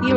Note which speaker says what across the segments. Speaker 1: You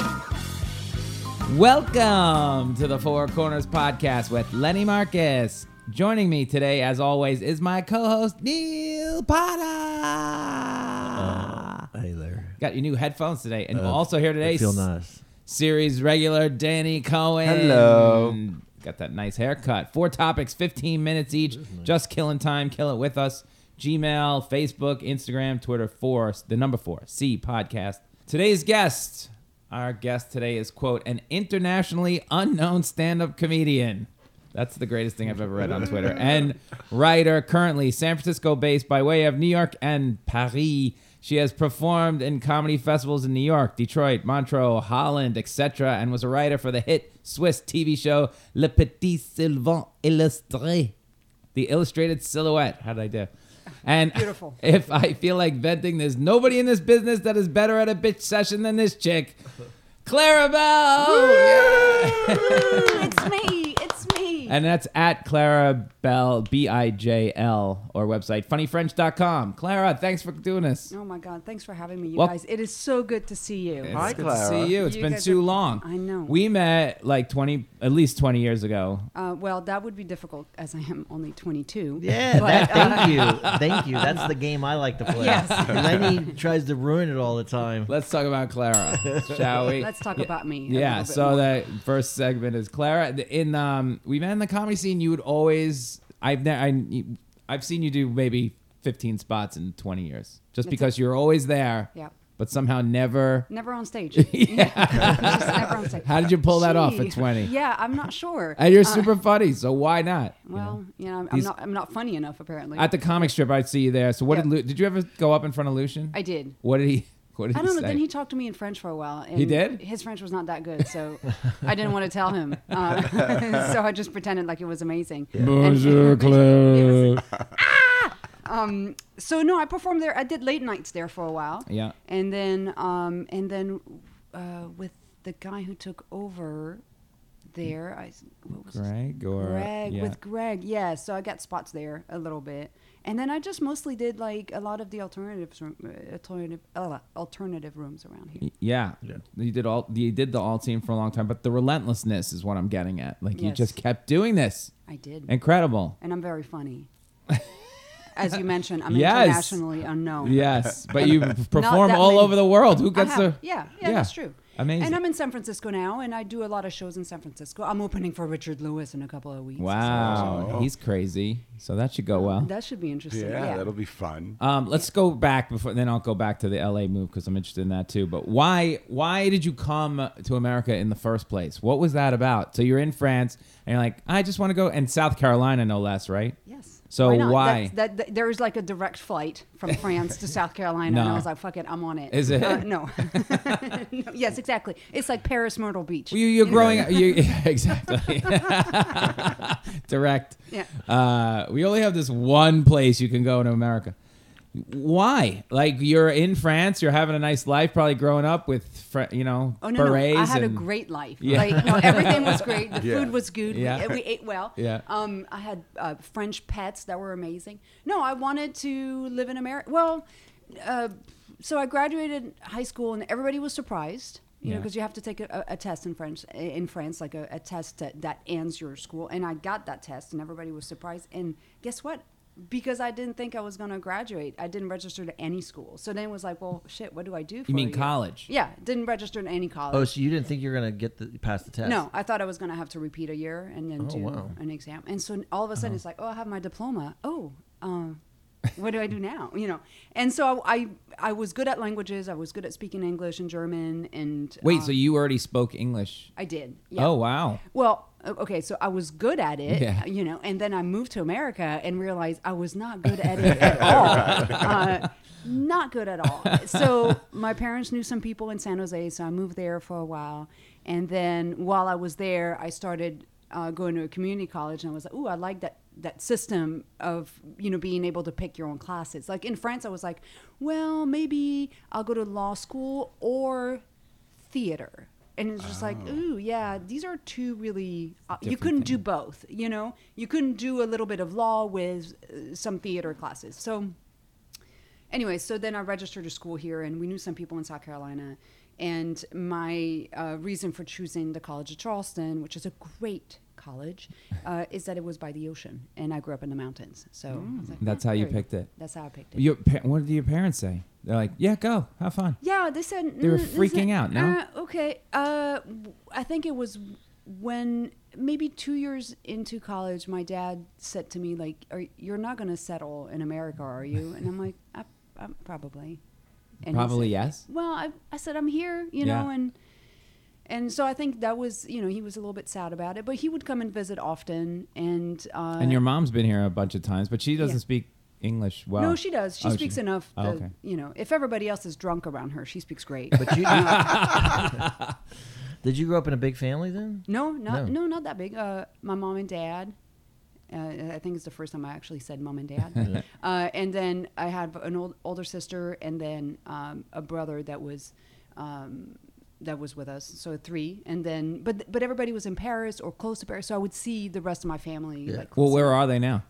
Speaker 2: Welcome to the Four Corners Podcast with Lenny Marcus. Joining me today, as always, is my co-host Neil Potter.
Speaker 3: Hey there.
Speaker 2: Got your new headphones today, and also here
Speaker 3: Uh, I
Speaker 2: today,
Speaker 3: feel nice.
Speaker 2: series regular Danny Cohen.
Speaker 3: Hello.
Speaker 2: Got that nice haircut. Four topics, 15 minutes each. Just killing time. Kill it with us. Gmail, Facebook, Instagram, Twitter, four, the number four, C podcast. Today's guest, our guest today is, quote, an internationally unknown stand up comedian. That's the greatest thing I've ever read on Twitter. And writer, currently San Francisco based by way of New York and Paris. She has performed in comedy festivals in New York, Detroit, Montreux, Holland, etc., and was a writer for the hit Swiss TV show Le Petit Sylvain Illustré, the illustrated silhouette. How did I do? And Beautiful. if I feel like venting, there's nobody in this business that is better at a bitch session than this chick, Clarabelle.
Speaker 4: It's me. It's me.
Speaker 2: And that's at Clara Bell, B I J L, or website funnyfrench.com. Clara, thanks for doing this.
Speaker 4: oh my God! Thanks for having me, you
Speaker 2: Well-
Speaker 4: guys. It is so good to see you.
Speaker 2: It's
Speaker 3: Hi,
Speaker 2: good
Speaker 3: Clara.
Speaker 2: to see you. It's
Speaker 4: You
Speaker 2: been
Speaker 4: guys
Speaker 2: too
Speaker 4: are-
Speaker 2: long.
Speaker 4: I know.
Speaker 2: We met like 20, at least 20 years ago.
Speaker 4: Uh, well, that would be difficult as I am only 22.
Speaker 3: Yeah,
Speaker 4: But,
Speaker 3: that,
Speaker 4: uh,
Speaker 3: thank you. Thank you. That's the game I like to play.
Speaker 4: Yes.
Speaker 3: Lenny tries to ruin it all the time.
Speaker 2: Let's talk about Clara, shall we?
Speaker 4: Let's talk about me a
Speaker 2: Yeah.
Speaker 4: little bit
Speaker 2: So
Speaker 4: more.
Speaker 2: the first segment is Clara. In um, we met in the comedy scene. You would always. I've never. I, I've seen you do maybe fifteen spots in twenty years, just because you're always there.
Speaker 4: Yeah.
Speaker 2: But somehow never.
Speaker 4: Never on stage. yeah. Just never on stage.
Speaker 2: How did you pull that off at
Speaker 4: Gee.
Speaker 2: 20?
Speaker 4: Yeah, I'm not sure.
Speaker 2: And you're
Speaker 4: Uh,
Speaker 2: super funny, so why not? you know?
Speaker 4: well, you know, I'm, I'm
Speaker 2: These-
Speaker 4: not. I'm not funny enough apparently.
Speaker 2: At the comic strip, I'd see you there. So what
Speaker 4: Yeah.
Speaker 2: did Lu- did you ever go up in front of Lucian?
Speaker 4: I did.
Speaker 2: What did he? What did
Speaker 4: I don't
Speaker 2: he
Speaker 4: know.
Speaker 2: say?
Speaker 4: Then he talked to me in French for a while. And
Speaker 2: did?
Speaker 4: His French was not that good, so I didn't want to tell him. Uh, so I just pretended like it was amazing.
Speaker 2: Bonjour,
Speaker 4: And-
Speaker 2: Clara.
Speaker 4: so no, I performed there. I did late nights there for a while.
Speaker 2: Yeah.
Speaker 4: And then, um, and then uh, with the guy who took over there, I s- what was his-
Speaker 2: Greg or
Speaker 4: Greg
Speaker 2: yeah.
Speaker 4: with Greg. Yeah. So I got spots there a little bit, and then I just mostly did like a lot of the alternatives, room, uh, alternative, uh, alternative rooms around here.
Speaker 2: Yeah. You did all you did the all team for a long time, but the relentlessness is what I'm getting at. Like you
Speaker 4: Yes.
Speaker 2: just kept doing this.
Speaker 4: I did.
Speaker 2: Incredible.
Speaker 4: and I'm very funny. As you mentioned, I'm
Speaker 2: Yes.
Speaker 4: internationally unknown.
Speaker 2: Yes. But you perform
Speaker 4: that
Speaker 2: all
Speaker 4: many.
Speaker 2: over the world. Who
Speaker 4: I
Speaker 2: gets
Speaker 4: have-
Speaker 2: the
Speaker 4: yeah, yeah, that's true.
Speaker 2: Amazing.
Speaker 4: And I'm in San Francisco now, and I do a lot of shows in San Francisco. I'm opening for Richard Lewis in a couple of weeks.
Speaker 2: wow. He's crazy. So that should go well.
Speaker 4: That should be interesting.
Speaker 5: Yeah,
Speaker 4: Yeah,
Speaker 5: that'll be fun.
Speaker 2: Um, let's go back before then I'll go back to the LA move because I'm interested in that too. But why why did you come to America in the first place? What was that about? So you're in France and you're like, I just want to go and South Carolina no less, right?
Speaker 4: yes.
Speaker 2: So
Speaker 4: not?
Speaker 2: why?
Speaker 4: That's- That, that, there was like a direct flight from France to South Carolina, and
Speaker 2: No.
Speaker 4: I was like, "Fuck it, I'm on it."
Speaker 2: Is it?
Speaker 4: Uh, no. No, Yes, exactly. It's like Paris Myrtle Beach.
Speaker 2: Well, you, you're growing up. You, yeah, exactly. Direct.
Speaker 4: Yeah.
Speaker 2: Uh, we only have this one place you can go in America. Why? Like you're in France, you're having a nice life, probably growing up with, fr- you know,
Speaker 4: Oh no, no.
Speaker 2: berets.
Speaker 4: I had a
Speaker 2: and-
Speaker 4: great life.
Speaker 2: Yeah.
Speaker 4: Like no, everything was great. The
Speaker 5: Yeah.
Speaker 4: food was good.
Speaker 2: Yeah.
Speaker 4: We, we ate well.
Speaker 2: Yeah.
Speaker 4: Um, I had uh, French pets that were amazing. No, I wanted to live in America. Well, uh, so I graduated high school, and everybody was surprised. You know,
Speaker 2: Yeah.
Speaker 4: because you have to take a, a test in French, in France, like a, a test that, that ends your school. And I got that test, and everybody was surprised. And guess what? Because I didn't think I was going to graduate, I didn't register to any school. So then it was like, well, shit, what do I do for
Speaker 2: You mean
Speaker 4: a year?
Speaker 2: college?
Speaker 4: Yeah, didn't register in any college.
Speaker 3: Oh, so you didn't think you were gonna get the pass the test?
Speaker 4: No, I thought I was going to have to repeat a year and then do
Speaker 3: wow.
Speaker 4: an exam. And so all of a sudden it's like, oh, I have my diploma. Oh, uh, what do I do now? You know. And so I, I I was good at languages. I was good at speaking English and German and
Speaker 2: Wait,
Speaker 4: uh,
Speaker 2: so you already spoke English?
Speaker 4: I did. Yeah.
Speaker 2: Oh wow.
Speaker 4: Well, okay, so I was good at it, uh,
Speaker 2: Yeah.
Speaker 4: you know, and then I moved to America and realized I was not good at it at all. Uh, not good at all. So my parents knew some people in San Jose, so I moved there for a while. And then while I was there, I started uh, going to a community college, and I was like, "Ooh, I like that that system of you know being able to pick your own classes." Like in France, I was like, "Well, maybe I'll go to law school or theater. And it's just like,
Speaker 2: Oh.
Speaker 4: ooh, yeah, these are two really, uh, you couldn't do both, you know? You couldn't do a little bit of law with uh, some theater classes. So, anyway, so then I registered to school here, and we knew some people in South Carolina. And my uh, reason for choosing the College of Charleston, which is a great college, uh, is that it was by the ocean, and I grew up in the mountains. So, I was like,
Speaker 2: Mm. That's
Speaker 4: "Yeah,
Speaker 2: how you
Speaker 4: there go."
Speaker 2: picked it.
Speaker 4: That's how I picked it.
Speaker 2: Your pa- what did your parents say? They're like, yeah, go, have fun.
Speaker 4: Yeah, they said
Speaker 2: They were
Speaker 4: "Mm, this
Speaker 2: freaking
Speaker 4: is-
Speaker 2: out, no?
Speaker 4: Uh, okay, uh, w- I think it was when maybe two years into college, my dad said to me like, are, "You're not going to settle in America, are you?" And I'm like, I, i "Probably." And he
Speaker 2: Probably
Speaker 4: said-
Speaker 2: yes.
Speaker 4: Well, I, I said I'm here, you
Speaker 2: Yeah.
Speaker 4: know, and and so I think that was you know he was a little bit sad about it, but he would come and visit often, and uh,
Speaker 2: And your mom's been here a bunch of times, but she doesn't
Speaker 4: Yeah.
Speaker 2: speak English well.
Speaker 4: no, she does. She
Speaker 2: Oh,
Speaker 4: speaks enough.
Speaker 2: Oh,
Speaker 4: that,
Speaker 2: okay.
Speaker 4: You know, if everybody else is drunk around her, she speaks great.
Speaker 3: But you did, did you grow up in a big family then?
Speaker 4: No, not
Speaker 3: No.
Speaker 4: no, not that big. Uh, my mom and dad. Uh, I think it's the first time I actually said mom and dad. uh, and then I had an old, older sister, and then um, a brother that was um, that was with us. So three, and then but but everybody was in Paris or close to Paris, so I would see the rest of my family. Like,
Speaker 2: Well, where are they now?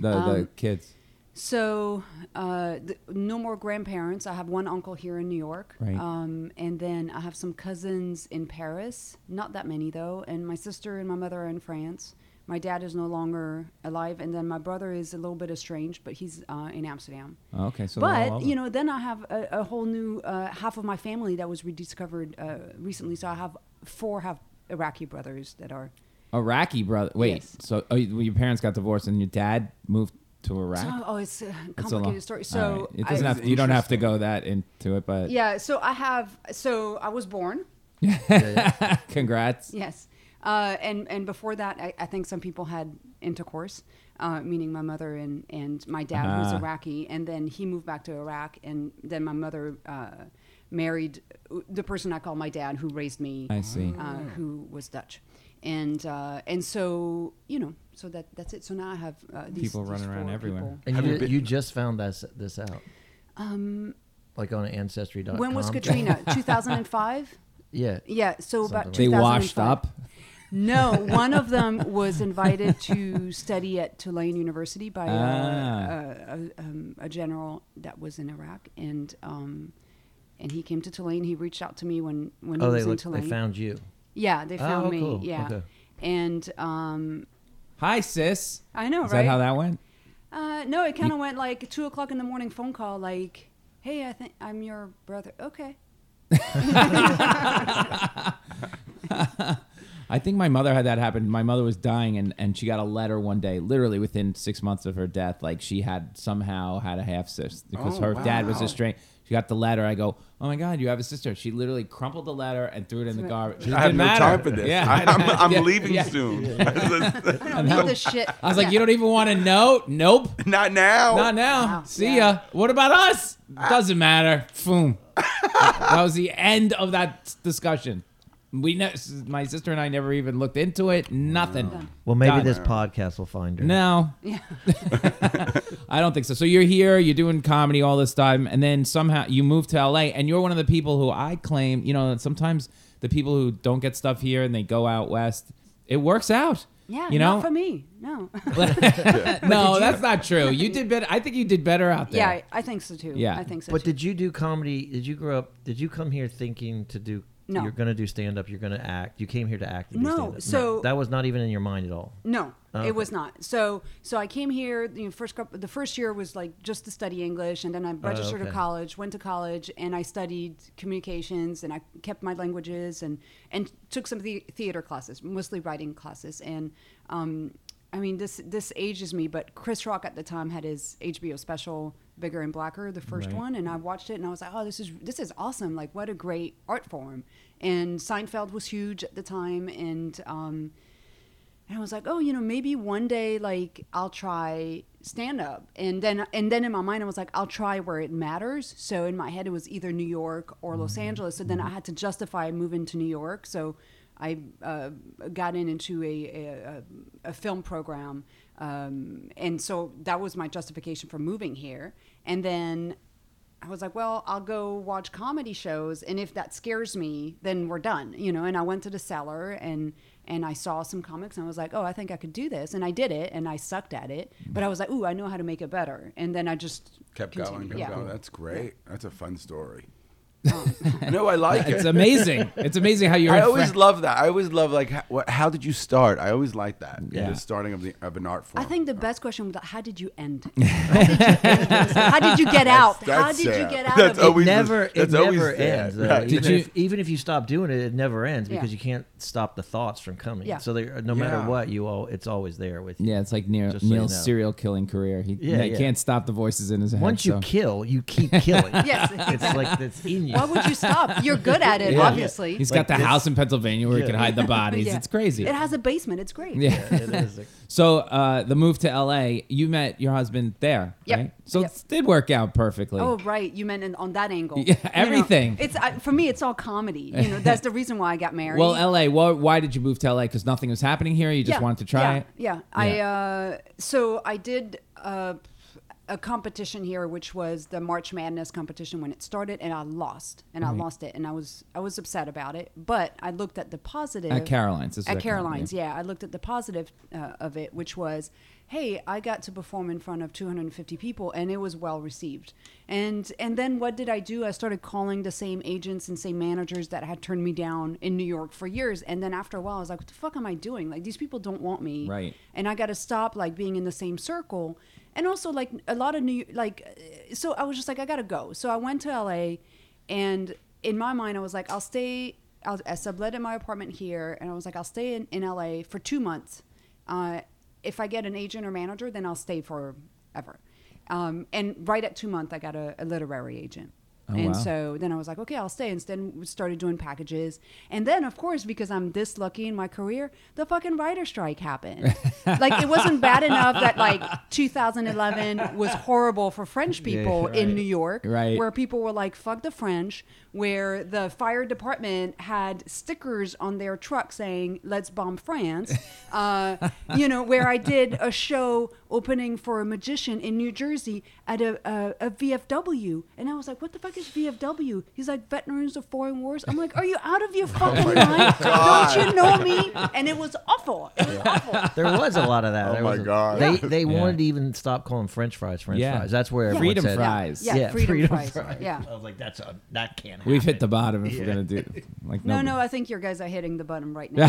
Speaker 2: The
Speaker 4: Um,
Speaker 2: the kids.
Speaker 4: so uh, th- no more grandparents. I have one uncle here in New York,
Speaker 2: Right.
Speaker 4: um, and then I have some cousins in Paris. Not that many though. And my sister and my mother are in France. My dad is no longer alive, and then my brother is a little bit estranged, but he's uh, in Amsterdam.
Speaker 2: Oh, okay, so they're all
Speaker 4: but
Speaker 2: over.
Speaker 4: you know, then I have a, a whole new uh, half of my family that was rediscovered uh, recently. So I have four half Iraqi brothers that are.
Speaker 2: Iraqi brother. Wait,
Speaker 4: Yes.
Speaker 2: so oh, you- well, your parents got divorced and your dad moved to Iraq.
Speaker 4: Oh, oh, it's a
Speaker 2: That's a long-
Speaker 4: complicated story.
Speaker 2: all right.
Speaker 4: So
Speaker 2: it doesn't
Speaker 4: I-
Speaker 2: have to, you don't have to go that into it, but
Speaker 4: Yeah, so I have so I was born.
Speaker 2: congrats.
Speaker 4: Yes. Uh, and and before that, I, I think some people had intercourse, uh, meaning my mother and, and my dad, who's
Speaker 2: Ah.
Speaker 4: Iraqi, and then he moved back to Iraq, and then my mother uh, married the person I call my dad, who raised me,
Speaker 2: I see.
Speaker 4: uh, who was Dutch, and uh, and so you know, so that that's it. So now I have uh, these
Speaker 2: People
Speaker 4: these
Speaker 2: running around
Speaker 4: four
Speaker 2: everywhere.
Speaker 4: people.
Speaker 3: And
Speaker 6: Have
Speaker 3: you,
Speaker 6: you been-
Speaker 3: you just found this this out. Um, like on ancestry.com.
Speaker 4: Um, When was Katrina? 2005.
Speaker 3: Yeah.
Speaker 4: Yeah, so about
Speaker 2: They washed
Speaker 4: 2005.
Speaker 2: up.
Speaker 4: No, one of them was invited to study at Tulane University by uh,
Speaker 2: Ah.
Speaker 4: a, a, um, a general that was in Iraq, and um, and he came to Tulane. He reached out to me when when
Speaker 3: Oh,
Speaker 4: he
Speaker 3: they
Speaker 4: was in
Speaker 3: looked,
Speaker 4: Tulane.
Speaker 3: they found you.
Speaker 4: yeah, they found
Speaker 3: Oh,
Speaker 4: me.
Speaker 3: cool.
Speaker 4: Yeah,
Speaker 3: Okay.
Speaker 4: and um,
Speaker 2: Hi, sis.
Speaker 4: I know,
Speaker 2: Is
Speaker 4: right?
Speaker 2: that how that went?
Speaker 4: uh, no, it kind of went like two o'clock in the morning phone call, like, "Hey, I think I'm your brother." Okay.
Speaker 2: I think my mother had that happen. My mother was dying, and, and she got a letter one day, literally within six months of her death. Like she had somehow had a half sister because
Speaker 6: Oh,
Speaker 2: her dad was
Speaker 6: wow.
Speaker 2: estranged. She got the letter. I go, oh my god, you have a sister. She literally crumpled the letter and threw it in the garbage. It
Speaker 6: I have
Speaker 2: didn't
Speaker 6: no
Speaker 2: matter.
Speaker 6: time for this.
Speaker 2: Yeah,
Speaker 6: I, am I'm
Speaker 2: Yeah,
Speaker 6: leaving
Speaker 2: yeah.
Speaker 6: soon.
Speaker 4: I don't know this shit.
Speaker 2: I was like, you don't even want to know? Nope,
Speaker 6: Not now.
Speaker 2: not now.
Speaker 4: Wow.
Speaker 2: See
Speaker 4: Yeah.
Speaker 2: ya. What about us? Doesn't matter. Boom. that was the end of that discussion. We ne- my sister and I never even looked into it. Nothing.
Speaker 3: Well, maybe
Speaker 2: Done.
Speaker 3: this podcast will find her.
Speaker 2: No.
Speaker 4: Yeah.
Speaker 2: I don't think so. So you're here, you're doing comedy all this time, and then somehow you move to LA, and you're one of the people who I claim, you know, sometimes the people who don't get stuff here and they go out west, it works out.
Speaker 4: Yeah,
Speaker 2: you know,
Speaker 4: not for me. No.
Speaker 2: no, that's not true. You did better. I think you did better out there.
Speaker 4: yeah, I, I think so too.
Speaker 2: Yeah.
Speaker 4: I think so.
Speaker 3: But
Speaker 4: too.
Speaker 3: did you do comedy? Did you grow up? Did you come here thinking to do?
Speaker 4: No.
Speaker 3: You're gonna do stand up. You're gonna act. You came here to act. And
Speaker 4: No,
Speaker 3: Do stand-up.
Speaker 4: so-
Speaker 3: that was not even in your mind at all.
Speaker 4: No,
Speaker 3: Oh, okay.
Speaker 4: it was not. So so I came here. You know, first couple, the first year was like just to study English, and then I registered
Speaker 3: Oh, okay.
Speaker 4: to college, went to college, and I studied communications, and I kept my languages, and and took some the theater classes, mostly writing classes, and. Um, I mean, this this ages me, but Chris Rock at the time had his HBO special "Bigger and Blacker," the first one, and I watched it, and I was like, "Oh, this is this is awesome! Like, what a great art form!" And Seinfeld was huge at the time, and um, and I was like, oh, you know, maybe one day like I'll try stand up. And then and then in my mind I was like, I'll try where it matters. So in my head it was either New York or Los Angeles. So then I had to justify moving to New York. So I uh, got in into a a, a, a film program. Um, and so that was my justification for moving here. And then I was like, well, I'll go watch comedy shows, and if that scares me, then we're done, you know. And I went to the cellar and and I saw some comics, and I was like, oh, I think I could do this, and I did it, and I sucked at it, but I was like, ooh, I know how to make it better, and then I just
Speaker 6: Kept going,
Speaker 4: continued.
Speaker 6: kept
Speaker 4: yeah.
Speaker 6: going. That's great. That's a fun story. no, I like
Speaker 2: It's
Speaker 6: it.
Speaker 2: amazing. It's amazing how you're.
Speaker 6: I
Speaker 2: in
Speaker 6: always
Speaker 2: Fran-
Speaker 6: love that. I always love like how, what, how did you start? I always like that.
Speaker 2: Yeah.
Speaker 6: The starting of the of an art form.
Speaker 4: I think the best question was, how did you end? How did you, end this? How did you get out? how
Speaker 6: that's
Speaker 4: did you
Speaker 6: sad.
Speaker 4: get out
Speaker 6: That's
Speaker 4: of it?
Speaker 6: always-
Speaker 3: It never, it
Speaker 6: that's always
Speaker 3: never
Speaker 6: sad,
Speaker 3: ends. though.
Speaker 6: right.
Speaker 3: Even,
Speaker 2: Did you-
Speaker 3: if, even if you stop doing it, it never ends because you can't stop the thoughts from coming.
Speaker 4: Yeah.
Speaker 3: So they, no matter
Speaker 6: Yeah.
Speaker 3: what, you all, it's always there with you.
Speaker 2: yeah, it's like Neil,
Speaker 3: Just so you
Speaker 2: Neil's
Speaker 3: know.
Speaker 2: serial killing career. He
Speaker 3: Yeah,
Speaker 2: he
Speaker 3: yeah.
Speaker 2: can't stop the voices in his head.
Speaker 3: Once you
Speaker 2: so-
Speaker 3: kill, you keep killing.
Speaker 4: Yes.
Speaker 3: it's like it's in you.
Speaker 4: Why would you stop? You're good at it,
Speaker 3: Yeah.
Speaker 4: obviously.
Speaker 2: he's
Speaker 3: like
Speaker 2: got the
Speaker 3: this-
Speaker 2: house in Pennsylvania where he can hide the bodies.
Speaker 4: Yeah.
Speaker 2: It's crazy.
Speaker 4: It has a basement. It's great.
Speaker 2: yeah.
Speaker 3: It is a-
Speaker 2: So uh, the move to LA, you met your husband there,
Speaker 4: Yep.
Speaker 2: right? So
Speaker 4: Yep.
Speaker 2: it did work out perfectly.
Speaker 4: Oh right, you meant in, on that angle.
Speaker 2: Yeah,
Speaker 4: You know,
Speaker 2: everything.
Speaker 4: it's I, for me. It's all comedy. You know, that's the reason why I got married.
Speaker 2: well, LA. Why, why did you move to LA? Because nothing was happening here. You just wanted to try
Speaker 4: yeah,
Speaker 2: it.
Speaker 4: Yeah, I uh, so I did uh, a competition here, which was the March Madness competition when it started, and I lost, and I lost it, and I was I was upset about it. But I looked at the positive
Speaker 2: At Caroline's, this was
Speaker 4: At
Speaker 2: at Caroline,
Speaker 4: Caroline's, yeah. I looked at the positive uh, of it, which was, hey, I got to perform in front of 250 people, and it was well received. And and then what did I do? I started calling the same agents and same managers that had turned me down in New York for years. And then after a while, I was like, what the fuck am I doing? Like these people don't want me,
Speaker 2: Right.
Speaker 4: And I got to stop like being in the same circle. And also like a lot of new like, uh, so I was just like, I gotta go. So I went to LA, and in my mind, I was like, I'll stay I, was, I subletted my apartment here, and I was like, I'll stay in, in LA for two months. Uh, if I get an agent or manager, then I'll stay forever. Um, and right at two months, I got a, a literary agent.
Speaker 2: Oh,
Speaker 4: and
Speaker 2: wow.
Speaker 4: so then I was like, okay, I'll stay. And then we started doing packages. And then, of course, because I'm this lucky in my career, the fucking writer strike happened. like, it wasn't bad enough that, like, 2011 was horrible for French people in New York,
Speaker 2: Right.
Speaker 4: where people were like, fuck the French, where the fire department had stickers on their truck saying, let's bomb France. Uh, you know, where I did a show opening for a magician in New Jersey at a, a, a VFW. And I was like, what the fuck is VFW? He's like, Veterans of Foreign Wars. I'm like, are you out
Speaker 2: Oh
Speaker 4: of your fucking mind? Don't you know me? And it was awful. It was awful.
Speaker 3: there was a lot of that.
Speaker 6: Oh
Speaker 3: There
Speaker 6: my
Speaker 3: was a-
Speaker 6: God.
Speaker 3: They they
Speaker 2: Yeah.
Speaker 3: wanted to even stop calling French fries French
Speaker 2: Yeah.
Speaker 3: fries. That's where everyone
Speaker 2: Freedom
Speaker 3: said,
Speaker 2: fries.
Speaker 4: Yeah,
Speaker 3: Yeah,
Speaker 4: freedom,
Speaker 3: freedom
Speaker 4: fries.
Speaker 3: fries.
Speaker 4: Yeah.
Speaker 3: I was like, that's a that can't happen.
Speaker 2: We've hit the bottom if we're gonna do like
Speaker 4: No, no, I think your guys are hitting the bottom right now.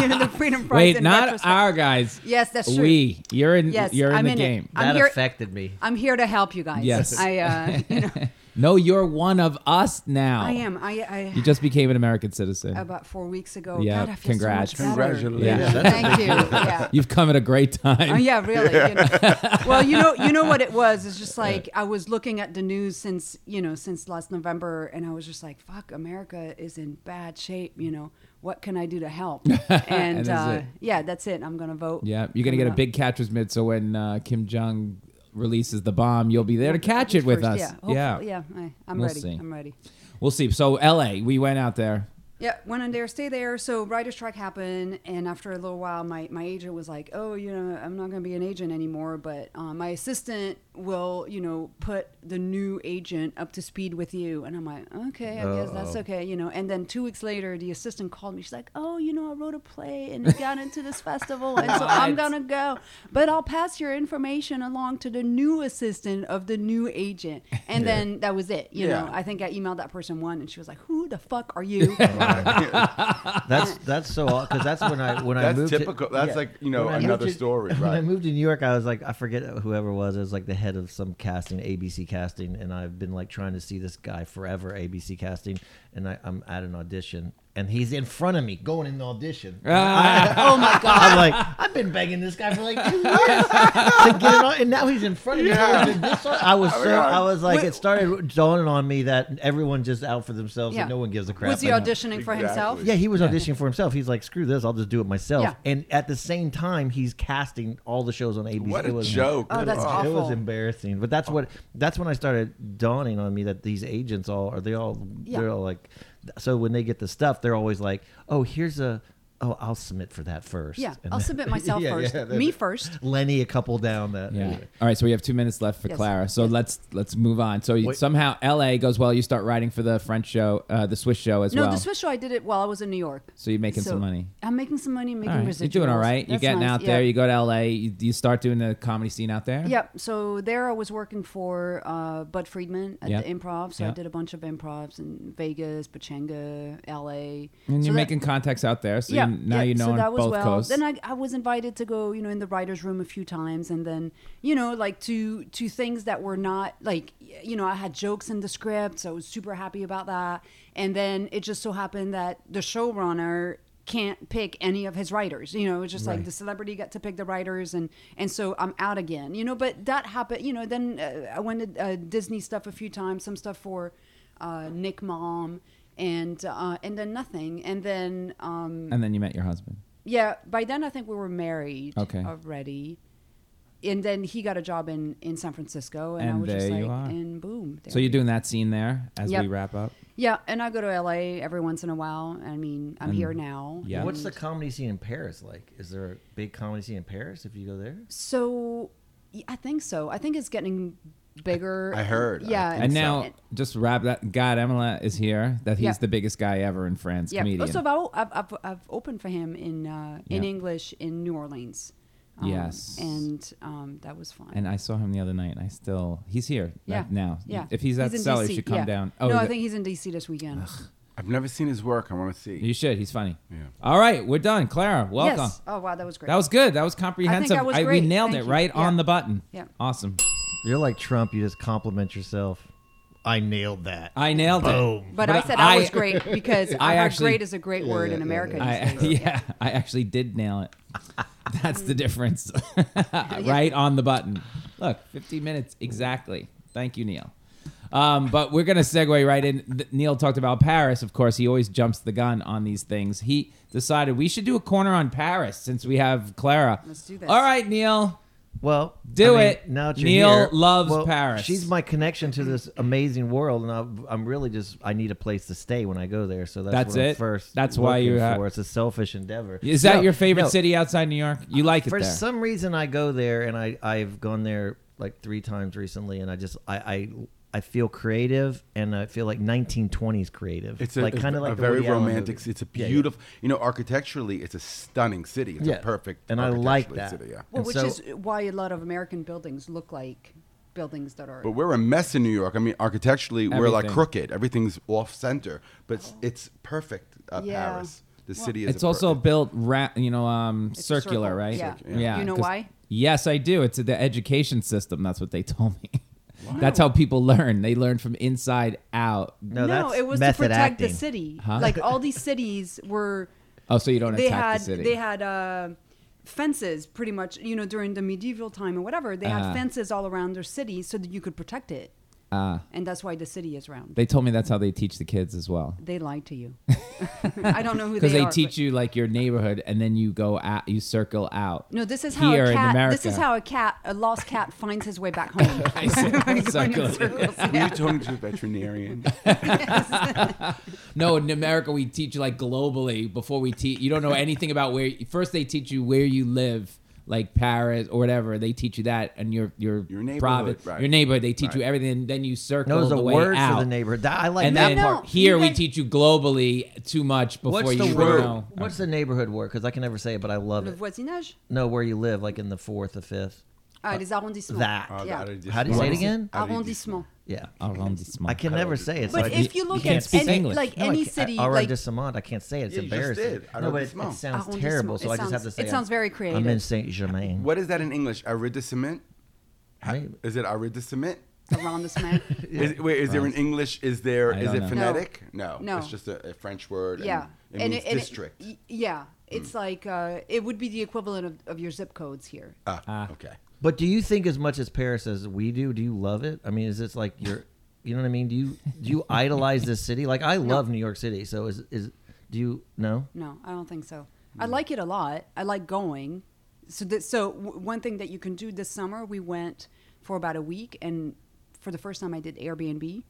Speaker 4: You know, the freedom prize.
Speaker 2: Wait,
Speaker 4: in
Speaker 2: not
Speaker 4: retrospect.
Speaker 2: our guys.
Speaker 4: Yes, that's true.
Speaker 2: We. You're in.
Speaker 4: Yes,
Speaker 2: you're in
Speaker 4: I'm
Speaker 2: the
Speaker 4: in it.
Speaker 2: game.
Speaker 4: I'm
Speaker 3: that
Speaker 4: here-
Speaker 3: affected me.
Speaker 4: I'm here to help you guys.
Speaker 2: Yes.
Speaker 4: I, uh, you know,
Speaker 2: No, you're one of us now.
Speaker 4: I am. I, I
Speaker 2: Oh. You just became an American citizen.
Speaker 4: about four weeks ago.
Speaker 2: Yeah,
Speaker 4: God, I feel
Speaker 2: congrats.
Speaker 4: So much better.
Speaker 6: Congratulations.
Speaker 2: Yeah.
Speaker 4: Thank you. Yeah.
Speaker 2: You've come at a great time.
Speaker 4: Oh, yeah, really. you know. well, you know, you know what it was. It's just like I was looking at the news since you know since last November, and I was just like, "Fuck, America is in bad shape." You know, what can I do to help? And
Speaker 2: that's
Speaker 4: uh,
Speaker 2: it.
Speaker 4: yeah, that's it. I'm gonna vote.
Speaker 2: Yeah, you're gonna get a
Speaker 4: coming
Speaker 2: big catcher's mitt. So when uh, Kim Jong releases the bomb, you'll be there to catch it with us.
Speaker 4: First, Yeah,
Speaker 2: Yeah,
Speaker 4: hopefully- yeah. I, I'm
Speaker 2: We'll
Speaker 4: ready.
Speaker 2: see.
Speaker 4: I'm ready.
Speaker 2: We'll see. So L.A., we went out there.
Speaker 4: Yeah, went on there, stay there. So writer's strike happened, and after a little while, my, my agent was like, "Oh, you know, I'm not going to be an agent anymore, but um, my assistant will, you know, put the new agent up to speed with you." And I'm like, "Okay, I guess that's okay," you know. And then two weeks later, the assistant called me. She's like, "Oh, you know, I wrote a play and it got into this festival, and so I'm
Speaker 2: What?
Speaker 4: gonna go, but I'll pass your information along to the new assistant of the new agent." And then that was it. You
Speaker 6: Yeah.
Speaker 4: know, I think I emailed that person one, and she was like, "Who the fuck are you?"
Speaker 3: That's that's so because that's when I when I
Speaker 6: That's
Speaker 3: moved.
Speaker 6: typical.
Speaker 3: To,
Speaker 6: That's like, you know,
Speaker 3: When I moved
Speaker 6: another
Speaker 3: to-
Speaker 6: story,
Speaker 3: When I
Speaker 6: right.
Speaker 3: moved to New York, I was like, I forget whoever it was. It was like the head of some casting, ABC casting, and I've been like trying to see this guy forever, ABC casting, and I, I'm at an audition. and he's in front of me going in the audition.
Speaker 2: Ah.
Speaker 3: I- oh my god! I'm like, I've been begging this guy for like two years to get it on, and now he's in front of me.
Speaker 5: Yeah.
Speaker 3: going, "Did this on?" I was
Speaker 6: Oh
Speaker 3: so,
Speaker 5: God.
Speaker 3: I was like, it started dawning on me that everyone's just out for themselves
Speaker 4: Yeah.
Speaker 3: and no one gives a crap.
Speaker 4: Was he
Speaker 3: I know.
Speaker 4: auditioning for himself?
Speaker 3: Yeah, he was auditioning for himself. He's like, screw this, I'll just do it myself.
Speaker 4: Yeah.
Speaker 3: And at the same time, he's casting all the shows on ABC.
Speaker 6: What
Speaker 3: It
Speaker 6: a
Speaker 3: was-
Speaker 6: joke.
Speaker 4: Oh, that's
Speaker 3: it
Speaker 4: awful.
Speaker 3: was embarrassing. But that's what that's when I started dawning on me that these agents all are they all
Speaker 4: Yeah.
Speaker 3: they're all like so when they get the stuff, they're always like, Oh, here's a oh, I'll submit for that first.
Speaker 4: Yeah,
Speaker 3: And
Speaker 4: I'll
Speaker 3: then-
Speaker 4: submit myself first.
Speaker 3: that's-
Speaker 4: Me first.
Speaker 3: Lenny a couple down that
Speaker 2: Yeah. All right. So we have two minutes left for
Speaker 4: Yes.
Speaker 2: Clara. So let's let's move on. So you,
Speaker 3: Wait.
Speaker 2: somehow L.A. goes well. You start writing for the French show, uh, the Swiss show as
Speaker 4: No,
Speaker 2: well.
Speaker 4: the Swiss show I did it while I was in New York.
Speaker 2: So you're making some money.
Speaker 4: I'm making some money, making
Speaker 2: All right.
Speaker 4: residuals.
Speaker 2: You're doing all right. You're
Speaker 4: That's
Speaker 2: getting
Speaker 4: nice,
Speaker 2: out
Speaker 4: yeah.
Speaker 2: there. You go to L.A. You, you start doing the comedy scene out there.
Speaker 4: Yep. So there I was working for uh, Bud Friedman at
Speaker 2: Yeah.
Speaker 4: the improv. So
Speaker 2: Yeah.
Speaker 4: I did a bunch of improvs in Vegas, Pachanga, LA.
Speaker 2: And
Speaker 4: So
Speaker 2: you're
Speaker 4: that-
Speaker 2: making contacts out there. So
Speaker 4: yeah,
Speaker 2: you, now
Speaker 4: yeah,
Speaker 2: you know
Speaker 4: so
Speaker 2: on
Speaker 4: that was
Speaker 2: both
Speaker 4: well.
Speaker 2: coasts.
Speaker 4: Then I, I was invited to go, you know, in the writers' room a few times, and then you know, like to to things that were not like, y- you know, I had jokes in the script, so I was super happy about that. And then it just so happened that the showrunner can't pick any of his writers. You know, it's just like the celebrity got to pick the writers, and and so I'm out again. You know, but that happened. You know, then uh, I went to uh, Disney stuff a few times, some stuff for uh, Nick Mom. And uh, and then nothing, and then um,
Speaker 2: and then you met your husband.
Speaker 4: yeah, by then I think we were married
Speaker 2: Okay.
Speaker 4: already. And then he got a job in, in San Francisco, and, I
Speaker 2: And
Speaker 4: was just
Speaker 2: there
Speaker 4: like,
Speaker 2: you are.
Speaker 4: and boom. There
Speaker 2: So you're doing that scene there as we
Speaker 4: Yep.
Speaker 2: wrap up.
Speaker 4: Yeah, and I go to LA every once in a while. I mean, I'm here now.
Speaker 2: yeah.
Speaker 3: What's the comedy scene in Paris like? Is there a big comedy scene in Paris if you go there?
Speaker 4: So y- I think so. I think it's getting bigger.
Speaker 6: I heard. I
Speaker 4: Yeah.
Speaker 6: think
Speaker 2: And
Speaker 4: so-
Speaker 2: now,
Speaker 4: and-
Speaker 2: just wrap that. God, Emma is here. That he's
Speaker 4: Yeah.
Speaker 2: the biggest guy ever in France.
Speaker 4: yeah.
Speaker 2: Comedian.
Speaker 4: Also, I've, o- I've, I've, I've opened for him in uh, in
Speaker 2: Yeah.
Speaker 4: English in New Orleans. Um,
Speaker 2: Yes.
Speaker 4: And um, that was fun.
Speaker 2: and I saw him the other night, and I still he's here
Speaker 4: yeah.
Speaker 2: like, now.
Speaker 4: Yeah.
Speaker 2: If he's at
Speaker 4: in
Speaker 2: Sully,
Speaker 4: DC,
Speaker 2: he should come
Speaker 4: yeah.
Speaker 2: down. Oh,
Speaker 4: no,
Speaker 2: he's
Speaker 4: I
Speaker 2: at-
Speaker 4: think he's in DC this weekend.
Speaker 6: I've never seen his work. I want to see.
Speaker 2: You should. He's funny.
Speaker 6: Yeah.
Speaker 2: All right, we're done. Clara, welcome.
Speaker 4: Yes. Oh wow, that was great.
Speaker 2: That was good. That was comprehensive.
Speaker 4: was
Speaker 2: we
Speaker 4: great.
Speaker 2: nailed
Speaker 4: Thank
Speaker 2: it
Speaker 4: you.
Speaker 2: right
Speaker 4: Yeah.
Speaker 2: on the button.
Speaker 4: Yeah.
Speaker 2: Awesome.
Speaker 3: You're like Trump, you just compliment yourself. I nailed that.
Speaker 2: I nailed
Speaker 3: Boom.
Speaker 4: But,
Speaker 2: But
Speaker 4: I said I,
Speaker 2: I-
Speaker 4: was great because I,
Speaker 2: I
Speaker 4: heard
Speaker 2: actually-
Speaker 4: great is a great word in America.
Speaker 2: it. I,
Speaker 4: these days.
Speaker 2: yeah, I actually did nail it. That's the difference. right on the button. Look, 15 minutes exactly. Thank you, Neil. Um, but we're gonna segue right in. Th- Neil talked about Paris. Of course, he always jumps the gun on these things. He decided we should do a corner on Paris since we have Clara.
Speaker 4: Let's do this.
Speaker 2: All right, Neil.
Speaker 3: Well,
Speaker 2: Do
Speaker 3: I mean,
Speaker 2: it.
Speaker 3: Now that you're
Speaker 2: Neil
Speaker 3: here-
Speaker 2: loves
Speaker 3: well,
Speaker 2: Paris.
Speaker 3: She's my connection to this amazing world, and I've, I'm really just I need a place to stay when I go there. So that's,
Speaker 2: That's
Speaker 3: what I'm
Speaker 2: it?
Speaker 3: first.
Speaker 2: That's why you
Speaker 3: looking
Speaker 2: ha-
Speaker 3: for. It's a selfish endeavor.
Speaker 2: Is that
Speaker 3: No,
Speaker 2: your favorite
Speaker 3: no.
Speaker 2: city outside New York? You like it
Speaker 3: For
Speaker 2: there?
Speaker 3: some reason, I go there, and I I've gone there like three times recently, and I just I. I I feel creative, and I feel like 1920s creative.
Speaker 6: It's a,
Speaker 3: like kind of like
Speaker 6: a
Speaker 3: the
Speaker 6: very
Speaker 3: Woody Allen
Speaker 6: romantic.
Speaker 3: movies.
Speaker 6: It's a
Speaker 3: Yeah, yeah.
Speaker 6: beautiful. You know, architecturally, it's a stunning city. It's
Speaker 3: Yeah.
Speaker 6: a perfect.
Speaker 3: And I like
Speaker 6: architecturally
Speaker 3: that.
Speaker 6: City, yeah.
Speaker 4: Well,
Speaker 3: And
Speaker 4: which
Speaker 3: so-
Speaker 4: is why a lot of American buildings look like buildings that are.
Speaker 6: But we're a mess in New York. I mean, architecturally, we're like
Speaker 2: Everything.
Speaker 6: crooked. Everything's off center, but it's- it's perfect. Uh,
Speaker 4: Yeah.
Speaker 6: Paris, the city is.
Speaker 2: it's
Speaker 6: a
Speaker 2: also
Speaker 6: perfect-
Speaker 2: built ra- you know um
Speaker 4: It's a
Speaker 2: circular
Speaker 4: circle.
Speaker 2: right
Speaker 4: Yeah.
Speaker 6: Circular,
Speaker 4: yeah. You know
Speaker 2: 'cause-
Speaker 4: why?
Speaker 2: yes i do it's the education system that's what they told me that's how people learn they learn from inside out
Speaker 3: No, that's
Speaker 4: it was to
Speaker 3: method
Speaker 4: protect
Speaker 3: acting.
Speaker 4: the city. Like all these cities were.
Speaker 2: oh so you don't
Speaker 4: they
Speaker 2: attack
Speaker 4: had
Speaker 2: the city
Speaker 4: they had uh, fences pretty much. You know, during the medieval time or whatever, they
Speaker 2: Ah.
Speaker 4: had fences all around their city so that you could protect it. and that's why the city is round. They,
Speaker 2: Uh. they told me that's how they teach the kids as well
Speaker 4: lied to you. I don't know who
Speaker 2: because
Speaker 4: they,
Speaker 2: they,
Speaker 4: are,
Speaker 2: teach
Speaker 4: but-
Speaker 2: you like your neighborhood and then you go out you circle out
Speaker 4: No, this is how
Speaker 2: Here
Speaker 4: a
Speaker 2: in
Speaker 4: cat. This
Speaker 2: America.
Speaker 4: is how a cat, a lost cat, finds his way back home.
Speaker 2: I said,
Speaker 4: Going in
Speaker 2: circular.
Speaker 4: circles.
Speaker 6: Were you talking to a veterinarian?
Speaker 2: No, in America we teach you like globally before we teach. You don't know anything about where. First they teach you where you live, like Paris or whatever. They teach you that and your your
Speaker 6: Your neighborhood,
Speaker 2: province,
Speaker 6: right.
Speaker 2: your neighborhood. They teach you
Speaker 6: Right.
Speaker 2: everything. and Then you circle
Speaker 3: No, there's
Speaker 2: the
Speaker 3: a
Speaker 2: way
Speaker 3: word
Speaker 2: out.
Speaker 3: for the neighborhood. That- I like
Speaker 2: and
Speaker 3: that
Speaker 2: then
Speaker 4: No,
Speaker 3: part.
Speaker 2: here
Speaker 4: you
Speaker 2: we
Speaker 4: guys-
Speaker 2: teach you globally too much before
Speaker 3: What's the
Speaker 2: you
Speaker 3: word?
Speaker 2: know.
Speaker 3: What's the neighborhood word? Because I can never say it, but I love
Speaker 4: Le
Speaker 3: it.
Speaker 4: voisinage.
Speaker 3: No, where you live, like in the fourth, the fifth.
Speaker 2: Uh,
Speaker 4: Ah, les arrondissements.
Speaker 3: That.
Speaker 6: Oh,
Speaker 4: Yeah.
Speaker 6: that
Speaker 3: How do you say it
Speaker 6: arrondissement.
Speaker 3: again?
Speaker 4: Arrondissement.
Speaker 3: Yeah,
Speaker 2: Arrondissement.
Speaker 3: I can never say it. so I
Speaker 4: But
Speaker 3: just-
Speaker 4: if you look
Speaker 2: can't
Speaker 4: at
Speaker 2: speak
Speaker 4: any,
Speaker 2: English.
Speaker 4: like
Speaker 3: No, I
Speaker 4: any
Speaker 3: can't-
Speaker 4: city,
Speaker 3: I,
Speaker 4: like Oh,
Speaker 3: arrondissement, I can't say it. It's
Speaker 6: Yeah, you just
Speaker 3: embarrassing.
Speaker 6: did.
Speaker 3: No, but it, it
Speaker 6: Arrondissement.
Speaker 3: sounds
Speaker 4: Arrondissement.
Speaker 3: terrible. So
Speaker 4: It
Speaker 3: I just have to
Speaker 4: sounds-
Speaker 3: say
Speaker 4: it sounds very
Speaker 3: I'm in
Speaker 4: creative.
Speaker 3: Saint Germain.
Speaker 6: What is that in English? Arrondissement.
Speaker 3: Right?
Speaker 6: Is it arrondissement?
Speaker 4: around this man.
Speaker 6: Is, wait, is there an English? Is there?
Speaker 2: I
Speaker 6: Is
Speaker 2: don't
Speaker 6: it
Speaker 2: know.
Speaker 4: No.
Speaker 6: phonetic? No.
Speaker 4: No.
Speaker 6: It's just a, a French word. and
Speaker 4: yeah,
Speaker 6: It means district.
Speaker 4: y- yeah, it's like uh, it would be the equivalent of, of your zip codes here.
Speaker 6: ah, okay.
Speaker 3: But do you think as much as Paris as we do? Do you love it? I mean, is this like your, you know what I mean? Do you do you idolize this city? Like I love New York City. So is is do you no?
Speaker 4: No, I don't think so.
Speaker 2: Mm.
Speaker 4: I like it a lot. I like going. So that so w- one thing that you can do this summer, we went for about a week, and for the first time, I did Airbnb,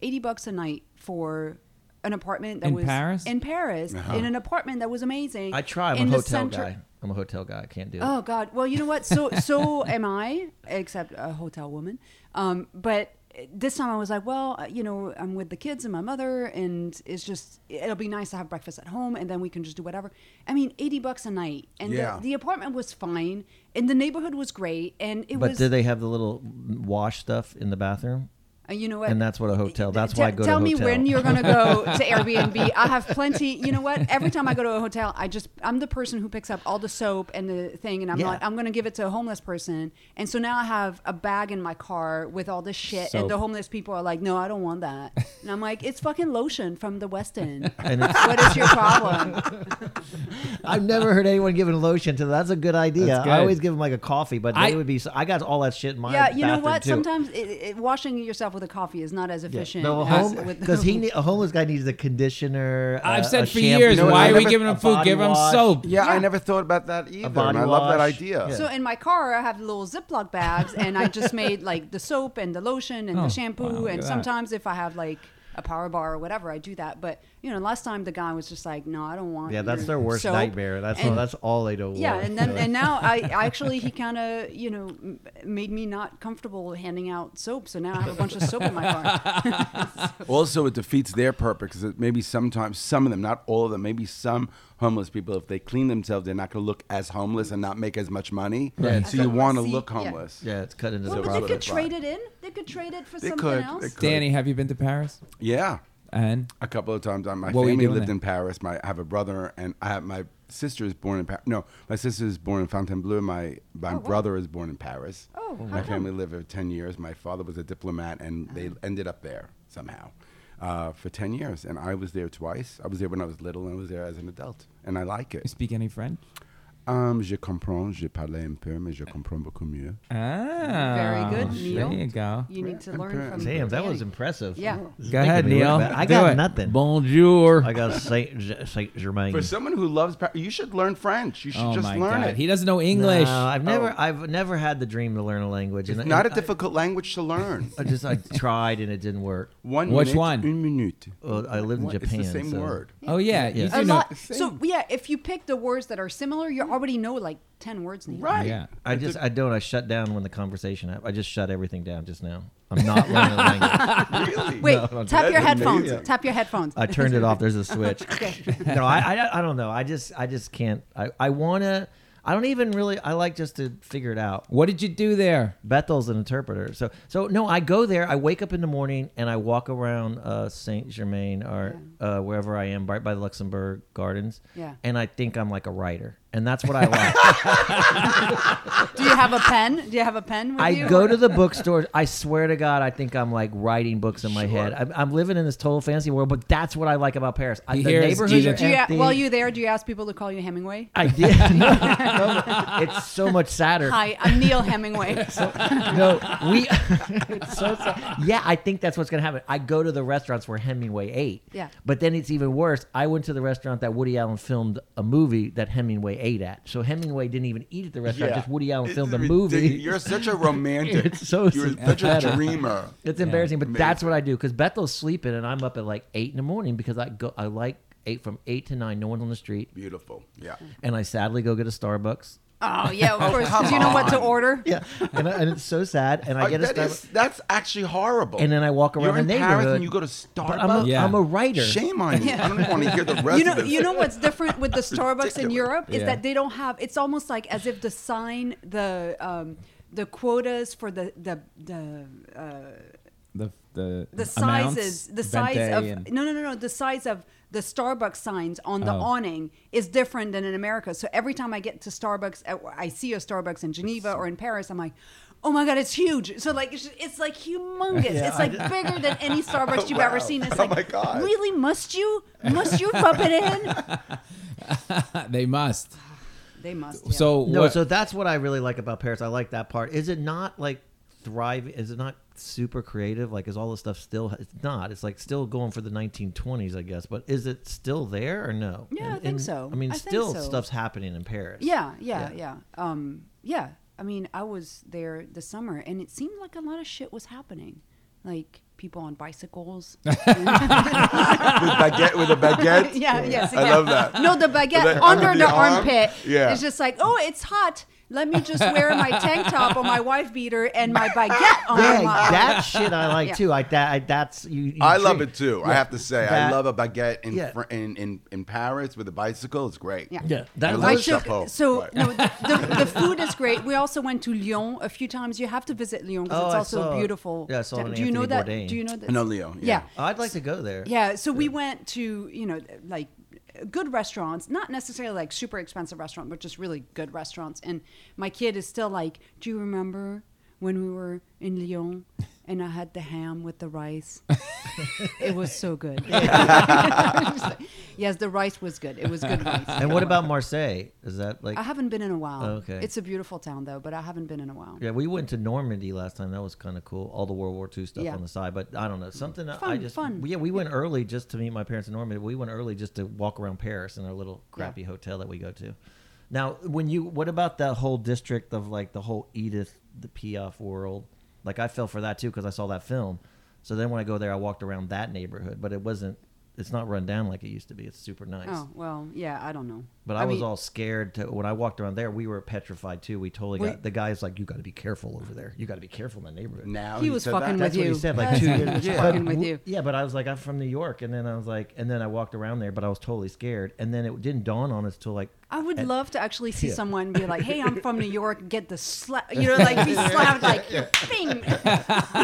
Speaker 4: eighty bucks a night for an apartment that
Speaker 2: In
Speaker 4: was
Speaker 2: Paris?
Speaker 4: in Paris in an apartment that was amazing.
Speaker 3: Uh-huh. I try. I'm
Speaker 4: in
Speaker 3: a
Speaker 4: the
Speaker 3: hotel
Speaker 4: center-
Speaker 3: guy. I'm a hotel guy. I can't do it.
Speaker 4: Oh God. Well, you know what? So so am I, except a hotel woman. Um, but this time I was like, well, uh, you know, I'm with the kids and my mother, and it's just it'll be nice to have breakfast at home, and then we can just do whatever. I mean, eighty bucks a night, and
Speaker 6: Yeah.
Speaker 4: the, the apartment was fine, and the neighborhood was great, and it
Speaker 3: but
Speaker 4: was.
Speaker 3: do they have the little wash stuff in the bathroom?
Speaker 4: uh, you know what?
Speaker 3: And that's what a hotel- that's
Speaker 4: Te-
Speaker 3: why I go to
Speaker 4: Tell
Speaker 3: a
Speaker 4: me
Speaker 3: hotel.
Speaker 4: when you're gonna go to Airbnb. I have plenty. You know what? Every time I go to a hotel, I just I'm the person who picks up all the soap and the thing, and I'm
Speaker 3: Yeah.
Speaker 4: like I'm gonna give it to a homeless person. And so now I have a bag in my car with all this shit,
Speaker 2: Soap.
Speaker 4: and the homeless people are like, "No, I don't want that." And I'm like, "It's fucking lotion from the West End.
Speaker 3: And it's,
Speaker 4: what is your problem?"
Speaker 3: I've never heard anyone giving lotion to. That's a good idea.
Speaker 2: That's good.
Speaker 3: I always give them like a coffee, but
Speaker 2: I-
Speaker 3: they would be. so- I got all that shit in my.
Speaker 4: yeah, you know
Speaker 3: bathroom,
Speaker 4: what?
Speaker 3: too.
Speaker 4: Sometimes it, it, washing yourself with a coffee is not as efficient.
Speaker 3: No, a
Speaker 4: as
Speaker 3: home
Speaker 4: with-
Speaker 3: because he need, a homeless guy needs a conditioner.
Speaker 2: I've
Speaker 3: a-
Speaker 2: said
Speaker 3: uh, a
Speaker 2: for
Speaker 3: shampoo,
Speaker 2: years,
Speaker 3: you know what
Speaker 2: why
Speaker 3: I
Speaker 2: are we
Speaker 3: never-
Speaker 2: giving them
Speaker 3: a
Speaker 2: food?
Speaker 3: body
Speaker 2: Give them
Speaker 3: wash.
Speaker 2: soap.
Speaker 6: Yeah,
Speaker 4: Yeah.
Speaker 6: I never thought about that either. and
Speaker 3: body
Speaker 6: I love that
Speaker 3: wash.
Speaker 6: idea.
Speaker 3: Yeah.
Speaker 4: So in my car, I have little Ziploc bags, and I just made like the soap and the lotion and
Speaker 2: Oh,
Speaker 4: the shampoo.
Speaker 2: wow, look at
Speaker 4: and
Speaker 2: that.
Speaker 4: sometimes if I have like a power bar or whatever, I do that. But you know, last time the guy was just like, "No, I don't want."
Speaker 3: Yeah, that's
Speaker 4: your
Speaker 3: their worst
Speaker 4: soap."
Speaker 3: nightmare. That's all,
Speaker 4: And-
Speaker 3: that's all they don't
Speaker 4: yeah,
Speaker 3: want.
Speaker 4: and then and now I I actually he kind of you know m- made me not comfortable handing out soap, so now I have a bunch of soap in my car. Oh,
Speaker 6: Also, it defeats their purpose because maybe sometimes some of them, not all of them, maybe some homeless people, if they clean themselves, they're not going to look as homeless and not make as much money.
Speaker 3: Right.
Speaker 6: So you want to
Speaker 4: See,
Speaker 6: look
Speaker 4: yeah.
Speaker 6: homeless.
Speaker 3: yeah, it's cut into
Speaker 4: well,
Speaker 3: the
Speaker 4: but they
Speaker 3: rock.
Speaker 4: could
Speaker 6: that's fine.
Speaker 4: trade it in. They could trade it for
Speaker 6: They
Speaker 4: something
Speaker 6: could, they
Speaker 4: else.
Speaker 6: could.
Speaker 2: Danny, have you been to Paris?
Speaker 6: Yeah.
Speaker 2: And
Speaker 6: A couple of times, Uh, my
Speaker 2: What were you
Speaker 6: family
Speaker 2: doing
Speaker 6: lived
Speaker 2: there?
Speaker 6: in Paris. My I have a brother, and I have my sister is born in Paris. No, my sister is born in Fontainebleau. My my brother is born in Paris.
Speaker 4: Oh, how
Speaker 6: my
Speaker 4: come? Uh-huh.
Speaker 6: family lived there ten years. My father was a diplomat, and they ended up there somehow uh, for ten years. And I was there twice. I was there when I was little, and I was there as an adult, and I like
Speaker 2: you
Speaker 6: it.
Speaker 2: speak any French?
Speaker 6: Um, je comprends, je parle un peu, mais je comprends beaucoup mieux.
Speaker 2: Ah,
Speaker 4: Very good,
Speaker 2: There
Speaker 4: Neil.
Speaker 2: you go.
Speaker 4: You need to learn from
Speaker 3: Damn, that was
Speaker 4: Danny.
Speaker 3: impressive.
Speaker 4: Yeah.
Speaker 3: This is
Speaker 2: Go
Speaker 3: making
Speaker 2: ahead,
Speaker 3: me look
Speaker 2: Neil.
Speaker 3: bad. I
Speaker 2: Do
Speaker 3: got
Speaker 2: it.
Speaker 3: nothing.
Speaker 2: Bonjour.
Speaker 3: I got Saint Saint Germain.
Speaker 6: For someone who loves Paris, you should learn French. You should
Speaker 2: Oh
Speaker 6: just
Speaker 2: my
Speaker 6: learn
Speaker 2: god,
Speaker 6: it.
Speaker 2: he doesn't know English. Oh.
Speaker 3: No, I've never, I've never had the dream to learn a language. and-
Speaker 6: It's not a
Speaker 3: and I-
Speaker 6: difficult language to learn.
Speaker 3: I just I tried and it didn't work.
Speaker 6: One
Speaker 2: Which
Speaker 6: minute,
Speaker 2: one?
Speaker 6: Une minute.
Speaker 3: Well, Oh, I lived in
Speaker 6: What?
Speaker 3: Japan.
Speaker 6: It's the same
Speaker 3: so-
Speaker 6: word.
Speaker 2: oh yeah, you
Speaker 3: Yeah.
Speaker 2: do
Speaker 4: a
Speaker 2: know.
Speaker 4: lot. So yeah, if you pick the words that are similar, you
Speaker 3: Mm.
Speaker 4: already know like ten words. Now.
Speaker 6: Right.
Speaker 2: Yeah.
Speaker 3: I just I don't. I shut down when the conversation. hap- I just shut everything down just now. I'm not learning a language.
Speaker 6: Really?
Speaker 4: Wait, tap
Speaker 6: that's
Speaker 4: your headphones.
Speaker 6: amazing.
Speaker 4: Tap your headphones.
Speaker 3: I turned it off. There's a switch. no, I, I I don't know. I just I just can't. I I wanna. I don't even really. I like just to figure it out.
Speaker 2: What did you do there?
Speaker 3: Bethel's an interpreter. So so no, I go there. I wake up in the morning and I walk around uh, Saint Germain or uh, wherever I am, right by the Luxembourg Gardens.
Speaker 4: Yeah.
Speaker 3: And I think I'm like a writer, and that's what I like.
Speaker 4: Do you have a pen? Do you have a pen with you?
Speaker 3: I go to the bookstore. I swear to God, I think I'm like writing books in my head. I'm, I'm living in this total fantasy world, but that's what I like about Paris. I,
Speaker 2: He
Speaker 3: the
Speaker 2: hears
Speaker 3: neighborhoods
Speaker 2: Gina.
Speaker 3: are
Speaker 4: Do you,
Speaker 3: empty.
Speaker 4: while you're there, do you ask people to call you Hemingway?
Speaker 3: I did. No, no, it's so much sadder.
Speaker 4: Hi, I'm Neil Hemingway.
Speaker 3: No, we. it's so sad. Yeah, I think that's what's gonna happen. I go to the restaurants where Hemingway ate.
Speaker 4: Yeah.
Speaker 3: But then it's even worse. I went to the restaurant that Woody Allen filmed a movie that Hemingway ate at. So Hemingway didn't even eat at the restaurant. Just Woody Allen
Speaker 6: It's
Speaker 3: filmed a
Speaker 6: ridiculous.
Speaker 3: movie.
Speaker 6: You're such a romantic.
Speaker 3: It's so
Speaker 6: You're such a
Speaker 3: pathetic.
Speaker 6: dreamer.
Speaker 3: It's embarrassing, but that's what I do because Bethel's sleeping and I'm up at like eight in the morning because I go. I like eight from eight to nine. No one's on the street,
Speaker 6: Beautiful. Yeah.
Speaker 3: and I sadly go get a Starbucks.
Speaker 4: oh yeah, of course, because you know what to order.
Speaker 3: Yeah, and, I, and it's so sad. And I
Speaker 6: Uh,
Speaker 3: get a
Speaker 6: that
Speaker 3: Starbucks.
Speaker 6: is, that's actually horrible.
Speaker 3: and then I walk around
Speaker 6: You're
Speaker 3: the
Speaker 6: in
Speaker 3: neighborhood.
Speaker 6: Paris and you go to Starbucks.
Speaker 3: But I'm a,
Speaker 2: Yeah.
Speaker 3: am a writer.
Speaker 6: Shame on you. I don't even want to hear the rest
Speaker 4: You know,
Speaker 6: of it.
Speaker 4: you know what's different with the Starbucks in
Speaker 6: ridiculous.
Speaker 4: Europe is
Speaker 2: Yeah.
Speaker 4: that they don't have. It's almost like as if the sign, the um, the quotas for the the the uh,
Speaker 2: The the
Speaker 4: the
Speaker 2: amounts,
Speaker 4: sizes the
Speaker 2: Vente
Speaker 4: size of
Speaker 2: and-
Speaker 4: no no no no the size of the Starbucks signs on the
Speaker 2: Oh.
Speaker 4: awning is different than in America. So every time I get to Starbucks, I- I see a Starbucks in Geneva or in Paris, I'm like, oh my god, it's huge. So like it's, it's like humongous. it's like bigger than any Starbucks you've ever seen. It's
Speaker 6: Oh
Speaker 4: like
Speaker 6: my God.
Speaker 4: really must you must you rub it in?
Speaker 2: they must.
Speaker 4: They must.
Speaker 2: So
Speaker 3: No,
Speaker 2: what-
Speaker 3: so that's what I really like about Paris. I like that part. Is it not like thriving? Is it not super creative? Like, is all this stuff still? It's not. It's like still going for the 1920s, I guess. But is it still there or no?
Speaker 4: Yeah, I
Speaker 3: And-
Speaker 4: think
Speaker 3: and-
Speaker 4: so.
Speaker 3: I mean,
Speaker 4: I think
Speaker 3: still
Speaker 4: so.
Speaker 3: stuff's happening in Paris.
Speaker 4: Yeah, yeah, yeah. Um, yeah. I mean, I was there this summer, and it seemed like a lot of shit was happening, like people on bicycles.
Speaker 6: with baguette with a baguette.
Speaker 4: yeah, yes,
Speaker 6: I
Speaker 4: yeah.
Speaker 6: love that.
Speaker 4: No, the baguette
Speaker 6: That-
Speaker 4: under
Speaker 6: under
Speaker 4: the
Speaker 6: the arm?
Speaker 4: armpit.
Speaker 6: Yeah.
Speaker 4: it's just like, oh, it's hot. Let me just wear my tank top or my wife beater and my baguette on.
Speaker 3: Yeah,
Speaker 4: my-
Speaker 3: that shit I like
Speaker 4: Yeah.
Speaker 3: too. Like that. I, that's you. you
Speaker 6: I love
Speaker 3: treat-
Speaker 6: it too. I
Speaker 3: Yeah.
Speaker 6: have to say, I
Speaker 3: That-
Speaker 6: love a baguette in,
Speaker 3: Yeah.
Speaker 6: Fr- in, in in Paris with a bicycle. It's great.
Speaker 4: Yeah.
Speaker 3: Yeah,
Speaker 6: I
Speaker 3: that
Speaker 6: love
Speaker 4: I
Speaker 3: was.
Speaker 6: stuff
Speaker 4: took
Speaker 6: home.
Speaker 4: so
Speaker 6: Right.
Speaker 4: no, the, the, the food is great. We also went to Lyon a few times. You have to visit Lyon because
Speaker 3: Oh,
Speaker 4: it's
Speaker 3: I
Speaker 4: also
Speaker 3: saw-
Speaker 4: beautiful.
Speaker 3: yeah, I saw
Speaker 4: town.
Speaker 3: on
Speaker 4: do you know
Speaker 3: Anthony
Speaker 4: that?
Speaker 3: Bourdain.
Speaker 4: Do you know that?
Speaker 6: I know Lyon, yeah.
Speaker 3: Oh, I'd like to go there.
Speaker 4: Yeah, so we went to you know like good restaurants, not necessarily like super expensive restaurant, but just really good restaurants. And my kid is still like, "Do you remember when we were in Lyon and I had the ham with the rice? it was so good." yes, the rice was good. It was good rice.
Speaker 3: And what about Marseille? Is that like?
Speaker 4: I haven't been in a while.
Speaker 3: Okay.
Speaker 4: It's a beautiful town though, but I haven't been in a while.
Speaker 3: Yeah, we went to Normandy last time. That was kind of cool. All the World War II stuff
Speaker 4: Yeah.
Speaker 3: on the side, but I don't know something. that I
Speaker 4: Fun,
Speaker 3: just
Speaker 4: fun.
Speaker 3: yeah, we went early just to meet my parents in Normandy. We went early just to walk around Paris in our little crappy hotel that we go to. Now, when you what about that whole district of like the whole Edith the Piaf world? Like I fell for that too because I saw that film. So then when I go there, I walked around that neighborhood, but it wasn't. It's not run down like it used to be. It's super nice.
Speaker 4: Oh well, yeah, I don't know.
Speaker 3: But I, was
Speaker 4: mean-
Speaker 3: all scared to when I walked around there. We were petrified too. We totally
Speaker 4: Well,
Speaker 3: got the guy's like, "You got to be careful over there. You got to be careful in the neighborhood."
Speaker 6: Now
Speaker 4: He was
Speaker 6: said
Speaker 4: fucking
Speaker 6: that?
Speaker 4: with
Speaker 3: That's what
Speaker 4: you.
Speaker 3: he said like
Speaker 4: That's-
Speaker 3: two
Speaker 4: he
Speaker 3: years
Speaker 4: was
Speaker 3: ago.
Speaker 4: fucking
Speaker 3: But
Speaker 4: with
Speaker 3: w-
Speaker 4: you.
Speaker 3: Yeah, but I was like, I'm from New York, and then I was like, and then I walked around there, but I was totally scared. And then it didn't dawn on us till like,
Speaker 4: I would love to actually see
Speaker 3: Yeah.
Speaker 4: someone be like, "Hey, I'm from New York. Get the slap," you know, like be slapped, like bing.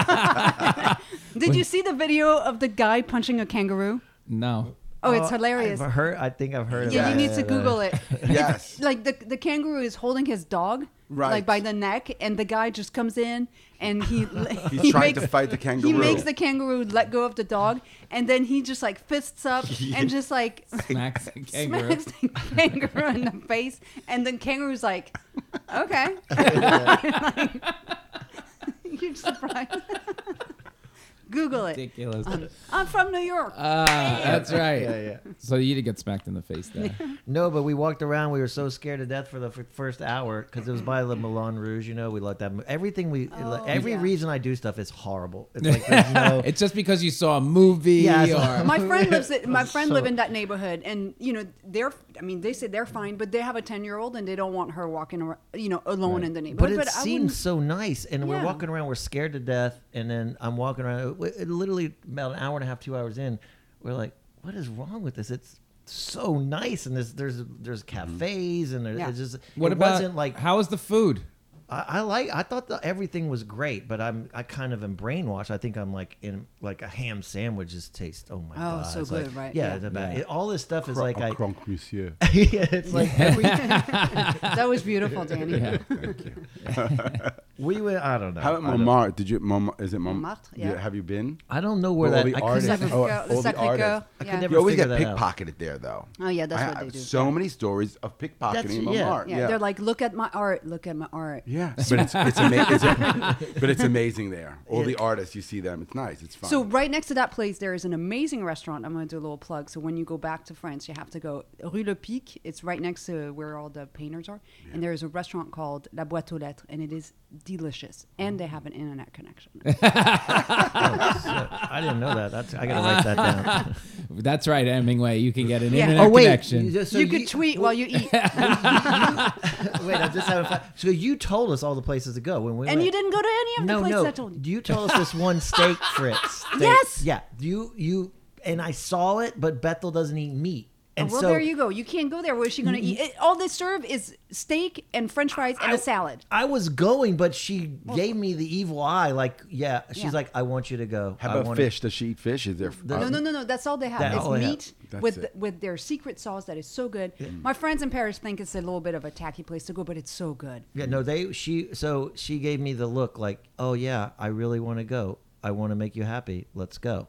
Speaker 4: Did you see the video of the guy punching a kangaroo?
Speaker 2: no.
Speaker 4: Oh, it's hilarious.
Speaker 3: Uh, I've heard, I think I've heard. of
Speaker 4: Yeah, you
Speaker 3: that.
Speaker 4: need to Google it.
Speaker 6: Yes.
Speaker 4: Like the the kangaroo is holding his dog,
Speaker 6: Right.
Speaker 4: like by the neck, and the guy just comes in and he
Speaker 6: He's
Speaker 4: he
Speaker 6: trying to fight the
Speaker 4: He
Speaker 6: kangaroo.
Speaker 4: makes the kangaroo let go of the dog, and then he just like fists up and just like
Speaker 2: Smacks a kangaroo.
Speaker 4: smacks the kangaroo in the face, and then kangaroo's like, okay. You're surprised. Google it.
Speaker 2: Ridiculous.
Speaker 4: I'm from New York.
Speaker 2: Ah, that's right.
Speaker 3: Yeah, yeah.
Speaker 2: So you did get smacked in the face there.
Speaker 3: No, but we walked around. We were so scared to death for the f- first hour because it was by the Moulin Rouge. You know, we liked that. mo- Everything we, like, every
Speaker 4: Oh, yeah.
Speaker 3: reason I do stuff is horrible. It's like there's no.
Speaker 2: it's just because you saw a movie
Speaker 3: Yeah, it's-
Speaker 2: or
Speaker 4: my friend lives. In, my friend
Speaker 3: So-
Speaker 4: live in that neighborhood, and you know they're. I mean, they say they're fine, but they have a ten year old, and they don't want her walking, ar- you know, alone in the
Speaker 3: But
Speaker 4: neighborhood.
Speaker 3: it
Speaker 4: I
Speaker 3: seems so nice, and
Speaker 4: Yeah.
Speaker 3: we're walking around, we're scared to death, and then I'm walking around. It, it literally about an hour and a half, two hours in, we're like, "What is wrong with this? It's so nice, and there's there's there's cafes, and there,
Speaker 4: Yeah.
Speaker 3: it's just
Speaker 2: what
Speaker 3: it
Speaker 2: about
Speaker 3: wasn't like
Speaker 2: how was the food?
Speaker 3: I, I like I thought that everything was great, but I'm I kind of am brainwashed. I think I'm like in like a ham sandwich just tastes. Oh my god,
Speaker 4: so
Speaker 3: It's
Speaker 4: good,
Speaker 3: like-
Speaker 4: right?
Speaker 3: Yeah,
Speaker 4: Yeah.
Speaker 3: the ba- it- all this stuff is like I.
Speaker 6: Croque monsieur.
Speaker 3: yeah, it's like every,
Speaker 4: wouldn't- that was beautiful, Danny.
Speaker 6: Thank you.
Speaker 3: we went. I don't know.
Speaker 6: How
Speaker 3: I
Speaker 6: about
Speaker 3: don't-
Speaker 6: Montmartre? Did you Montmartre? Is it Mont-
Speaker 4: Montmartre,
Speaker 6: you-
Speaker 4: yeah.
Speaker 6: Have you been?
Speaker 3: I don't know where
Speaker 6: All
Speaker 3: that.
Speaker 6: the
Speaker 3: I could
Speaker 6: artists.
Speaker 3: never
Speaker 6: Oh,
Speaker 4: Sacré-Cœur-
Speaker 6: all the
Speaker 4: Sacré-Cœur,
Speaker 6: artists.
Speaker 4: I could yeah. never
Speaker 6: You always get
Speaker 3: figure that out.
Speaker 6: pickpocketed there, though.
Speaker 4: Oh, yeah, that's
Speaker 6: I-
Speaker 4: what
Speaker 6: I-
Speaker 4: they do.
Speaker 6: So many stories of pickpocketing
Speaker 3: That's-
Speaker 6: in
Speaker 3: yeah.
Speaker 6: Montmartre.
Speaker 4: Yeah,
Speaker 6: Yeah,
Speaker 4: they're like, look at my art, look at my art.
Speaker 6: Yeah, but it's, it's, ama- it's a- but it's amazing there. All the artists, you see them. It's nice. It's fun.
Speaker 4: So right next to that place, there is an amazing restaurant. I'm going to do a little plug. So when you go back to France, you have to go Rue Le Pic. It's right next to where all the painters are, and there is a restaurant called La Boîte aux Lettres, and it is delicious. And they have an internet connection.
Speaker 3: Oh, I didn't know that. That's I gotta write that down.
Speaker 2: That's right, Hemingway. You can get an
Speaker 4: Yeah.
Speaker 2: internet
Speaker 3: oh wait,
Speaker 2: connection.
Speaker 3: just- so
Speaker 4: you could tweet while you eat,
Speaker 3: Wait, I'm just having fun. So you told us all the places to go when we
Speaker 4: and
Speaker 3: went.
Speaker 4: you didn't go to any of
Speaker 3: No,
Speaker 4: the places
Speaker 3: no.
Speaker 4: I told you.
Speaker 3: You told us this one steak, Fritz. Steak.
Speaker 4: Yes!
Speaker 3: Yeah. You you and I saw it, but Bethel doesn't eat meat. And
Speaker 4: Oh, well,
Speaker 3: so-
Speaker 4: there you go. You can't go there. What is she going to eat? It, all they serve is steak and French fries and a salad.
Speaker 3: I was going, but she gave me the evil eye. Like, yeah, she's
Speaker 4: Yeah.
Speaker 3: like, I want you to go.
Speaker 6: How
Speaker 3: I
Speaker 6: about
Speaker 3: want
Speaker 6: fish? Does she eat fish? Is there? uh,
Speaker 3: No,
Speaker 4: No, no, no, no. That's all they have.
Speaker 3: That's
Speaker 4: it's
Speaker 3: all they have.
Speaker 4: meat
Speaker 6: That's
Speaker 4: with
Speaker 6: it.
Speaker 4: the- with their secret sauce that is so good. My friends in Paris think it's a little bit of a tacky place to go, but it's so good.
Speaker 3: Yeah, no, they she so she gave me the look like, oh yeah, I really want to go. I want to make you happy. Let's go.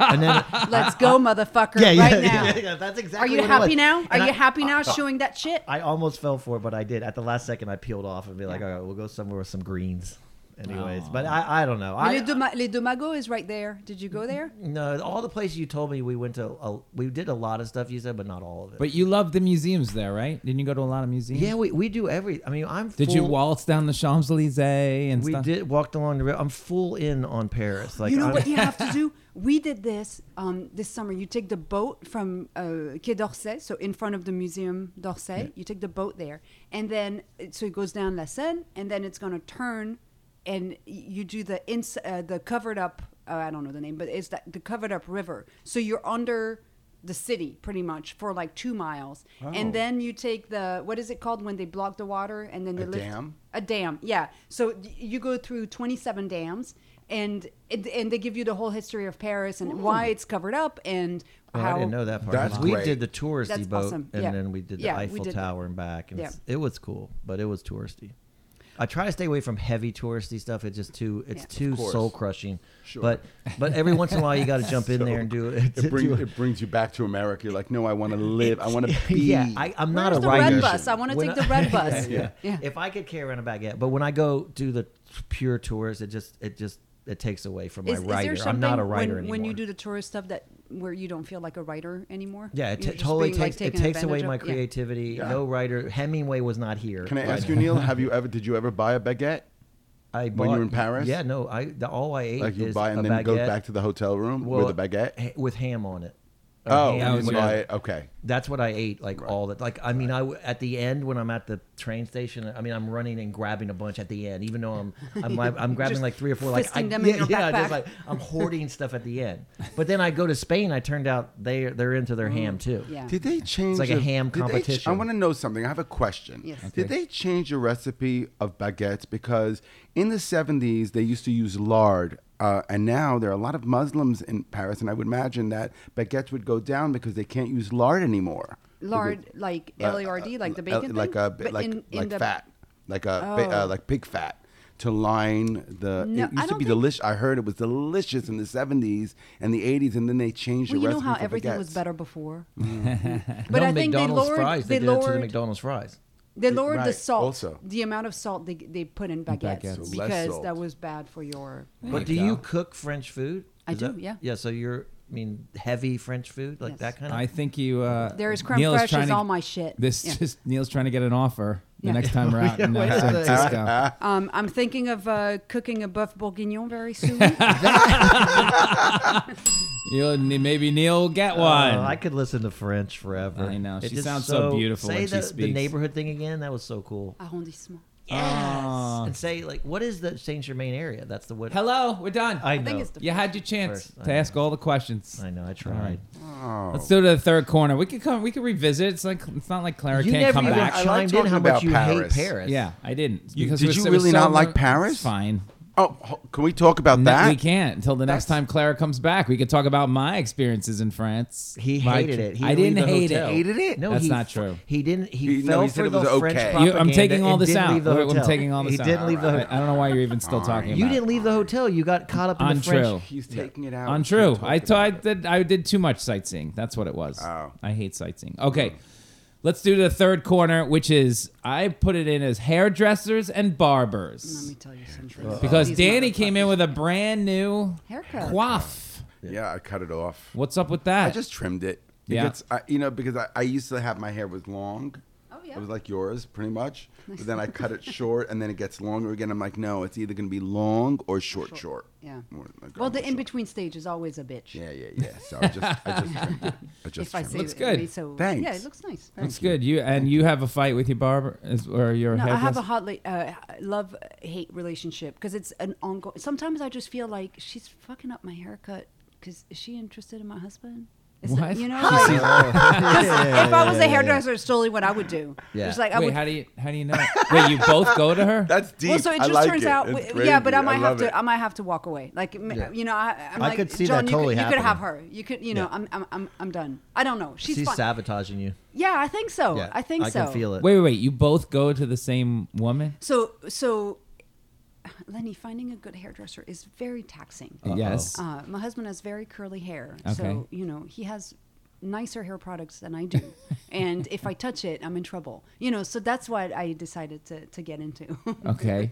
Speaker 3: and then
Speaker 4: Let's go, motherfucker,
Speaker 3: yeah,
Speaker 4: right now.
Speaker 3: yeah, yeah, that's
Speaker 4: Are
Speaker 3: exactly.
Speaker 4: you
Speaker 3: what it
Speaker 4: happy
Speaker 3: was.
Speaker 4: now? Are
Speaker 3: And I-
Speaker 4: you happy now showing that shit?
Speaker 3: I almost fell for it, but I did. At the last second, I peeled off and be like, all right, we'll go somewhere with some greens. Anyways, but I, I don't know.
Speaker 4: I,
Speaker 3: I,
Speaker 4: Les, Doma- Les Domagos is right there. Did you go there?
Speaker 3: no, all the places you told me we went to, uh, we did a lot of stuff you said, but not all of it.
Speaker 2: But you love the museums there, right? Didn't you go to a lot of museums?
Speaker 3: yeah, we, we do every. I mean, I'm.
Speaker 2: Did you
Speaker 3: full-
Speaker 2: waltz down the Champs Elysees and
Speaker 3: We
Speaker 2: stuff?
Speaker 3: did walked along the river. I'm full in on Paris. Like
Speaker 4: you know
Speaker 3: I'm-
Speaker 4: what you have to do? We did this um, this summer. You take the boat from uh, Quai d'Orsay, so in front of the Museum d'Orsay. You take the boat there, and then it, so it goes down La Seine, and then it's gonna turn, and y- you do the ins- uh, the covered up. Uh, I don't know the name, but it's that the covered up river. So you're under the city pretty much for like two miles,
Speaker 6: Oh.
Speaker 4: and then you take the what is it called when they block the water and then they
Speaker 6: A
Speaker 4: lift-
Speaker 6: dam?
Speaker 4: a dam, yeah. So y- you go through 27 dams, and it, and they give you the whole history of Paris and why it's covered up and
Speaker 3: Oh,
Speaker 4: how.
Speaker 3: I didn't know that part.
Speaker 6: That's
Speaker 3: we
Speaker 6: great.
Speaker 3: did the touristy
Speaker 4: That's
Speaker 3: boat,
Speaker 4: awesome.
Speaker 3: and
Speaker 4: Yeah.
Speaker 3: then we did the
Speaker 4: Yeah, we
Speaker 3: Eiffel
Speaker 4: did that.
Speaker 3: Tower and back, and
Speaker 4: Yeah.
Speaker 3: it's- it was cool, but it was touristy. I try to stay away from heavy touristy stuff. It's just too it's
Speaker 4: Yeah. Of
Speaker 3: too
Speaker 6: course.
Speaker 3: soul crushing.
Speaker 6: Sure.
Speaker 3: But but every once in a while you got to jump in there and do it.
Speaker 6: It
Speaker 3: do
Speaker 6: brings
Speaker 3: it.
Speaker 6: it brings you back to America. You're like, no, I want to live. I want to be.
Speaker 3: yeah, I, I'm not
Speaker 4: Where's
Speaker 3: a
Speaker 4: the
Speaker 3: rider.
Speaker 4: red bus? I want to
Speaker 3: When
Speaker 4: take the red bus.
Speaker 3: yeah.
Speaker 4: Yeah.
Speaker 3: If I could carry around a baguette, but when I go do the pure tours, it just it just it takes away from my
Speaker 4: Is, is
Speaker 3: rider.
Speaker 4: there
Speaker 3: I'm
Speaker 4: something
Speaker 3: not a rider
Speaker 4: when,
Speaker 3: anymore.
Speaker 4: when you do the tourist stuff that where you don't feel like a writer anymore?
Speaker 3: yeah, it
Speaker 4: You're
Speaker 3: t-
Speaker 4: just
Speaker 3: totally
Speaker 4: being, like,
Speaker 3: takes it
Speaker 4: taken
Speaker 3: takes away
Speaker 4: advantage
Speaker 3: my
Speaker 4: of? Yeah.
Speaker 3: creativity.
Speaker 6: Yeah.
Speaker 3: No writer. Hemingway was not here.
Speaker 6: Can I
Speaker 3: right
Speaker 6: ask
Speaker 3: now.
Speaker 6: you, Neil? Have you ever? Did you ever buy a baguette?
Speaker 3: I bought,
Speaker 6: When you were in Paris?
Speaker 3: Yeah, no, I the, all I ate
Speaker 6: Like you
Speaker 3: is
Speaker 6: buy and
Speaker 3: a
Speaker 6: then
Speaker 3: baguette
Speaker 6: go back to the hotel room
Speaker 3: well,
Speaker 6: with a baguette.
Speaker 3: ha- with ham on it. A
Speaker 6: Oh,
Speaker 3: ham
Speaker 6: you just
Speaker 2: was
Speaker 3: with-
Speaker 2: good.
Speaker 6: buy it. Okay.
Speaker 3: that's what I ate like all that. Like I mean, I w- at the end when I'm at the train station, I mean I'm running and grabbing a bunch at the end, even though I'm I'm, li- I'm grabbing
Speaker 4: Just
Speaker 3: like three or four. Like I,
Speaker 4: fisting them in
Speaker 3: yeah,
Speaker 4: your
Speaker 3: yeah, just
Speaker 4: backpack.
Speaker 3: like I'm hoarding stuff at the end. But then I go to Spain. I turned out they they're into their ham too.
Speaker 4: Mm. Yeah.
Speaker 6: Did they change?
Speaker 3: like a
Speaker 6: the-
Speaker 3: ham
Speaker 6: did they ch-
Speaker 3: competition.
Speaker 6: I want to know something. I have a question.
Speaker 4: Yes.
Speaker 6: Did they change the recipe of baguettes because in the seventies they used to use lard, uh, and now there are a lot of Muslims in Paris, and I would imagine that baguettes would go down because they can't use lard anymore.
Speaker 4: Lard like
Speaker 6: Uh,
Speaker 4: L A R D, like the
Speaker 6: uh,
Speaker 4: bacon thing,
Speaker 6: like a bi-
Speaker 4: But
Speaker 6: like
Speaker 4: in- in
Speaker 6: like
Speaker 4: the-
Speaker 6: fat, like a ba- uh,
Speaker 4: Oh.
Speaker 6: like pig fat to line the.
Speaker 4: No,
Speaker 6: it used
Speaker 4: I
Speaker 6: to
Speaker 4: don't
Speaker 6: be
Speaker 4: think-
Speaker 6: delicious. I heard it was delicious in the seventies and the eighties, and then they changed
Speaker 4: Well,
Speaker 6: the
Speaker 4: you know
Speaker 6: recipe
Speaker 4: how
Speaker 6: for
Speaker 4: everything was
Speaker 6: baguettes. Mm.
Speaker 4: better before.
Speaker 3: No
Speaker 4: But I think they
Speaker 3: McDonald's
Speaker 4: lowered.
Speaker 3: fries. They,
Speaker 4: They,
Speaker 3: did it to the
Speaker 4: lowered.
Speaker 3: McDonald's fries.
Speaker 4: They lowered the
Speaker 6: right,
Speaker 4: salt.
Speaker 6: also.
Speaker 4: The amount of salt they, they put in baguettes,
Speaker 2: baguettes. So less
Speaker 4: because
Speaker 6: salt.
Speaker 4: that was bad for your.
Speaker 3: But
Speaker 2: you
Speaker 3: do
Speaker 2: go.
Speaker 3: you cook French food?
Speaker 4: I
Speaker 3: Is
Speaker 4: do,
Speaker 3: that-
Speaker 4: yeah.
Speaker 3: Yeah. So you're, I mean, heavy French food like
Speaker 4: Yes.
Speaker 3: that kind of.
Speaker 2: I think you. Uh,
Speaker 4: There is creme
Speaker 2: Neil
Speaker 4: fraiche
Speaker 2: trying
Speaker 4: is
Speaker 2: to-
Speaker 4: all my shit.
Speaker 2: This
Speaker 4: Yeah.
Speaker 2: just Neil's trying to get an offer the
Speaker 4: Yeah.
Speaker 2: next time we're out in uh, San Francisco.
Speaker 4: Um, I'm thinking of uh, cooking a buff bourguignon very soon.
Speaker 2: You'll, maybe Neil will get
Speaker 3: Oh,
Speaker 2: one.
Speaker 3: I could listen to French forever.
Speaker 2: I know.
Speaker 3: It
Speaker 2: She
Speaker 3: just
Speaker 2: sounds so beautiful
Speaker 3: Say
Speaker 2: when she
Speaker 3: the, the
Speaker 2: speaks.
Speaker 3: neighborhood thing again. That was so cool.
Speaker 4: Arrondissement.
Speaker 3: Yes.
Speaker 6: Ah.
Speaker 3: And say like, what is the Saint Germain area? That's the what.
Speaker 2: Uh. Hello, we're done.
Speaker 3: I
Speaker 4: I
Speaker 3: know.
Speaker 4: think it's the
Speaker 2: you had your chance
Speaker 3: First, I
Speaker 2: to
Speaker 3: know.
Speaker 2: ask all the questions.
Speaker 3: I know. I tried.
Speaker 2: Let's go to the third corner. We could come. We could revisit. It's like it's not like Clara
Speaker 3: You
Speaker 2: can't
Speaker 3: never
Speaker 2: come
Speaker 3: even
Speaker 2: back.
Speaker 6: I like
Speaker 3: chimed in
Speaker 6: talking
Speaker 3: how
Speaker 6: about
Speaker 3: much you hate
Speaker 6: Paris.
Speaker 3: Paris.
Speaker 2: yeah, I didn't.
Speaker 6: You-
Speaker 2: Because
Speaker 6: did
Speaker 2: it was-
Speaker 6: you
Speaker 2: it was
Speaker 6: really
Speaker 2: so
Speaker 6: not like
Speaker 2: mo-
Speaker 6: Paris?
Speaker 2: It's fine.
Speaker 6: Oh, ho- can we talk about
Speaker 2: Ne-
Speaker 6: that?
Speaker 2: we can't until the next
Speaker 6: That's-
Speaker 2: time Clara comes back. We could talk about my experiences in France.
Speaker 3: He
Speaker 2: My-
Speaker 3: hated it. He
Speaker 2: I didn't
Speaker 3: leave the
Speaker 2: hate
Speaker 3: hotel.
Speaker 2: it.
Speaker 6: Hated it?
Speaker 3: No,
Speaker 2: That's
Speaker 3: he,
Speaker 2: not true.
Speaker 3: He didn't. He,
Speaker 6: He- no,
Speaker 3: fell
Speaker 6: he
Speaker 3: for
Speaker 6: said it
Speaker 3: the
Speaker 6: was
Speaker 3: French
Speaker 6: okay.
Speaker 2: You- I'm
Speaker 3: propaganda
Speaker 2: taking all
Speaker 3: and
Speaker 2: this
Speaker 3: didn't
Speaker 2: out.
Speaker 3: leave the
Speaker 2: I'm
Speaker 3: hotel.
Speaker 2: taking all this
Speaker 3: he
Speaker 2: out.
Speaker 3: didn't leave the
Speaker 2: I,
Speaker 3: hotel.
Speaker 2: I don't know why you're even still
Speaker 6: Oh,
Speaker 2: talking.
Speaker 3: You
Speaker 2: about it.
Speaker 3: didn't leave the hotel. You got caught up in the
Speaker 2: Untrue.
Speaker 3: French.
Speaker 6: He's taking it out.
Speaker 2: Untrue.
Speaker 6: He's
Speaker 2: I
Speaker 6: talking
Speaker 2: t- I
Speaker 6: about it.
Speaker 2: did I did too much sightseeing. That's what it was.
Speaker 6: Oh. Hmm.
Speaker 2: I hate sightseeing. Okay. Let's do the third corner, which is I put it in as hairdressers and
Speaker 4: Let me
Speaker 2: barbers.
Speaker 4: tell you something.
Speaker 2: Because
Speaker 4: Mm-hmm.
Speaker 6: uh,
Speaker 4: These
Speaker 2: Danny
Speaker 4: motherfuckers.
Speaker 2: came in with a brand new
Speaker 4: Haircut.
Speaker 2: coif.
Speaker 6: Yeah, I cut it off.
Speaker 2: What's up with that?
Speaker 6: I just trimmed it. It
Speaker 2: Yeah.
Speaker 6: gets, I, you know, because I, I used to have my hair was long.
Speaker 4: Oh, yeah.
Speaker 6: It was like yours, pretty much. But then I cut it short, and then it gets longer again. I'm like, no, it's either going to be long or short, short.
Speaker 4: Yeah.
Speaker 6: More like
Speaker 4: Well,
Speaker 6: almost
Speaker 4: the in
Speaker 6: short.
Speaker 4: between stage is always a bitch.
Speaker 6: Yeah, yeah, yeah. So I just, I just trimmed it. I just
Speaker 4: If I
Speaker 6: trimmed
Speaker 4: say
Speaker 6: it.
Speaker 2: Looks
Speaker 4: it,
Speaker 2: good.
Speaker 4: it'd be so,
Speaker 6: Thanks.
Speaker 4: Yeah, it looks nice.
Speaker 2: That's good. You and you have a fight with your barber is- or your
Speaker 4: No, I have
Speaker 2: hairdresser.
Speaker 4: a hot la- uh, love hate relationship because it's an ongoing. Sometimes I just feel like she's fucking up my haircut because is she interested in my husband? It's-
Speaker 2: What?
Speaker 4: You know,
Speaker 2: She
Speaker 4: like,
Speaker 2: sees-
Speaker 4: if I was a hairdresser, it's totally what I would do.
Speaker 3: Yeah.
Speaker 4: It's like I
Speaker 2: Wait,
Speaker 4: would
Speaker 2: how do you how do you know? Wait, you both go to her?
Speaker 6: That's deep.
Speaker 4: Well, so it
Speaker 6: I
Speaker 4: just
Speaker 6: like
Speaker 4: turns
Speaker 6: it.
Speaker 4: out,
Speaker 6: It's
Speaker 4: yeah. But I
Speaker 6: crazy.
Speaker 4: might have
Speaker 6: love
Speaker 4: to,
Speaker 6: it.
Speaker 4: I might have to walk away. Like, m you know, I, I'm
Speaker 3: I
Speaker 4: like,
Speaker 3: could see that
Speaker 4: John, you
Speaker 3: totally
Speaker 4: you, could have
Speaker 3: happening.
Speaker 4: her. You could, you know,
Speaker 3: Yeah.
Speaker 4: I'm, I'm, I'm, I'm done. I don't know. She's,
Speaker 3: She's
Speaker 4: fun.
Speaker 3: sabotaging you.
Speaker 4: Yeah, I think so.
Speaker 3: Yeah,
Speaker 4: I think so.
Speaker 3: I can feel it.
Speaker 2: Wait, wait, wait. You both go to the same woman?
Speaker 4: So, so, Lenny, finding a good hairdresser is very taxing.
Speaker 2: Yes.
Speaker 4: Uh, my husband has very curly hair,
Speaker 2: Okay.
Speaker 4: so you know he has nicer hair products than I do, and if I touch it, I'm in trouble. You know, so that's what I decided to to get into.
Speaker 2: Okay.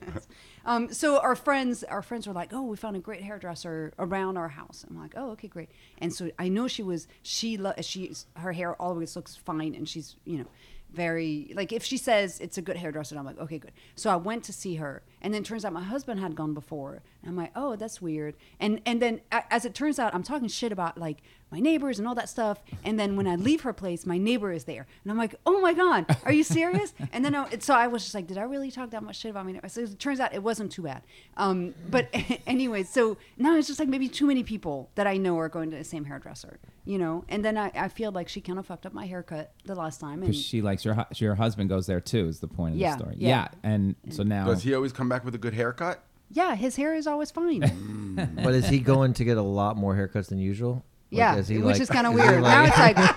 Speaker 4: Um, so our friends, our friends were like, "Oh, we found a great hairdresser around our house." I'm like, "Oh, okay, great." And so I know she was she lo- she's her hair always looks fine, and she's you know very like if she says it's a good hairdresser, I'm like, "Okay, good." So I went to see her, and then turns out my husband had gone before, and I'm like, "Oh, that's weird." And and then a- as it turns out, I'm talking shit about like my neighbors and all that stuff, and then when I leave her place, my neighbor is there, and I'm like, "Oh my god, are you serious?" and then I, and so I was just like, "Did I really talk that much shit about me?" So it turns out it wasn't too bad. Um, but anyway, so now it's just like maybe too many people that I know are going to the same hairdresser, you know. And then I, I feel like she kind of fucked up my haircut the last time, and
Speaker 2: Because she likes your hu- your husband goes there too is the point of
Speaker 4: Yeah,
Speaker 2: the story.
Speaker 4: yeah.
Speaker 2: Yeah. And so now
Speaker 6: Does he always come back with a good haircut?
Speaker 4: yeah, his hair is always fine.
Speaker 3: But is he going to get a lot more haircuts than usual? Like,
Speaker 4: yeah,
Speaker 3: is he
Speaker 4: which
Speaker 3: like-
Speaker 4: is kind of
Speaker 3: is he
Speaker 4: weird.
Speaker 3: like-
Speaker 4: now it's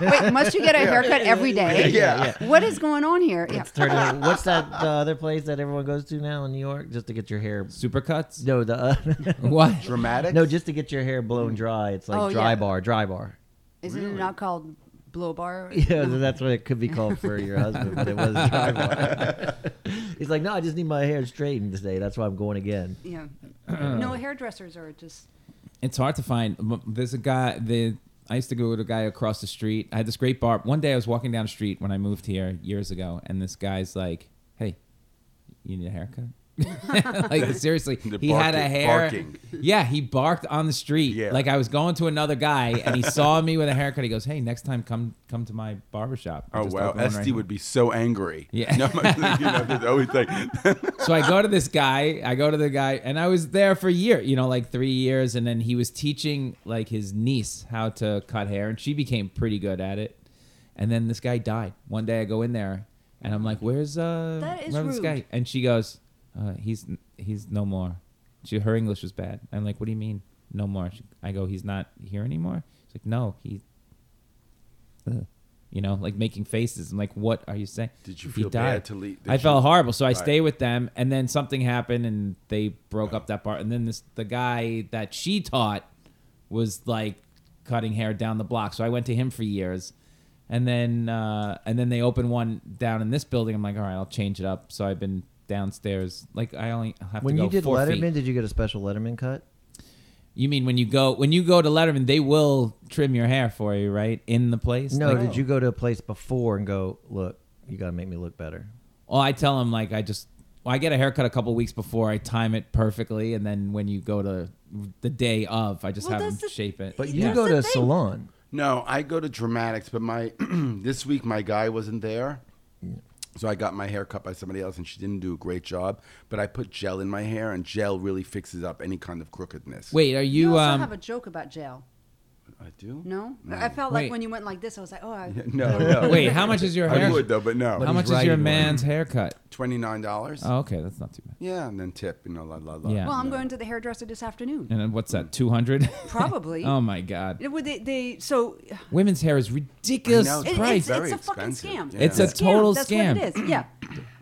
Speaker 4: like, wait, must you get a haircut every day?
Speaker 6: Yeah.
Speaker 4: What is going on here? Yeah.
Speaker 3: It's turning- what's that the other place that everyone goes to now in New York just to get your hair?
Speaker 2: supercuts?
Speaker 3: No, the uh,
Speaker 2: What?
Speaker 6: Dramatic?
Speaker 3: no, just to get your hair blown dry. It's like
Speaker 4: Oh,
Speaker 3: dry
Speaker 4: yeah.
Speaker 3: bar, dry bar.
Speaker 4: Isn't it not called blow bar?
Speaker 3: Yeah, that's what it could be called for your husband, but it was dry bar. He's like, no, I just need my hair straightened today. That's why I'm going again.
Speaker 4: Yeah.
Speaker 6: Uh-uh.
Speaker 4: no, hairdressers are just.
Speaker 2: it's hard to find. M- There's a guy. The I used to go with a guy across the street. I had this great bar. One day I was walking down the street when I moved here years ago, and this guy's like, "Hey, you need a haircut?" like seriously,
Speaker 6: The
Speaker 2: he had a
Speaker 6: barking-
Speaker 2: hair.
Speaker 6: barking.
Speaker 2: Yeah, he barked on the street.
Speaker 6: Yeah.
Speaker 2: Like I was going to another guy, and he saw me with a haircut. He goes, "Hey, next time come come to my barbershop."
Speaker 6: Oh wow, Esty would be so angry.
Speaker 2: Yeah.
Speaker 6: no, you know, there's always like
Speaker 2: so I go to this guy. I go to the guy, and I was there for a year, you know, like three years. And then he was teaching like his niece how to cut hair, and she became pretty good at it. And then this guy died. One day I go in there, and I'm like, "Where's uh,
Speaker 4: That is
Speaker 2: where's this
Speaker 4: rude.
Speaker 2: guy?" And she goes, uh, "He's he's no more." She her English was bad. I'm like, "What do you mean no more?" She, I go, "He's not here anymore." She's like, "No, he." Ugh. You know, like making faces. I'm like, what are you saying?
Speaker 6: Did you
Speaker 2: He
Speaker 6: feel
Speaker 2: died.
Speaker 6: bad to leave-
Speaker 2: I
Speaker 6: did
Speaker 2: felt
Speaker 6: you-
Speaker 2: horrible. So I
Speaker 6: Right.
Speaker 2: stay with them, and then something happened, and they broke up that part. And then this the guy that she taught was like cutting hair down the block. So I went to him for years, and then uh, and then they opened one down in this building. I'm like, all right, I'll change it up. So I've been downstairs. Like I only have
Speaker 3: When
Speaker 2: to go
Speaker 3: you did
Speaker 2: four
Speaker 3: Letterman,
Speaker 2: feet.
Speaker 3: did you get a special Letterman cut?
Speaker 2: You mean when you go when you go to Letterman, they will trim your hair for you, right? In the place.
Speaker 3: No,
Speaker 2: Like, oh.
Speaker 3: did you go to a place before and go, look, you got to make me look better?
Speaker 2: Well, Oh, I tell him like I just well, I get a haircut a couple weeks before. I time it perfectly, and then when you go to the day of, I just
Speaker 4: Well,
Speaker 2: have
Speaker 4: that's
Speaker 2: him
Speaker 4: the-
Speaker 2: shape it.
Speaker 3: But you
Speaker 4: That's
Speaker 3: go
Speaker 4: the
Speaker 3: to a
Speaker 4: thing.
Speaker 3: salon.
Speaker 6: No, I go to dramatics, but my this week my guy wasn't there. So I got my hair cut by somebody else and she didn't do a great job, but I put gel in my hair and gel really fixes up any kind of crookedness.
Speaker 2: wait, are
Speaker 4: You,
Speaker 2: you,
Speaker 4: also
Speaker 2: um?
Speaker 4: have a joke about jail.
Speaker 6: I do?
Speaker 4: No, I felt
Speaker 2: Wait.
Speaker 4: like when you went like this, I was like, oh, I,
Speaker 6: No, no.
Speaker 2: wait, how much is your
Speaker 6: I
Speaker 2: hair?
Speaker 6: would though, but no.
Speaker 2: how much is
Speaker 3: right,
Speaker 2: your
Speaker 3: he would.
Speaker 2: man's haircut?
Speaker 6: Twenty nine dollars.
Speaker 2: Oh, okay, that's not too bad.
Speaker 6: Yeah, and then tip, you know, la la la.
Speaker 2: Yeah.
Speaker 4: well, I'm going to the hairdresser this afternoon.
Speaker 2: And then what's that? Two hundred?
Speaker 4: Probably.
Speaker 2: oh my god,
Speaker 4: It would they, they so it-
Speaker 2: women's hair is ridiculous
Speaker 6: I know,
Speaker 4: it's,
Speaker 2: price.
Speaker 4: it's,
Speaker 6: Very
Speaker 4: a fucking
Speaker 6: expensive.
Speaker 4: scam.
Speaker 6: Yeah. It's
Speaker 2: a total
Speaker 4: That's
Speaker 2: scam.
Speaker 4: what it is. Yeah.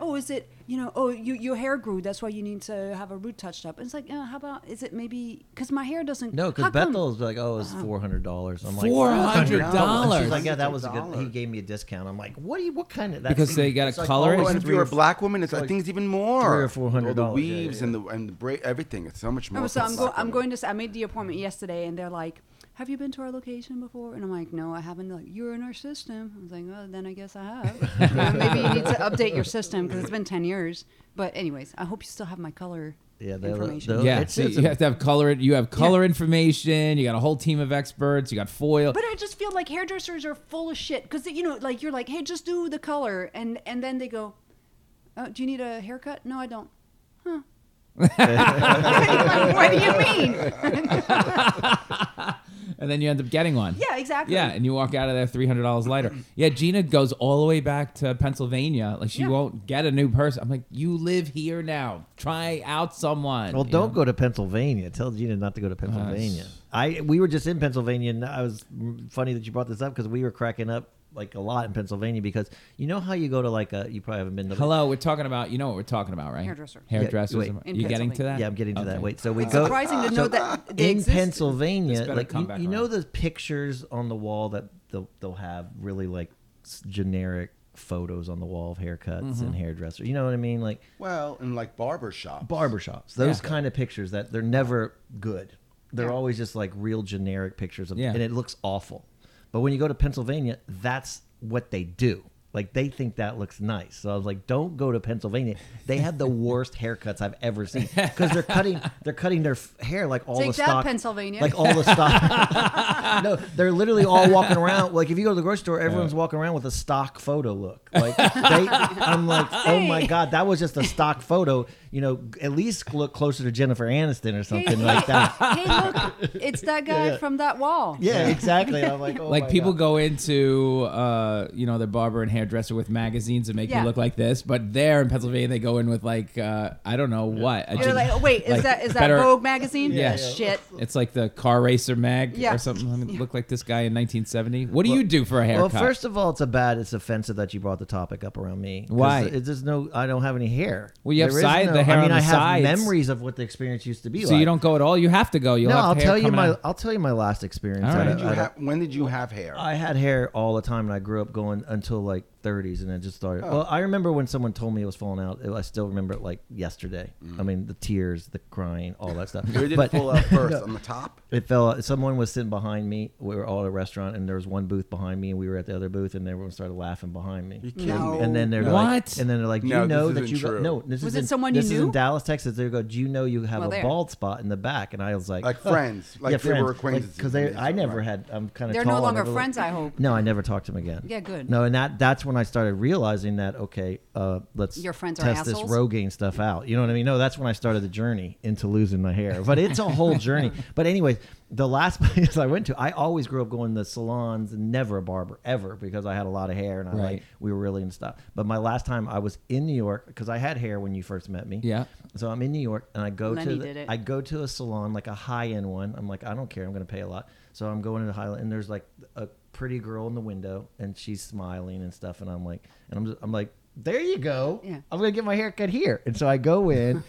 Speaker 4: Oh, is it? You know, oh, you, your hair grew. That's why you need to have a root touched up. It's like, uh, how about? Is it maybe? Because my hair doesn't.
Speaker 3: No, because
Speaker 4: how come-
Speaker 3: Bethel's like, oh, it's four hundred dollars. I'm like,
Speaker 2: Four hundred
Speaker 3: $400?
Speaker 2: dollars.
Speaker 3: She's like, yeah, that was a good.
Speaker 6: $100.
Speaker 3: He gave me a discount. I'm like, what do you? What kind of? That's,
Speaker 2: Because they gotta
Speaker 3: it's like
Speaker 2: color it?
Speaker 3: always
Speaker 6: Oh, and if
Speaker 3: three
Speaker 6: you're a
Speaker 3: or-
Speaker 6: black woman, it's, I think it's even more.
Speaker 3: three or four hundred
Speaker 6: All The
Speaker 3: dollars. Yeah, yeah,
Speaker 6: weaves and the and the bra- everything. It's so much more.
Speaker 4: Oh, so
Speaker 6: for
Speaker 4: I'm,
Speaker 6: black
Speaker 4: go- I'm
Speaker 6: women.
Speaker 4: going to. s- I made the appointment yesterday, and they're like, "Have you been to our location before?" And I'm like, "No, I haven't." They're like, "You're in our system." I was like, "Oh, then I guess I have. Uh, maybe you need to update your system because it's been ten years." But anyways, I hope you still have my color
Speaker 3: Yeah, they'll-
Speaker 4: information.
Speaker 3: they'll-
Speaker 2: Yeah,
Speaker 3: It's-
Speaker 2: see,
Speaker 3: it's
Speaker 2: you
Speaker 3: a-
Speaker 2: have to have color. You have color information. You got a whole team of experts. You got foil.
Speaker 4: But I just feel like hairdressers are full of shit because you know, like you're like, "Hey, just do the color," and and then they go, oh, "Do you need a haircut?" No, I don't. Huh. Like, what do you mean?
Speaker 2: and then you end up getting one.
Speaker 4: Yeah, exactly.
Speaker 2: Yeah, and you walk out of there three hundred dollars later. Yeah, Gina goes all the way back to Pennsylvania. Like she
Speaker 4: Yeah.
Speaker 2: won't get a new person. I'm like, you live here now. Try out someone.
Speaker 3: Well,
Speaker 2: you
Speaker 3: don't
Speaker 2: know?
Speaker 3: go to Pennsylvania. Tell Gina not to go to Pennsylvania.
Speaker 2: it's-
Speaker 3: I we were just in Pennsylvania, and I was mm, funny that you brought this up because we were cracking up like a lot in Pennsylvania because you know how you go to like a you probably haven't been to
Speaker 2: Hello, we're talking about. You know what we're talking about, right?
Speaker 4: Hairdresser.
Speaker 2: Hairdressers.
Speaker 3: Yeah, wait.
Speaker 2: are
Speaker 4: In
Speaker 2: you getting to that?
Speaker 3: Yeah, I'm getting to that.
Speaker 2: Okay.
Speaker 3: Wait, so we
Speaker 4: It's
Speaker 3: go
Speaker 4: surprising to know that they
Speaker 3: in
Speaker 4: existed.
Speaker 3: Pennsylvania,
Speaker 2: This better
Speaker 3: like
Speaker 2: come
Speaker 3: you,
Speaker 2: back
Speaker 3: you know
Speaker 2: around.
Speaker 3: those pictures on the wall that they'll, they'll have really like s- generic photos on the wall of haircuts
Speaker 2: Mm-hmm.
Speaker 3: and hairdressers. You know what I mean? Like
Speaker 6: Well, and like barber shops.
Speaker 3: barbershops. Those kind of pictures that they're never good. They're
Speaker 4: Yeah.
Speaker 3: always just like real generic pictures of
Speaker 2: Yeah.
Speaker 3: and it looks awful. But when you go to Pennsylvania, that's what they do. Like they think that looks nice. So I was like, don't go to Pennsylvania. They have the worst haircuts I've ever seen cuz they're cutting they're cutting their f- hair like all
Speaker 4: Take
Speaker 3: the
Speaker 4: that,
Speaker 3: stock
Speaker 4: Pennsylvania.
Speaker 3: like all the stock. no, they're literally all walking around like if you go to the grocery store, everyone's walking around with a stock photo look. Like they, I'm like, "Oh my god, God, that was just a stock photo. You know, at least look closer to Jennifer Aniston or something like that.
Speaker 4: hey, look, it's that guy from that wall.
Speaker 3: Yeah, exactly. I'm like, oh
Speaker 2: like
Speaker 3: my
Speaker 2: people
Speaker 3: God.
Speaker 2: go into uh, you know their barber and hairdresser with magazines and make
Speaker 4: Yeah.
Speaker 2: you look like this, but there in Pennsylvania they go in with like uh, I don't know what. a
Speaker 4: You're
Speaker 2: gen-
Speaker 4: like, oh, wait, is
Speaker 2: like,
Speaker 4: that is that
Speaker 2: better-
Speaker 4: Vogue magazine?
Speaker 2: Yeah.
Speaker 4: Shit.
Speaker 2: It's like the car racer mag
Speaker 4: Yeah.
Speaker 2: or something. I mean, Look like this guy in 1970. What do you do for a
Speaker 3: Well,
Speaker 2: haircut?
Speaker 3: first of all, it's a bad. It's offensive that you brought the topic up around me. 'Cause
Speaker 2: Why?
Speaker 3: It's just no. I don't have any hair.
Speaker 2: Well, you have
Speaker 3: There is
Speaker 2: side- the hair
Speaker 3: I mean,
Speaker 2: on the
Speaker 3: I have
Speaker 2: sides.
Speaker 3: memories of what the experience used to be.
Speaker 2: so
Speaker 3: like.
Speaker 2: you don't go at all. You have to go. You'll
Speaker 3: No,
Speaker 2: have
Speaker 3: I'll
Speaker 2: hair
Speaker 3: tell you
Speaker 2: coming
Speaker 3: my.
Speaker 2: out.
Speaker 3: I'll tell you my last experience.
Speaker 2: All
Speaker 3: at
Speaker 2: right.
Speaker 3: a-
Speaker 6: Did you
Speaker 3: at a-
Speaker 6: have, when did you have hair?
Speaker 3: I had hair all the time, and I grew up going until like 30s, and it just started.
Speaker 6: Oh.
Speaker 3: Well, I remember when someone told me it was falling out. I still remember it like yesterday. I mean, the tears, the crying, all that stuff.
Speaker 6: Where did Mm. it
Speaker 3: but
Speaker 6: pull out first? On the top?
Speaker 3: it fell. out- Someone was sitting behind me. We were all at a restaurant, and there was one booth behind me, and we were at the other booth, and everyone started laughing behind me.
Speaker 6: You kidding me?
Speaker 3: And then they're
Speaker 2: What?
Speaker 3: like, and then they're like, you
Speaker 6: No, this
Speaker 3: know that
Speaker 6: isn't
Speaker 3: you got,
Speaker 6: true.
Speaker 3: no. This
Speaker 4: Was
Speaker 3: is
Speaker 4: it
Speaker 3: in-
Speaker 4: someone you
Speaker 3: this is
Speaker 4: knew?
Speaker 3: in Dallas, Texas. They go, do you know you have
Speaker 4: Well,
Speaker 3: a
Speaker 4: there.
Speaker 3: bald spot in the back? And I was like,
Speaker 6: Like friends, like they were acquaintances
Speaker 3: because
Speaker 6: when
Speaker 3: they,
Speaker 6: they
Speaker 3: I
Speaker 6: started,
Speaker 3: never
Speaker 6: right?
Speaker 3: had. I'm kind of.
Speaker 4: They're no longer friends, I hope.
Speaker 3: No, I never talked to him again.
Speaker 4: Yeah, good.
Speaker 3: No, and that that's when I started realizing that okay, uh, let's
Speaker 4: Your friends are
Speaker 3: test this
Speaker 4: assholes?
Speaker 3: Rogaine stuff out. You know what I mean? No, that's when I started the journey into losing my hair. But it's a whole journey. But anyways, the last place I went to, I always grew up going to salons, and never a barber ever because I had a lot of hair and I
Speaker 2: Right.
Speaker 3: like we were really in stuff. But my last time I was in New York because I had hair when you first met me.
Speaker 2: Yeah.
Speaker 3: So I'm in New York and I go
Speaker 4: Lenny
Speaker 3: to the-
Speaker 4: did it.
Speaker 3: I go to a salon like a high end one. I'm like I don't care. I'm going to pay a lot. So I'm going to the high and there's like a pretty girl in the window and she's smiling and stuff and I'm like and I'm just, I'm like there you go.
Speaker 4: Yeah.
Speaker 3: I'm going to get my hair cut here. And so I go in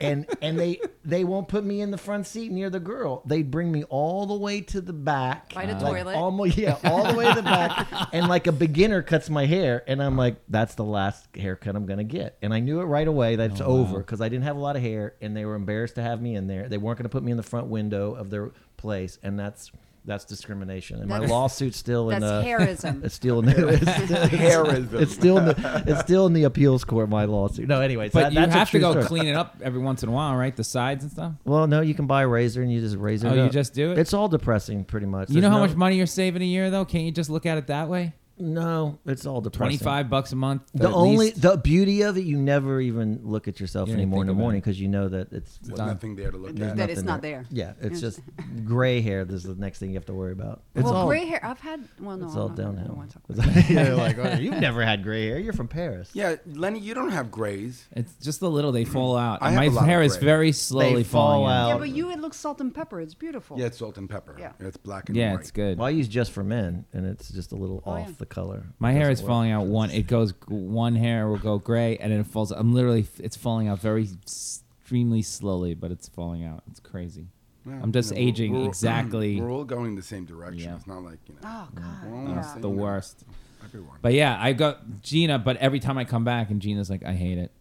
Speaker 3: and and they they won't put me in the front seat near the girl. They bring me all the way to the back,
Speaker 4: By the
Speaker 3: like,
Speaker 4: toilet.
Speaker 3: almost yeah, all the way to the back. and like a beginner cuts my hair, and I'm like, that's the last haircut I'm gonna get. And I knew it right away. That's
Speaker 2: Oh,
Speaker 3: over because I didn't have a lot of hair, and they were embarrassed to have me in there. They weren't gonna put me in the front window of their place, and that's that's discrimination. And
Speaker 4: That's-
Speaker 3: my lawsuit's still in
Speaker 4: That's
Speaker 3: uh,
Speaker 4: hairism.
Speaker 3: It's still in the, it's, still-
Speaker 6: Hairism.
Speaker 3: It's still in the it's still in the appeals court. My lawsuit. No, anyways, that-
Speaker 2: but you
Speaker 3: that's a
Speaker 2: have to
Speaker 3: true
Speaker 2: go
Speaker 3: story.
Speaker 2: clean it up every once in a while, right? The sides and stuff.
Speaker 3: Well, no, you can buy a razor and you just razor.
Speaker 2: Oh,
Speaker 3: it
Speaker 2: you
Speaker 3: up.
Speaker 2: just do it?
Speaker 3: It's all depressing, pretty much.
Speaker 2: you know
Speaker 3: There's
Speaker 2: how
Speaker 3: no-
Speaker 2: much money you're saving a year though? Can't you just look at it that way?
Speaker 3: No, it's all depressing.
Speaker 2: Twenty-five bucks a month.
Speaker 3: The
Speaker 2: at
Speaker 3: only
Speaker 2: least.
Speaker 3: the beauty of it, you never even look at yourself
Speaker 2: You don't even
Speaker 3: anymore in
Speaker 2: think
Speaker 3: the
Speaker 2: about
Speaker 3: morning
Speaker 2: it.
Speaker 3: because you know that it's
Speaker 6: There's nothing there to look at.
Speaker 4: That it's
Speaker 3: nothing
Speaker 4: not there.
Speaker 3: Yeah, it's just gray hair. This is the next thing you have to worry about. It's
Speaker 4: Well,
Speaker 3: all
Speaker 4: gray hair. I've had. Well, no,
Speaker 3: It's
Speaker 4: I'm
Speaker 3: all
Speaker 4: not- I don't
Speaker 3: downhill.
Speaker 4: wanna talk about
Speaker 3: You're like, oh, you've never had gray hair. You're from Paris.
Speaker 6: Yeah, Lenny, you don't have grays.
Speaker 2: It's just a little. They fall out.
Speaker 6: I have
Speaker 2: My
Speaker 6: a lot of
Speaker 2: hair is
Speaker 6: gray.
Speaker 2: very slowly
Speaker 3: They fall
Speaker 2: falling
Speaker 4: it.
Speaker 3: out.
Speaker 4: Yeah, but you. It looks salt and pepper. It's beautiful.
Speaker 6: Yeah, it's salt and pepper.
Speaker 4: Yeah.
Speaker 6: It's black and
Speaker 2: Yeah,
Speaker 6: white.
Speaker 2: it's good.
Speaker 3: Well, I use just for men, and it's just a little
Speaker 4: Oh,
Speaker 3: off
Speaker 4: yeah.
Speaker 3: the color.
Speaker 2: My hair is
Speaker 3: Doesn't work.
Speaker 2: falling out one. It goes one hair will go gray, and then it falls. I'm literally. It's falling out very extremely slowly, but it's falling out. It's crazy.
Speaker 6: Yeah,
Speaker 2: I'm just
Speaker 6: you know, we're-
Speaker 2: aging
Speaker 6: we're-
Speaker 2: exactly
Speaker 6: We're all going the same direction.
Speaker 2: Yeah.
Speaker 6: It's not like you know. Mm-hmm.
Speaker 4: Oh God.
Speaker 6: we're all on
Speaker 4: yeah.
Speaker 6: same-
Speaker 2: the worst.
Speaker 6: Everyone.
Speaker 2: But yeah, I got Gina. But every time I come back, and Gina's like, I hate it.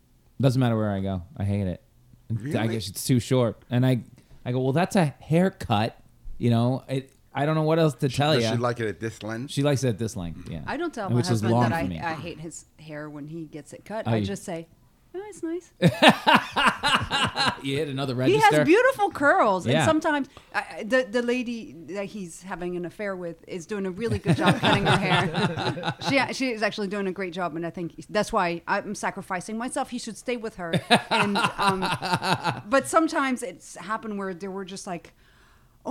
Speaker 2: Doesn't matter where I go, I hate it. I
Speaker 6: Really?
Speaker 2: guess it's too short. And I, I go, well, that's a haircut. You know, it. I don't know what else to tell
Speaker 6: Does
Speaker 2: you.
Speaker 6: she like it at this length?
Speaker 2: She likes it at this length. Yeah.
Speaker 4: I don't tell
Speaker 2: And
Speaker 4: my
Speaker 2: which is
Speaker 4: husband
Speaker 2: long
Speaker 4: that
Speaker 2: for
Speaker 4: I,
Speaker 2: me.
Speaker 4: I hate his hair when he gets it cut.
Speaker 2: Oh,
Speaker 4: I
Speaker 2: you-
Speaker 4: just say, oh, it's nice.
Speaker 2: you hit another
Speaker 4: he
Speaker 2: register.
Speaker 4: has beautiful curls,
Speaker 2: Yeah.
Speaker 4: and sometimes I, I- the the lady that he's having an affair with is doing a really good job cutting her hair. she she is actually doing a great job, and I think that's why I'm sacrificing myself. He should stay with her. And um, but sometimes it's happened where there were just like.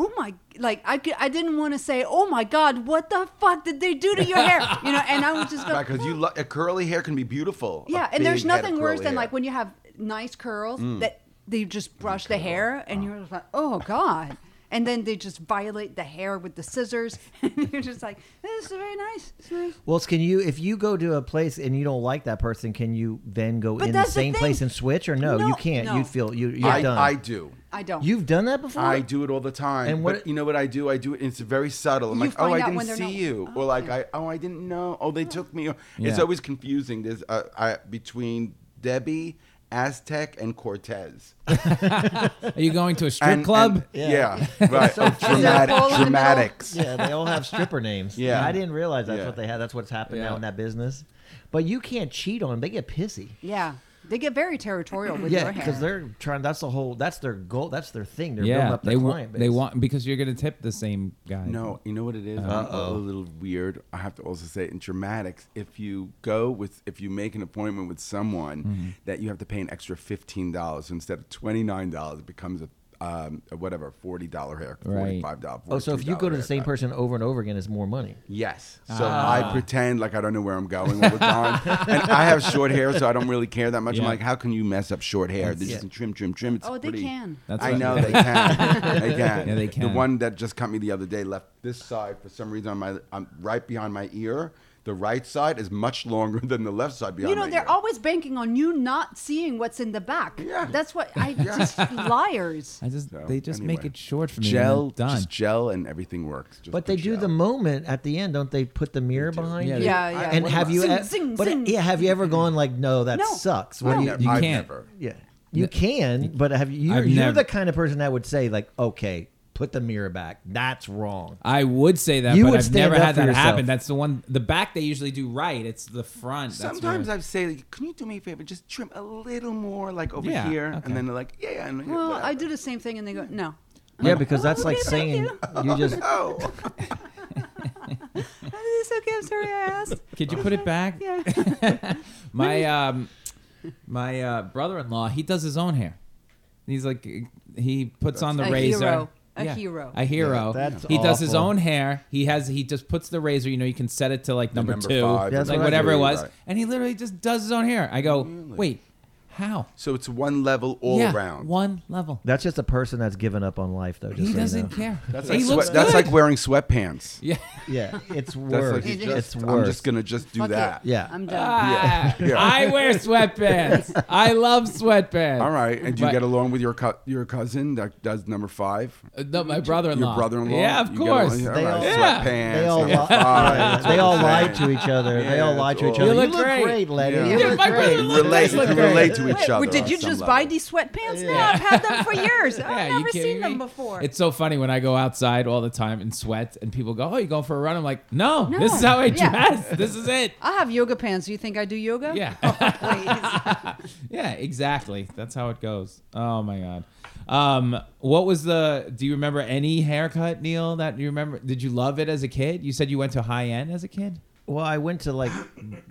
Speaker 4: oh my like I could, I didn't want to say oh my god what the fuck did they do to your hair you know and I was just going
Speaker 6: Right, because you lo- a curly hair can be beautiful. a
Speaker 4: yeah and there's
Speaker 6: big head of
Speaker 4: nothing worse
Speaker 6: curly
Speaker 4: than
Speaker 6: hair. Mm.
Speaker 4: like when you have nice curls that they just brush the hair and you're just like oh god and then they just violate the hair with the scissors and you're just like this is very nice, it's nice.
Speaker 3: Well, can you if you go to a place and you don't like that person, can you then go
Speaker 4: But
Speaker 3: in the
Speaker 4: that's the
Speaker 3: same place
Speaker 4: thing.
Speaker 3: and switch, or no?
Speaker 4: No,
Speaker 3: you can't.
Speaker 4: no.
Speaker 3: You'd feel you. You're
Speaker 6: I,
Speaker 3: done.
Speaker 6: I do.
Speaker 4: I don't
Speaker 3: You've done that before.
Speaker 6: I do it all the time.
Speaker 3: And
Speaker 6: And
Speaker 3: what-
Speaker 6: but you know what I do? I do it. And it's very subtle. I'm
Speaker 4: You
Speaker 6: like, oh,
Speaker 4: find
Speaker 6: I
Speaker 4: out
Speaker 6: didn't
Speaker 4: when they're
Speaker 6: see
Speaker 4: not-
Speaker 6: you, or like, I oh, I didn't know. Oh, they took me. It's
Speaker 2: Yeah.
Speaker 6: always confusing. There's uh, I, between Debbie, Aztec, and Cortez.
Speaker 2: Are you going to a strip
Speaker 6: And-
Speaker 2: club?
Speaker 6: and- yeah. right. Oh, dramatic,
Speaker 4: All in the middle.
Speaker 6: dramatics.
Speaker 3: yeah, they all have stripper names.
Speaker 6: Yeah.
Speaker 3: I didn't realize that's
Speaker 6: Yeah.
Speaker 3: what they had. That's what's happened
Speaker 2: Yeah.
Speaker 3: now in that business. But you can't cheat on them. They get pissy.
Speaker 4: yeah they get very territorial with
Speaker 3: Yeah,
Speaker 4: your hair
Speaker 3: because they're trying. That's the whole. That's their goal. That's their thing. They're building
Speaker 2: yeah,
Speaker 3: up their
Speaker 2: they
Speaker 3: client
Speaker 2: want
Speaker 3: base.
Speaker 2: they want because you're gonna tip the same guy.
Speaker 6: No, you know what it is? A little weird. I have to also say in dramatics, if you go with if you make an appointment with someone
Speaker 3: Mm-hmm.
Speaker 6: that you have to pay an extra fifteen dollars instead of twenty nine dollars, it becomes a um, a whatever forty dollar hair,
Speaker 2: Right.
Speaker 6: forty five dollar.
Speaker 3: Oh, so if you go to the same person over and over again, it's more money.
Speaker 6: yes. So
Speaker 2: Ah.
Speaker 6: I pretend like I don't know where I'm going all the time, and I have short hair, so I don't really care that much. I'm
Speaker 2: Yeah.
Speaker 6: like, how can you mess up short hair? They
Speaker 3: Yeah.
Speaker 6: just trim, trim, trim. It's
Speaker 4: Oh, they
Speaker 6: pretty-
Speaker 4: can.
Speaker 2: That's
Speaker 6: I
Speaker 2: what-
Speaker 6: know they can. they can.
Speaker 2: Yeah, they
Speaker 6: The
Speaker 2: can.
Speaker 6: one that just cut me the other day left this side for some reason on my um, right behind my ear. The right side is much longer than the left side behind.
Speaker 4: you know
Speaker 6: my
Speaker 4: they're
Speaker 6: ear.
Speaker 4: always banking on you not seeing what's in the back
Speaker 6: Yeah.
Speaker 4: that's what i just liars
Speaker 2: I just
Speaker 6: So,
Speaker 2: they just make
Speaker 6: anyway.
Speaker 2: it short for me. and
Speaker 6: gel,
Speaker 2: I'm done.
Speaker 6: just gel, and everything works. Just
Speaker 3: But
Speaker 6: the
Speaker 3: they do
Speaker 6: gel.
Speaker 3: the moment at the end, don't they? Put the mirror behind
Speaker 2: Yeah,
Speaker 3: you.
Speaker 2: they-
Speaker 4: Yeah, yeah.
Speaker 3: And have you?
Speaker 4: Zing,
Speaker 3: e-
Speaker 4: zing,
Speaker 3: but
Speaker 4: zing.
Speaker 3: yeah, have you ever gone like, no, that
Speaker 4: No.
Speaker 3: sucks?
Speaker 6: I
Speaker 3: What do you?
Speaker 6: nev-
Speaker 2: you
Speaker 6: I've
Speaker 2: can't.
Speaker 6: never.
Speaker 3: Yeah, you can, but have you? You're,
Speaker 2: I've
Speaker 3: you're
Speaker 2: never-
Speaker 3: the kind of person that would say like, okay, put the mirror back. That's wrong.
Speaker 2: I would say that,
Speaker 3: You
Speaker 2: but
Speaker 3: would
Speaker 2: I've
Speaker 3: stand
Speaker 2: never
Speaker 3: up
Speaker 2: had
Speaker 3: for
Speaker 2: that
Speaker 3: yourself.
Speaker 2: happen. That's the one. The back they usually do right. It's the front. That's where-
Speaker 6: Sometimes I say, like, "Can you do me a favor? Just trim a little more, like over
Speaker 2: Yeah,
Speaker 6: here,"
Speaker 2: okay.
Speaker 6: and then they're like, "Yeah, yeah." And
Speaker 4: well i
Speaker 6: whatever.
Speaker 4: do the same thing and they go no
Speaker 3: Yeah, because that's like
Speaker 4: okay, thank
Speaker 3: saying you just.
Speaker 6: Oh,
Speaker 4: oh, this is okay i'm sorry i asked
Speaker 2: Could you put it back?
Speaker 4: yeah
Speaker 2: My um, my uh, brother-in-law, he does his own hair. He's like, he puts on the
Speaker 4: A
Speaker 2: razor.
Speaker 4: hero. A hero.
Speaker 2: A hero.
Speaker 3: Yeah, that's
Speaker 2: he does his
Speaker 3: awful.
Speaker 2: own hair. He has. He just puts the razor. You know, you can set it to like number,
Speaker 6: number
Speaker 2: two,
Speaker 6: five.
Speaker 3: That's
Speaker 2: like
Speaker 3: what I
Speaker 2: whatever
Speaker 6: do,
Speaker 2: it was.
Speaker 6: right.
Speaker 2: And he literally just does his own hair. I go, wait, how?
Speaker 6: so it's one level all
Speaker 2: yeah,
Speaker 6: around.
Speaker 2: one level.
Speaker 3: That's just a person that's given up on life, though. Just
Speaker 2: He
Speaker 3: so you
Speaker 2: doesn't
Speaker 3: know.
Speaker 2: care.
Speaker 6: That's
Speaker 2: he
Speaker 6: like,
Speaker 2: looks
Speaker 6: sweat, that's
Speaker 2: good.
Speaker 6: like wearing sweatpants.
Speaker 2: yeah.
Speaker 3: Yeah, it's
Speaker 6: That's
Speaker 3: worse.
Speaker 6: like you
Speaker 3: it's
Speaker 6: just,
Speaker 3: worse.
Speaker 6: I'm just gonna just do
Speaker 4: Fuck it.
Speaker 6: that.
Speaker 3: Yeah.
Speaker 4: i'm done
Speaker 2: Ah, I wear sweatpants. I love sweatpants.
Speaker 6: All right, and do you
Speaker 2: But-
Speaker 6: get along with your co- your cousin that does number five?
Speaker 2: Uh, No, my brother-in-law.
Speaker 6: Your brother-in-law?
Speaker 2: Yeah,
Speaker 6: You
Speaker 2: of
Speaker 6: get along-
Speaker 2: course.
Speaker 6: all
Speaker 3: They
Speaker 6: right,
Speaker 3: all-
Speaker 2: Yeah.
Speaker 6: sweatpants,
Speaker 3: They all,
Speaker 6: number
Speaker 3: li-
Speaker 6: five, that's
Speaker 3: they
Speaker 6: what
Speaker 3: all
Speaker 6: I'm
Speaker 3: lie
Speaker 6: saying.
Speaker 3: to each other. they
Speaker 6: Yeah,
Speaker 3: all lie to
Speaker 6: that's
Speaker 3: each
Speaker 6: all.
Speaker 3: other.
Speaker 2: You look great.
Speaker 3: Letty.
Speaker 6: Yeah.
Speaker 3: You
Speaker 6: Yeah,
Speaker 3: look
Speaker 2: my
Speaker 3: great.
Speaker 2: brother-
Speaker 6: You relate, you
Speaker 2: Look great.
Speaker 6: relate to each
Speaker 4: Wait,
Speaker 6: other.
Speaker 4: well, did
Speaker 6: on
Speaker 4: you
Speaker 6: some
Speaker 4: just
Speaker 6: level.
Speaker 4: buy these sweatpants? No, I've had them for years.
Speaker 2: Yeah,
Speaker 4: I've
Speaker 2: you
Speaker 4: never
Speaker 2: kidding
Speaker 4: seen them
Speaker 2: me?
Speaker 4: before.
Speaker 2: It's so funny when I go outside all the time in sweats and people go, "Oh, you going for a run?" I'm like, "No, this is how I
Speaker 4: Yeah.
Speaker 2: dress. This is it."
Speaker 4: I have yoga pants. Do you think I do yoga?
Speaker 2: Yeah.
Speaker 4: Please.
Speaker 2: Yeah, exactly. That's how it goes. Oh my god. Um, what was the? Do you remember any haircut, Neil? That you remember? Did you love it as a kid? You said you went to high end as a kid.
Speaker 3: Well, I went to like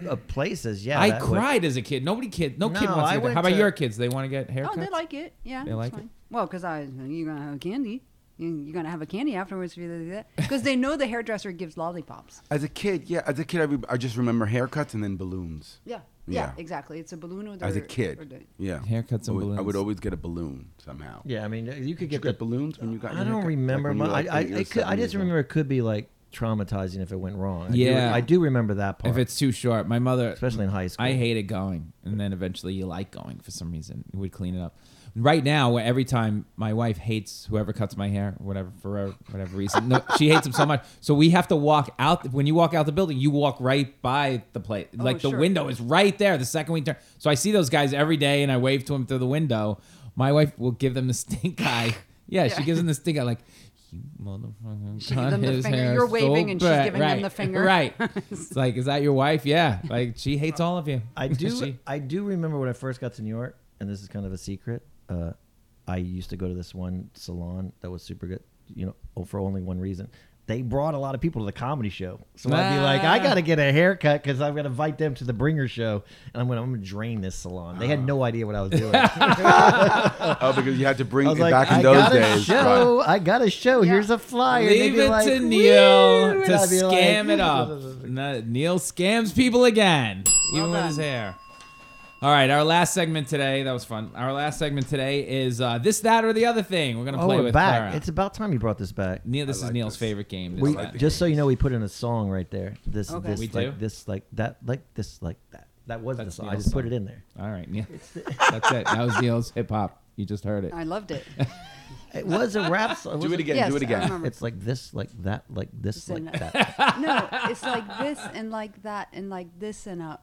Speaker 3: uh, places. Yeah,
Speaker 2: I
Speaker 3: that would-
Speaker 2: cried as a kid. Nobody kid. No, kid
Speaker 3: No,
Speaker 2: wants
Speaker 3: I
Speaker 2: to. Get that.
Speaker 3: went
Speaker 2: How about
Speaker 3: to-
Speaker 2: your kids? They want to get haircuts.
Speaker 4: oh, they like it. Yeah,
Speaker 2: They
Speaker 4: it's
Speaker 2: like
Speaker 4: fine.
Speaker 2: it?
Speaker 4: Well, because I you're gonna have candy. You- You're gonna have a candy afterwards if you do that. Because they know the hairdresser gives lollipops.
Speaker 6: As a kid, yeah. As a kid, I, re- I just remember haircuts and then balloons.
Speaker 4: Yeah. Yeah.
Speaker 6: Yeah.
Speaker 4: Exactly. It's a balloon or
Speaker 6: As a
Speaker 4: they're- or
Speaker 6: kid,
Speaker 4: they-
Speaker 6: yeah.
Speaker 2: Haircuts and
Speaker 6: I would- I would
Speaker 2: balloons.
Speaker 6: always get a balloon somehow.
Speaker 3: Yeah, I mean, you could
Speaker 6: Did you
Speaker 3: get
Speaker 6: get
Speaker 3: the.
Speaker 6: balloons when you got.
Speaker 3: I
Speaker 6: your
Speaker 3: don't
Speaker 6: haircut?
Speaker 3: remember.
Speaker 6: Like when you were, like,
Speaker 3: my, I, I,
Speaker 6: eight or
Speaker 3: it could, I
Speaker 6: seven
Speaker 3: just
Speaker 6: years old?
Speaker 3: remember it could be like traumatizing if it went wrong. I
Speaker 2: Yeah.
Speaker 3: do, I do remember that part.
Speaker 2: If it's too short, my mother,
Speaker 3: Especially in high school.
Speaker 2: I hated going, and then eventually you like going for some reason. We would clean it up. Right now, where every time my wife hates whoever cuts my hair, whatever for whatever reason, no, she hates them so much. So we have to walk out. When you walk out the building, you walk right by the place. like the
Speaker 4: Oh, sure.
Speaker 2: window is right there. The second we turn, so I see those guys every day, and I wave to them through the window. My wife will give them the stink eye. Yeah, she gives them the stink eye, like. You motherfucker!
Speaker 4: She gives
Speaker 2: cut
Speaker 4: them the
Speaker 2: his
Speaker 4: finger.
Speaker 2: hair
Speaker 4: You're
Speaker 2: so
Speaker 4: waving and she's
Speaker 2: bad."
Speaker 4: giving them
Speaker 2: Right,
Speaker 4: the finger.
Speaker 2: Right. It's like, is that your wife? Yeah. Like she hates all of you.
Speaker 3: I do.
Speaker 2: She-
Speaker 3: I do remember when I first got to New York, and this is kind of a secret. Uh, I used to go to this one salon that was super good, you know, for only one reason. they brought a lot of people to the comedy show. So I'd be like, I got to get a haircut because I'm going to invite them to the bringer show, and I'm going to I'm going to drain this salon. They had
Speaker 2: Ah.
Speaker 3: no idea what I was doing. I
Speaker 6: Oh, because you had to bring
Speaker 3: was
Speaker 6: it
Speaker 3: like,
Speaker 6: back in
Speaker 3: I
Speaker 6: those
Speaker 3: got a
Speaker 6: days.
Speaker 3: show. I got a show. Here's a flyer. They'd
Speaker 2: Leave
Speaker 3: be
Speaker 2: it
Speaker 3: like,
Speaker 2: to Neil
Speaker 3: "Woo!"
Speaker 2: to
Speaker 3: And I'd be like, "Oh,
Speaker 2: scam it up. No, Neil scams people again, even with his hair. All right, our last segment today. That was fun. Our last segment today is uh, this, that, or the other thing. We're gonna
Speaker 3: Oh,
Speaker 2: play
Speaker 3: we're
Speaker 2: with
Speaker 3: back.
Speaker 2: Clara.
Speaker 3: It's about time you brought this back.
Speaker 2: Neil, this is
Speaker 6: like
Speaker 2: Neil's
Speaker 6: this.
Speaker 2: favorite game. This,
Speaker 3: We,
Speaker 2: that.
Speaker 3: just so you know, we put in a song right there. This,
Speaker 4: Okay.
Speaker 3: this,
Speaker 2: We
Speaker 3: like,
Speaker 2: do?
Speaker 3: this, like that, like this, like that. That was the
Speaker 2: That's
Speaker 3: song. I
Speaker 2: Neil's
Speaker 3: just put
Speaker 2: song.
Speaker 3: it in there.
Speaker 2: All right, Neil. That's it. That was Neil's hip hop. You just heard it.
Speaker 4: I loved it.
Speaker 3: It was a rap
Speaker 6: Do
Speaker 3: song. wasn't
Speaker 6: it again.
Speaker 4: yes,
Speaker 6: do it
Speaker 4: I
Speaker 6: again.
Speaker 4: remember.
Speaker 3: It's like this, like that, like this,
Speaker 4: It's in
Speaker 3: like
Speaker 4: a-
Speaker 3: that,
Speaker 4: no, it's like this and like that and like this and a.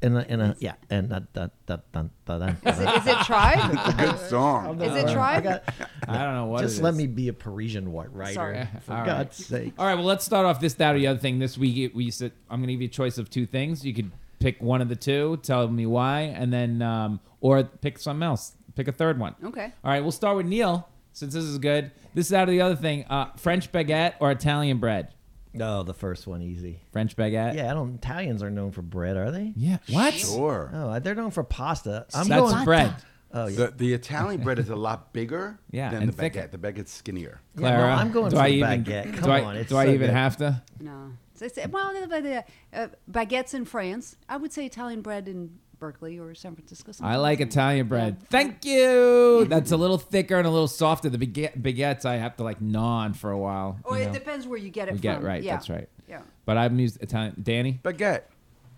Speaker 3: and a, and a, yeah, and da, da, da, da, da, da,
Speaker 4: Is it, is it tribe?
Speaker 6: Good song.
Speaker 4: Is it
Speaker 3: I
Speaker 4: tribe?
Speaker 3: got,
Speaker 2: I don't know what.
Speaker 3: just
Speaker 2: it
Speaker 3: let
Speaker 2: is.
Speaker 3: me be a Parisian wa- writer,
Speaker 4: Sorry.
Speaker 3: for
Speaker 2: All right.
Speaker 3: God's sake.
Speaker 2: All right, well, let's start off this, that, or the other thing. This week, we said I'm going to give you a choice of two things. You could pick one of the two, tell me why, and then, um, or pick something else. Pick a third one.
Speaker 4: Okay.
Speaker 2: All right, we'll start with Neil, since this is good. This, that, or the other thing. Uh, French baguette or Italian bread?
Speaker 3: No, the first one easy.
Speaker 2: French baguette?
Speaker 3: Yeah, I don't. Italians are known for bread, are they?
Speaker 2: Yeah. What?
Speaker 6: Sure.
Speaker 3: Oh, they're known for pasta. I'm
Speaker 2: That's
Speaker 3: going
Speaker 2: bread.
Speaker 3: Oh yeah.
Speaker 6: The, the Italian bread is a lot bigger
Speaker 2: Yeah,
Speaker 6: than the
Speaker 2: and
Speaker 6: baguette.
Speaker 2: thicker.
Speaker 6: The baguette's skinnier.
Speaker 3: Yeah, no,
Speaker 2: Clara,
Speaker 3: I'm going
Speaker 2: do
Speaker 3: for
Speaker 2: I
Speaker 3: the
Speaker 2: even,
Speaker 3: baguette.
Speaker 2: do
Speaker 3: Come
Speaker 2: I-
Speaker 3: on, it's
Speaker 2: do I
Speaker 3: so
Speaker 2: even
Speaker 3: good.
Speaker 2: have to?
Speaker 4: No. So it's, well, the- the, uh, baguettes in France. I would say Italian bread in Berkeley or San Francisco.
Speaker 2: I
Speaker 4: something
Speaker 2: like
Speaker 4: that.
Speaker 2: Italian bread. Thank you. That's a little thicker and a little softer. The baguette, baguettes I have to like gnaw on for a while.
Speaker 4: Or
Speaker 2: you
Speaker 4: Oh, it
Speaker 2: know?
Speaker 4: depends where you get it
Speaker 2: We
Speaker 4: from.
Speaker 2: get right.
Speaker 4: Yeah.
Speaker 2: That's right.
Speaker 4: Yeah.
Speaker 2: But I've used Italian. Danny
Speaker 6: Baguette.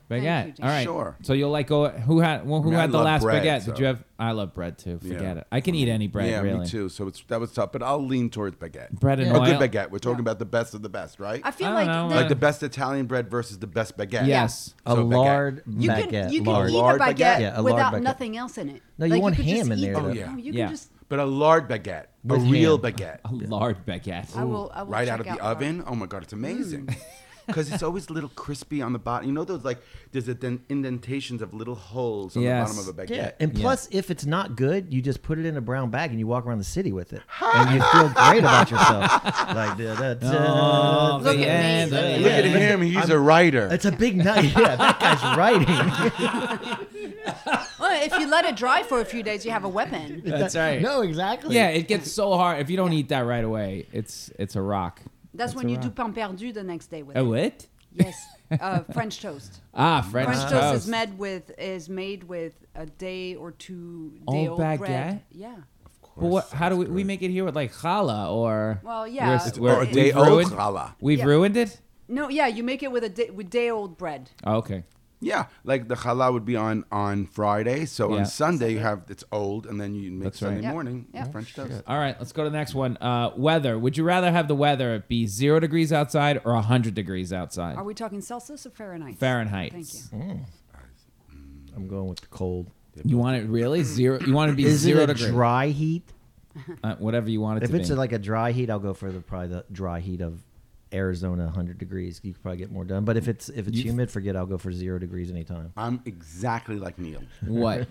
Speaker 2: baguette.
Speaker 4: you, Danny.
Speaker 2: All right.
Speaker 6: Sure.
Speaker 2: So you'll like go. Who had? Well, who
Speaker 6: I mean, I
Speaker 2: had the
Speaker 6: love
Speaker 2: last
Speaker 6: bread,
Speaker 2: baguette? Did
Speaker 6: so-
Speaker 2: you have? I love bread too. Forget
Speaker 6: Yeah.
Speaker 2: it. I can eat any bread.
Speaker 6: yeah,
Speaker 2: really.
Speaker 6: me too. So it's that was tough, but I'll lean towards baguette.
Speaker 2: Bread and
Speaker 6: a good
Speaker 2: oil.
Speaker 6: baguette. We're talking about the best of the best, right?
Speaker 4: I feel
Speaker 2: I
Speaker 4: like,
Speaker 2: don't know,
Speaker 4: the-
Speaker 6: like the best Italian bread versus the best baguette.
Speaker 2: Yes.
Speaker 3: A
Speaker 6: So baguette.
Speaker 3: lard
Speaker 4: you
Speaker 3: baguette.
Speaker 4: can you
Speaker 3: lard.
Speaker 4: can eat
Speaker 6: Lard
Speaker 4: a
Speaker 6: baguette?
Speaker 4: baguette,
Speaker 3: Yeah, a lard
Speaker 4: without
Speaker 3: baguette.
Speaker 4: nothing else in it.
Speaker 3: No, you want
Speaker 4: could just
Speaker 3: ham in
Speaker 4: eat
Speaker 3: there,
Speaker 4: the-
Speaker 3: though. Oh,
Speaker 6: yeah.
Speaker 4: No, you
Speaker 2: Yeah.
Speaker 4: can just.
Speaker 6: But a lard baguette, a
Speaker 3: With
Speaker 6: real
Speaker 3: ham.
Speaker 6: baguette,
Speaker 2: A lard baguette.
Speaker 4: I will. I will
Speaker 6: right out of
Speaker 4: check Mm.
Speaker 6: the
Speaker 4: lard.
Speaker 6: oven. Oh my god, it's amazing. Because it's always little crispy on the bottom. You know those like there's a den- indentations of little holes on
Speaker 2: Yes.
Speaker 6: the bottom of a baguette.
Speaker 3: Yeah, and
Speaker 2: Yeah.
Speaker 3: plus, if it's not good, you just put it in a brown bag and you walk around the city with it, and you feel great about yourself. Like, da, da, da,
Speaker 2: Oh,
Speaker 3: da,
Speaker 2: the
Speaker 3: da,
Speaker 2: end
Speaker 3: da,
Speaker 2: of
Speaker 3: da.
Speaker 2: it.
Speaker 6: Look
Speaker 3: Yeah,
Speaker 6: at
Speaker 3: look
Speaker 6: him. He's a writer.
Speaker 3: It's a big night. Yeah, that guy's writing.
Speaker 4: Well, if you let it dry for a few days, you have a weapon.
Speaker 2: That's right.
Speaker 3: No, exactly.
Speaker 2: Yeah, it gets so hard if you don't eat that right away. It's it's a rock.
Speaker 4: That's
Speaker 2: It's
Speaker 4: when
Speaker 2: a
Speaker 4: you
Speaker 2: rock.
Speaker 4: do pain perdu the next day with
Speaker 2: Oh,
Speaker 4: it.
Speaker 2: what?
Speaker 4: Yes, uh, French toast.
Speaker 2: Ah, French,
Speaker 4: French toast,
Speaker 2: toast.
Speaker 4: is made with is made with a day or two
Speaker 2: En
Speaker 4: day old
Speaker 2: baguette?
Speaker 4: bread. Yeah.
Speaker 2: But what, how do we, we make it here with like challah or?
Speaker 4: Well, yeah.
Speaker 2: we're s-
Speaker 4: It's-
Speaker 2: we're-
Speaker 4: or a
Speaker 2: we've
Speaker 6: Oh, day old
Speaker 2: ruined-
Speaker 6: challah.
Speaker 2: We've
Speaker 4: Yeah.
Speaker 2: ruined it.
Speaker 4: No, yeah, you make it with a day, with day old bread.
Speaker 2: Oh, okay.
Speaker 6: Yeah, like the challah would be on on Friday. So
Speaker 2: Yeah.
Speaker 6: on Sunday you have it's old, and then you make
Speaker 2: That's
Speaker 6: Sunday
Speaker 2: right.
Speaker 4: Yeah.
Speaker 6: morning
Speaker 4: Yeah.
Speaker 6: French toast.
Speaker 2: All right, let's go to the next one. Uh, weather. Would you rather have the weather be zero degrees outside or 100 degrees outside?
Speaker 4: Are we talking Celsius or Fahrenheit?
Speaker 2: Fahrenheit.
Speaker 4: Thank you.
Speaker 3: I'm going with the cold.
Speaker 2: You want it really zero? You want it to be
Speaker 3: Is
Speaker 2: zero
Speaker 3: it a
Speaker 2: degrees?
Speaker 3: dry heat?
Speaker 2: Uh, whatever you want it
Speaker 3: If
Speaker 2: to
Speaker 3: it's
Speaker 2: be.
Speaker 3: like a dry heat, I'll go for the probably the dry heat of Arizona, 100 degrees. You could probably get more done. But if it's if it's humid, forget. I'll go for zero degrees anytime.
Speaker 6: I'm exactly like Neil.
Speaker 2: what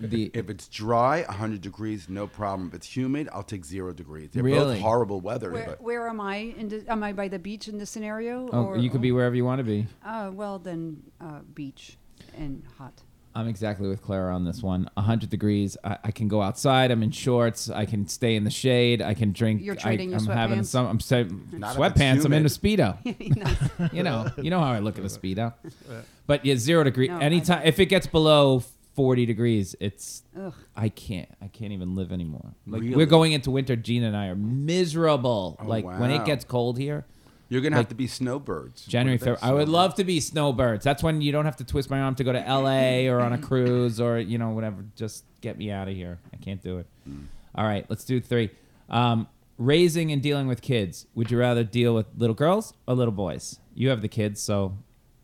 Speaker 2: the?
Speaker 6: If it's dry, 100 degrees, no problem. If it's humid, I'll take zero degrees. They're
Speaker 2: Really?
Speaker 6: both horrible weather.
Speaker 4: Where,
Speaker 6: but
Speaker 4: where am I? In the, am I by the beach in this scenario?
Speaker 2: oh,
Speaker 4: or,
Speaker 2: you
Speaker 3: um,
Speaker 2: could be wherever you want to be.
Speaker 4: Uh, well, then uh, beach and hot.
Speaker 2: I'm exactly with Clara on this one. 100 degrees. I, I can go outside. I'm in shorts. I can stay in the shade. I can drink.
Speaker 4: You're
Speaker 2: I,
Speaker 4: trading your
Speaker 2: I'm having
Speaker 4: sweatpants?
Speaker 2: some. I'm say,
Speaker 6: Not if
Speaker 2: sweatpants.
Speaker 6: it's
Speaker 2: I'm in a
Speaker 6: humid.
Speaker 2: speedo. you know. You know how I look at a speedo. But yeah, zero degree.
Speaker 4: No, I-
Speaker 2: Anytime if it gets below 40 degrees, it's.
Speaker 4: Ugh.
Speaker 2: I can't. I can't even live anymore. Like
Speaker 6: Really? Oh,
Speaker 2: we're going into winter. Gina and I are miserable. like when it
Speaker 6: wow.
Speaker 2: gets cold here.
Speaker 6: you're going to
Speaker 2: like-
Speaker 6: have to be snowbirds.
Speaker 2: January,
Speaker 6: What are they,
Speaker 2: February. I would
Speaker 6: snowbirds?
Speaker 2: love to be snowbirds. That's when you don't have to twist my arm to go to L.A. or on a cruise or you know whatever. Just get me out of here. I can't do it.
Speaker 4: Mm.
Speaker 2: All right, let's do three. Um, raising and dealing with kids. Would you rather deal with little girls or little boys? You have the kids, so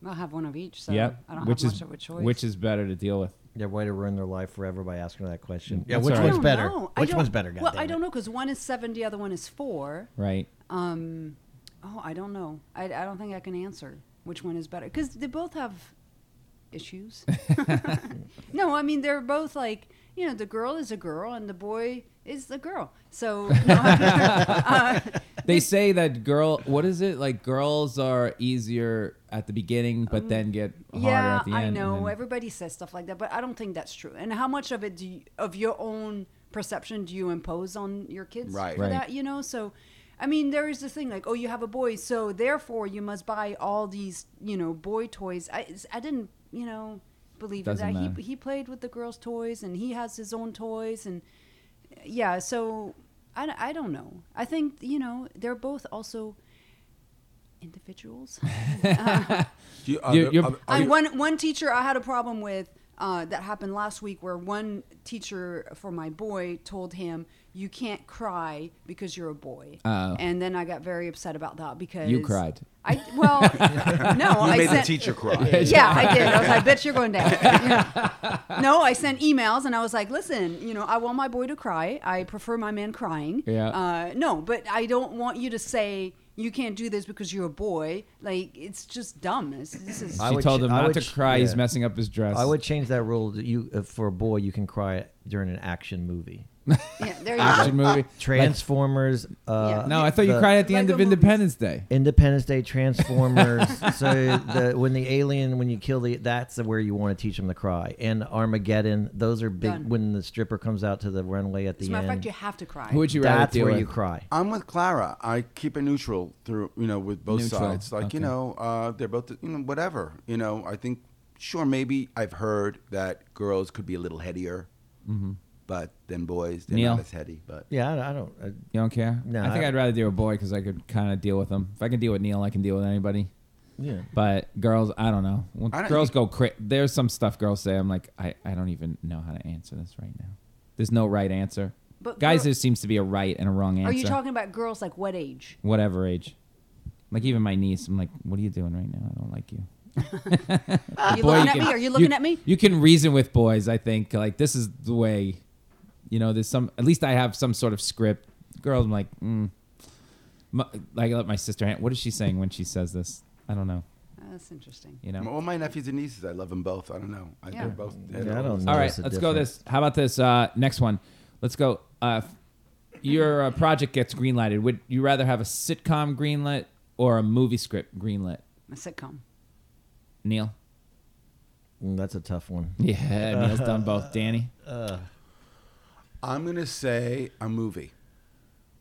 Speaker 4: I'll have one of each. So
Speaker 2: yep.
Speaker 4: I don't
Speaker 2: which
Speaker 4: have
Speaker 2: is
Speaker 4: much of a choice.
Speaker 2: which is better to deal with?
Speaker 3: Their way to ruin their life forever by asking her that question. Yeah,
Speaker 2: That's
Speaker 3: which
Speaker 2: all right.
Speaker 3: one's
Speaker 4: I don't
Speaker 3: better?
Speaker 4: know. I
Speaker 3: Which
Speaker 4: don't-
Speaker 3: one's better?
Speaker 4: Well, I
Speaker 3: goddammit?
Speaker 4: don't know because one is seven, the other one is four.
Speaker 2: Right.
Speaker 4: Um, oh, I don't know. I, I don't think I can answer which one is better because they both have issues. no, I mean they're both like you know the girl is a girl and the boy is a girl. So no, uh,
Speaker 2: they say that girl. What is it like? Girls are easier at the beginning, but then get harder
Speaker 4: Um, yeah,
Speaker 2: at the end.
Speaker 4: I
Speaker 2: and
Speaker 4: know.
Speaker 2: then-
Speaker 4: Everybody says stuff like that, but I don't think that's true. And how much of it do you, of your own perception do you impose on your kids
Speaker 6: Right.
Speaker 4: for
Speaker 2: Right.
Speaker 4: that? You know, so I mean, there is this thing like, oh, you have a boy, so therefore you must buy all these, you know, boy toys. I, it's- I didn't, you know, believe in
Speaker 2: Doesn't
Speaker 4: that.
Speaker 2: matter.
Speaker 4: He he played with the girls' toys, and he has his own toys, and yeah, so I, d- I don't know. I think you know they're both also individuals.
Speaker 6: Do you, are
Speaker 2: You-
Speaker 6: there-
Speaker 2: you're-
Speaker 6: are- are
Speaker 4: I,
Speaker 6: you-
Speaker 4: one one teacher I had a problem with uh, that happened last week, where one teacher for my boy told him, "You can't cry because you're a boy,"
Speaker 2: Oh.
Speaker 4: and then I got very upset about that because
Speaker 2: You cried.
Speaker 4: I well, no,
Speaker 6: you
Speaker 4: I
Speaker 6: made the
Speaker 4: sent-
Speaker 6: teacher cry.
Speaker 4: yeah, I did. I was like, bitch, you're going down. You know? No, I sent emails and I was like, listen, you know, I want my boy to cry. I prefer my man crying.
Speaker 2: Yeah.
Speaker 4: Uh, no, but I don't want you to say you can't do this because you're a boy. Like, it's just dumb. It's, this is.
Speaker 3: I
Speaker 2: She
Speaker 3: would
Speaker 2: told
Speaker 3: ch-
Speaker 2: him
Speaker 3: I
Speaker 2: not
Speaker 3: would
Speaker 2: to
Speaker 3: ch-
Speaker 2: cry. He's
Speaker 3: yeah.
Speaker 2: messing up his dress.
Speaker 3: I would change that rule. That you uh, for a boy, you can cry during an action movie.
Speaker 4: yeah, there you
Speaker 2: action
Speaker 4: go.
Speaker 2: movie.
Speaker 3: Transformers. uh,
Speaker 4: Yeah.
Speaker 2: No, I thought you
Speaker 3: the-
Speaker 2: cried at the
Speaker 4: Lego
Speaker 2: end of
Speaker 4: movies.
Speaker 2: Independence Day.
Speaker 3: Independence Day, Transformers. so the, when the alien, when you kill the, that's where you want to teach them to cry. And Armageddon. Those are big.
Speaker 4: Done.
Speaker 3: When the stripper comes out to the runway at the
Speaker 4: As a matter
Speaker 3: end,
Speaker 4: of fact, you have to cry.
Speaker 2: Who would you rather
Speaker 3: that's
Speaker 2: deal
Speaker 3: where
Speaker 2: with?
Speaker 3: you cry.
Speaker 6: I'm with Clara. I keep it neutral through, you know, with both
Speaker 2: Neutral.
Speaker 6: sides. Like, you
Speaker 2: Okay.
Speaker 6: know, uh, they're both, you know, whatever. You know, I think, sure, maybe I've heard that girls could be a little headier, but than boys, they're
Speaker 2: Neil?
Speaker 6: not as heady. But
Speaker 3: Yeah, I, I don't. uh, I,
Speaker 2: You don't care.
Speaker 3: No,
Speaker 2: I think
Speaker 3: I-
Speaker 2: I'd rather deal with boy because I could kind of deal with him. If I can deal with Neil, I can deal with anybody.
Speaker 3: yeah.
Speaker 2: But girls, I don't know. When
Speaker 6: I don't-
Speaker 4: e-
Speaker 2: girls go cra There's some stuff girls say. I'm like, I, I don't even know how to answer this right now. There's no right answer.
Speaker 4: But
Speaker 2: Guys,
Speaker 4: girl-
Speaker 2: there seems to be a right and a wrong answer.
Speaker 4: Are you talking about girls like what age?
Speaker 2: Whatever age. Like even my niece, I'm like, what are you doing right now? I don't like you.
Speaker 4: Are you
Speaker 2: Boy,
Speaker 4: looking at
Speaker 2: can-
Speaker 4: me? Are you looking at me?
Speaker 2: You can reason with boys. I think like this is the way. You know, there's some. At least I have some sort of script. Girls, I'm like, mm. my, like I let my sister. hand- What is she saying when she says this? I don't know.
Speaker 4: Uh, That's interesting.
Speaker 2: You know.
Speaker 6: all my nephews and nieces, I love them both. I don't know. I,
Speaker 4: Yeah.
Speaker 6: They're both.
Speaker 3: I don't know.
Speaker 2: All right,
Speaker 3: Notice
Speaker 2: let's
Speaker 3: the
Speaker 2: go this. How about this uh, next one? Let's go. Uh, f- your uh, project gets greenlighted. Would you rather have a sitcom greenlit or a movie script greenlit?
Speaker 4: A sitcom.
Speaker 2: Neil.
Speaker 3: Mm, That's a tough one.
Speaker 2: Yeah, Neil's done both. Danny.
Speaker 6: I'm going to say a movie